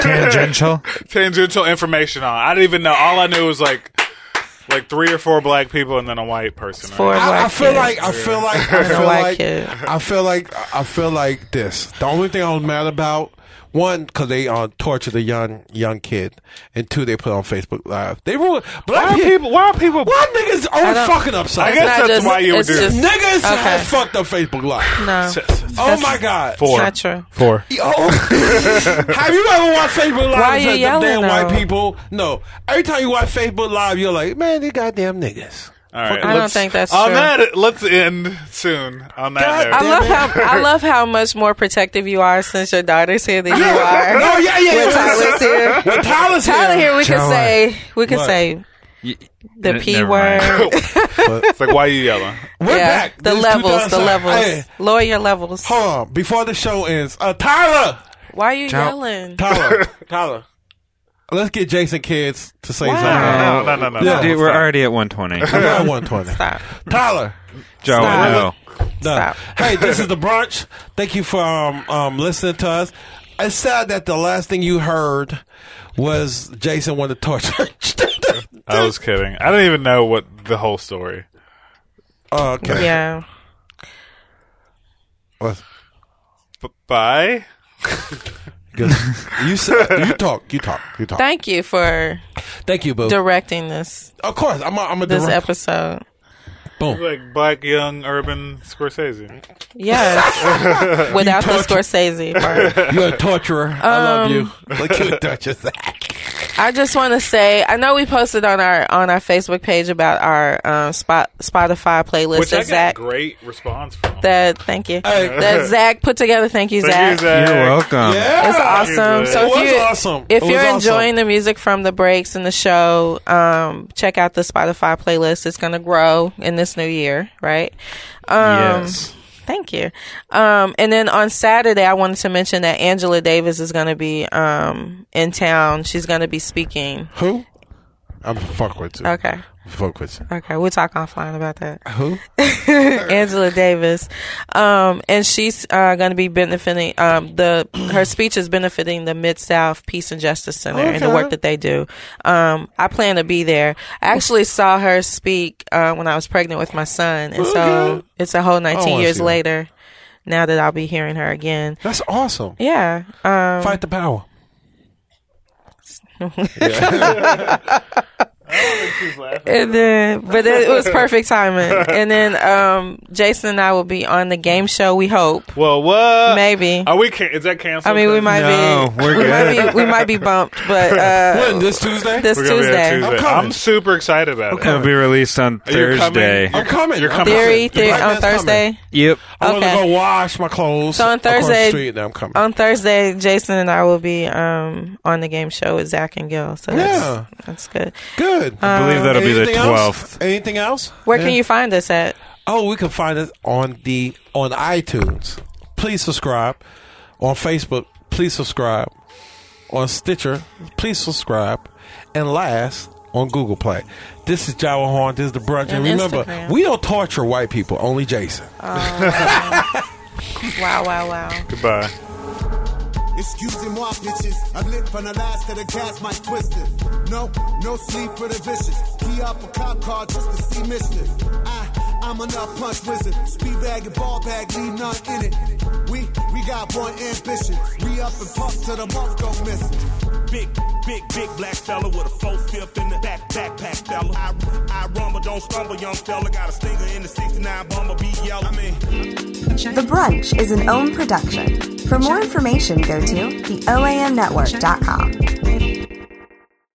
Speaker 6: tangential.
Speaker 4: tangential information on. I didn't even know. All I knew was like like three or four black people and then a white person.
Speaker 5: Four
Speaker 4: right?
Speaker 5: black
Speaker 3: I, I feel
Speaker 5: kids.
Speaker 3: like I feel like
Speaker 4: *laughs*
Speaker 3: I feel
Speaker 5: Black
Speaker 3: like
Speaker 5: kid.
Speaker 3: I feel like I feel like this. The only thing I was mad about one because they uh, tortured a young young kid, and two they put on Facebook Live. They ruined black
Speaker 4: Why are people? Why are people?
Speaker 3: Why niggas
Speaker 5: don't-
Speaker 3: always fucking
Speaker 4: I
Speaker 3: upside?
Speaker 4: guess
Speaker 5: not
Speaker 4: that's
Speaker 5: just-
Speaker 4: why you would
Speaker 5: it's
Speaker 4: do. it.
Speaker 5: just-
Speaker 3: niggas
Speaker 5: Okay.
Speaker 3: have fucked up Facebook Live.
Speaker 5: No,
Speaker 4: S- s-
Speaker 3: Oh my god.
Speaker 4: Four.
Speaker 5: not true.
Speaker 4: Four.
Speaker 3: Yo, *laughs* have you ever watched Facebook Live?
Speaker 5: Why
Speaker 3: and
Speaker 5: you
Speaker 3: said them
Speaker 5: yelling,
Speaker 3: damn
Speaker 5: though?
Speaker 3: white people. No, every time you watch Facebook Live, you're like, man, they goddamn niggas.
Speaker 4: All right.
Speaker 5: I don't
Speaker 4: let's-
Speaker 5: think that's
Speaker 4: on
Speaker 5: true.
Speaker 4: that. Let's end soon on that.
Speaker 3: God
Speaker 4: note.
Speaker 5: I
Speaker 3: Damn
Speaker 5: love
Speaker 3: it. *laughs*
Speaker 5: how I love how much more protective you are since your daughter's here than you
Speaker 3: *laughs*
Speaker 5: are.
Speaker 3: No, Oh, yeah, yeah,
Speaker 5: When
Speaker 3: yeah.
Speaker 5: Tyler's here.
Speaker 3: When Tyler's here.
Speaker 5: *laughs* Tyler here, we can
Speaker 6: Child.
Speaker 5: say we can
Speaker 3: What?
Speaker 5: say
Speaker 6: Y-
Speaker 5: the
Speaker 6: n-
Speaker 5: p
Speaker 6: never mind.
Speaker 5: word.
Speaker 4: *laughs* it's like why are you yelling?
Speaker 3: *laughs* We're
Speaker 5: yeah,
Speaker 3: back.
Speaker 5: the
Speaker 3: This is
Speaker 5: levels, the
Speaker 3: 2007.
Speaker 5: levels.
Speaker 3: Hey,
Speaker 5: Lower your levels.
Speaker 3: hold on. Before the show ends, uh, Tyler,
Speaker 5: Why are you
Speaker 6: Child-
Speaker 5: yelling? *laughs*
Speaker 3: Tyler, Tyler. Let's get Jason Kids to say something.
Speaker 4: No, no, no, no.
Speaker 3: Yeah.
Speaker 4: no.
Speaker 6: Dude, we're already at *laughs* 120.
Speaker 3: We're at 120.
Speaker 5: Stop.
Speaker 3: Tyler.
Speaker 6: Joe,
Speaker 3: Stop.
Speaker 6: no.
Speaker 3: No.
Speaker 5: Stop.
Speaker 3: Hey, this is the brunch. Thank you for um, um, listening to us. It's sad that the last thing you heard was Jason wanted to torture. *laughs*
Speaker 4: I was kidding. I don't even know what the whole story.
Speaker 3: Oh, okay.
Speaker 5: Yeah.
Speaker 3: Let's-
Speaker 4: B- bye.
Speaker 3: good. You said, you talk. You talk. You talk.
Speaker 5: Thank you for
Speaker 3: Thank you, boo.
Speaker 5: directing this
Speaker 3: of course, I'm a, I'm a
Speaker 5: this
Speaker 3: direct.
Speaker 5: episode.
Speaker 3: Boom.
Speaker 4: Like black young urban Scorsese.
Speaker 3: *laughs*
Speaker 5: Yes. Without the
Speaker 3: tortured-
Speaker 5: Scorsese
Speaker 3: *laughs*
Speaker 5: part.
Speaker 3: You're a torturer. I love *laughs*
Speaker 5: Um,
Speaker 3: you. Like you a duchess.
Speaker 5: I just want to say I know we posted on our on our Facebook page about our um, spot, Spotify playlist
Speaker 4: Which
Speaker 5: that
Speaker 4: I got
Speaker 5: Zach
Speaker 4: a great response from.
Speaker 5: that thank you
Speaker 3: Hey.
Speaker 5: that Zach put together. Thank you,
Speaker 4: Thank you,
Speaker 5: Zach.
Speaker 4: Zach.
Speaker 6: You're welcome.
Speaker 5: It's
Speaker 3: yeah.
Speaker 5: awesome. So
Speaker 4: It
Speaker 5: if
Speaker 3: was
Speaker 5: you
Speaker 3: awesome.
Speaker 5: if
Speaker 3: It
Speaker 5: you're
Speaker 3: was
Speaker 5: enjoying
Speaker 3: awesome.
Speaker 5: the music from the breaks and the show, um, check out the Spotify playlist. It's gonna grow in this new year, right? Um,
Speaker 6: yes.
Speaker 5: Thank you. Um, and then on Saturday, I wanted to mention that Angela Davis is going to be um, in town. She's going to be speaking.
Speaker 3: Who? I'm fuck with you.
Speaker 5: Okay.
Speaker 3: Fuck with you.
Speaker 5: Okay. We'll talk offline about that.
Speaker 3: Who?
Speaker 5: Angela Davis. Um, and she's uh, going to be benefiting, um, the her speech is benefiting the Mid South Peace and Justice Center and the
Speaker 3: Okay.
Speaker 5: work that they do. Um, I plan to be there. I actually saw her speak uh, when I was pregnant with my son. And so
Speaker 3: Okay. Oh,
Speaker 5: it's a whole
Speaker 3: I
Speaker 5: 19
Speaker 3: wanna
Speaker 5: years
Speaker 3: see that.
Speaker 5: later now that I'll be hearing her again.
Speaker 3: That's awesome.
Speaker 5: Yeah. Um,
Speaker 3: Fight the power.
Speaker 5: and then, but it, was perfect timing. and then um, Jason and I will be on the game show. We hope.
Speaker 4: Well, what?
Speaker 5: Maybe.
Speaker 4: Are we? Can- is that
Speaker 5: I
Speaker 4: canceled?
Speaker 5: mean, we might
Speaker 6: No,
Speaker 5: be.
Speaker 6: we're
Speaker 5: we might
Speaker 6: good.
Speaker 5: be. We might be bumped, but uh,
Speaker 3: When this Tuesday?
Speaker 5: this
Speaker 4: We're gonna be
Speaker 5: Tuesday.
Speaker 4: there Tuesday.
Speaker 3: I'm coming.
Speaker 4: I'm super excited about
Speaker 6: It'll
Speaker 4: it.
Speaker 6: be released on
Speaker 4: You're coming.
Speaker 6: Thursday.
Speaker 3: I'm coming.
Speaker 4: You're
Speaker 3: I'm
Speaker 4: coming.
Speaker 5: Theory,
Speaker 3: coming.
Speaker 5: theory
Speaker 3: Black
Speaker 5: on
Speaker 3: man's coming.
Speaker 5: Thursday.
Speaker 6: Yep.
Speaker 3: I want to go
Speaker 5: Okay.
Speaker 3: wash my clothes.
Speaker 5: So on
Speaker 3: across the
Speaker 5: Thursday-
Speaker 3: street, then I'm coming.
Speaker 5: On Thursday, Jason and I will be um, on the game show with Zach and Gil. So that's,
Speaker 3: Yeah.
Speaker 5: that's good.
Speaker 3: Good.
Speaker 6: I believe that'll be the
Speaker 3: Anything else?
Speaker 6: 12th.
Speaker 3: Anything else?
Speaker 5: Uh, Where
Speaker 3: Yeah.
Speaker 5: can you find us at?
Speaker 3: Oh, we can find us on the on iTunes. Please subscribe. On Facebook, please subscribe. On Stitcher, please subscribe. And last, on Google Play. This is Jawa Horn. This is the brunch. And,
Speaker 5: And
Speaker 3: remember,
Speaker 5: Instagram.
Speaker 3: we don't torture white people, only Jason.
Speaker 5: Wow! Wow! Wow!
Speaker 4: Goodbye.
Speaker 8: Excusez-moi, bitches. I lit from the last of the gas, my twisted. No, no sleep for the vicious. Key up a cop car just to see mischief. I, I'm a nut punch wizard. Speed bag and ball bag, leave none in it. We, we got one ambition. We up and puff till the month don't miss it.
Speaker 9: Big, big, big black fella with a four fifth in the back backpack fella. I, I rumble, don't stumble, young fella. Got a stinger in the 69 bumble, be yellow. I mean,
Speaker 2: The Brunch is an own production. For more information, go to theoamnetwork.com.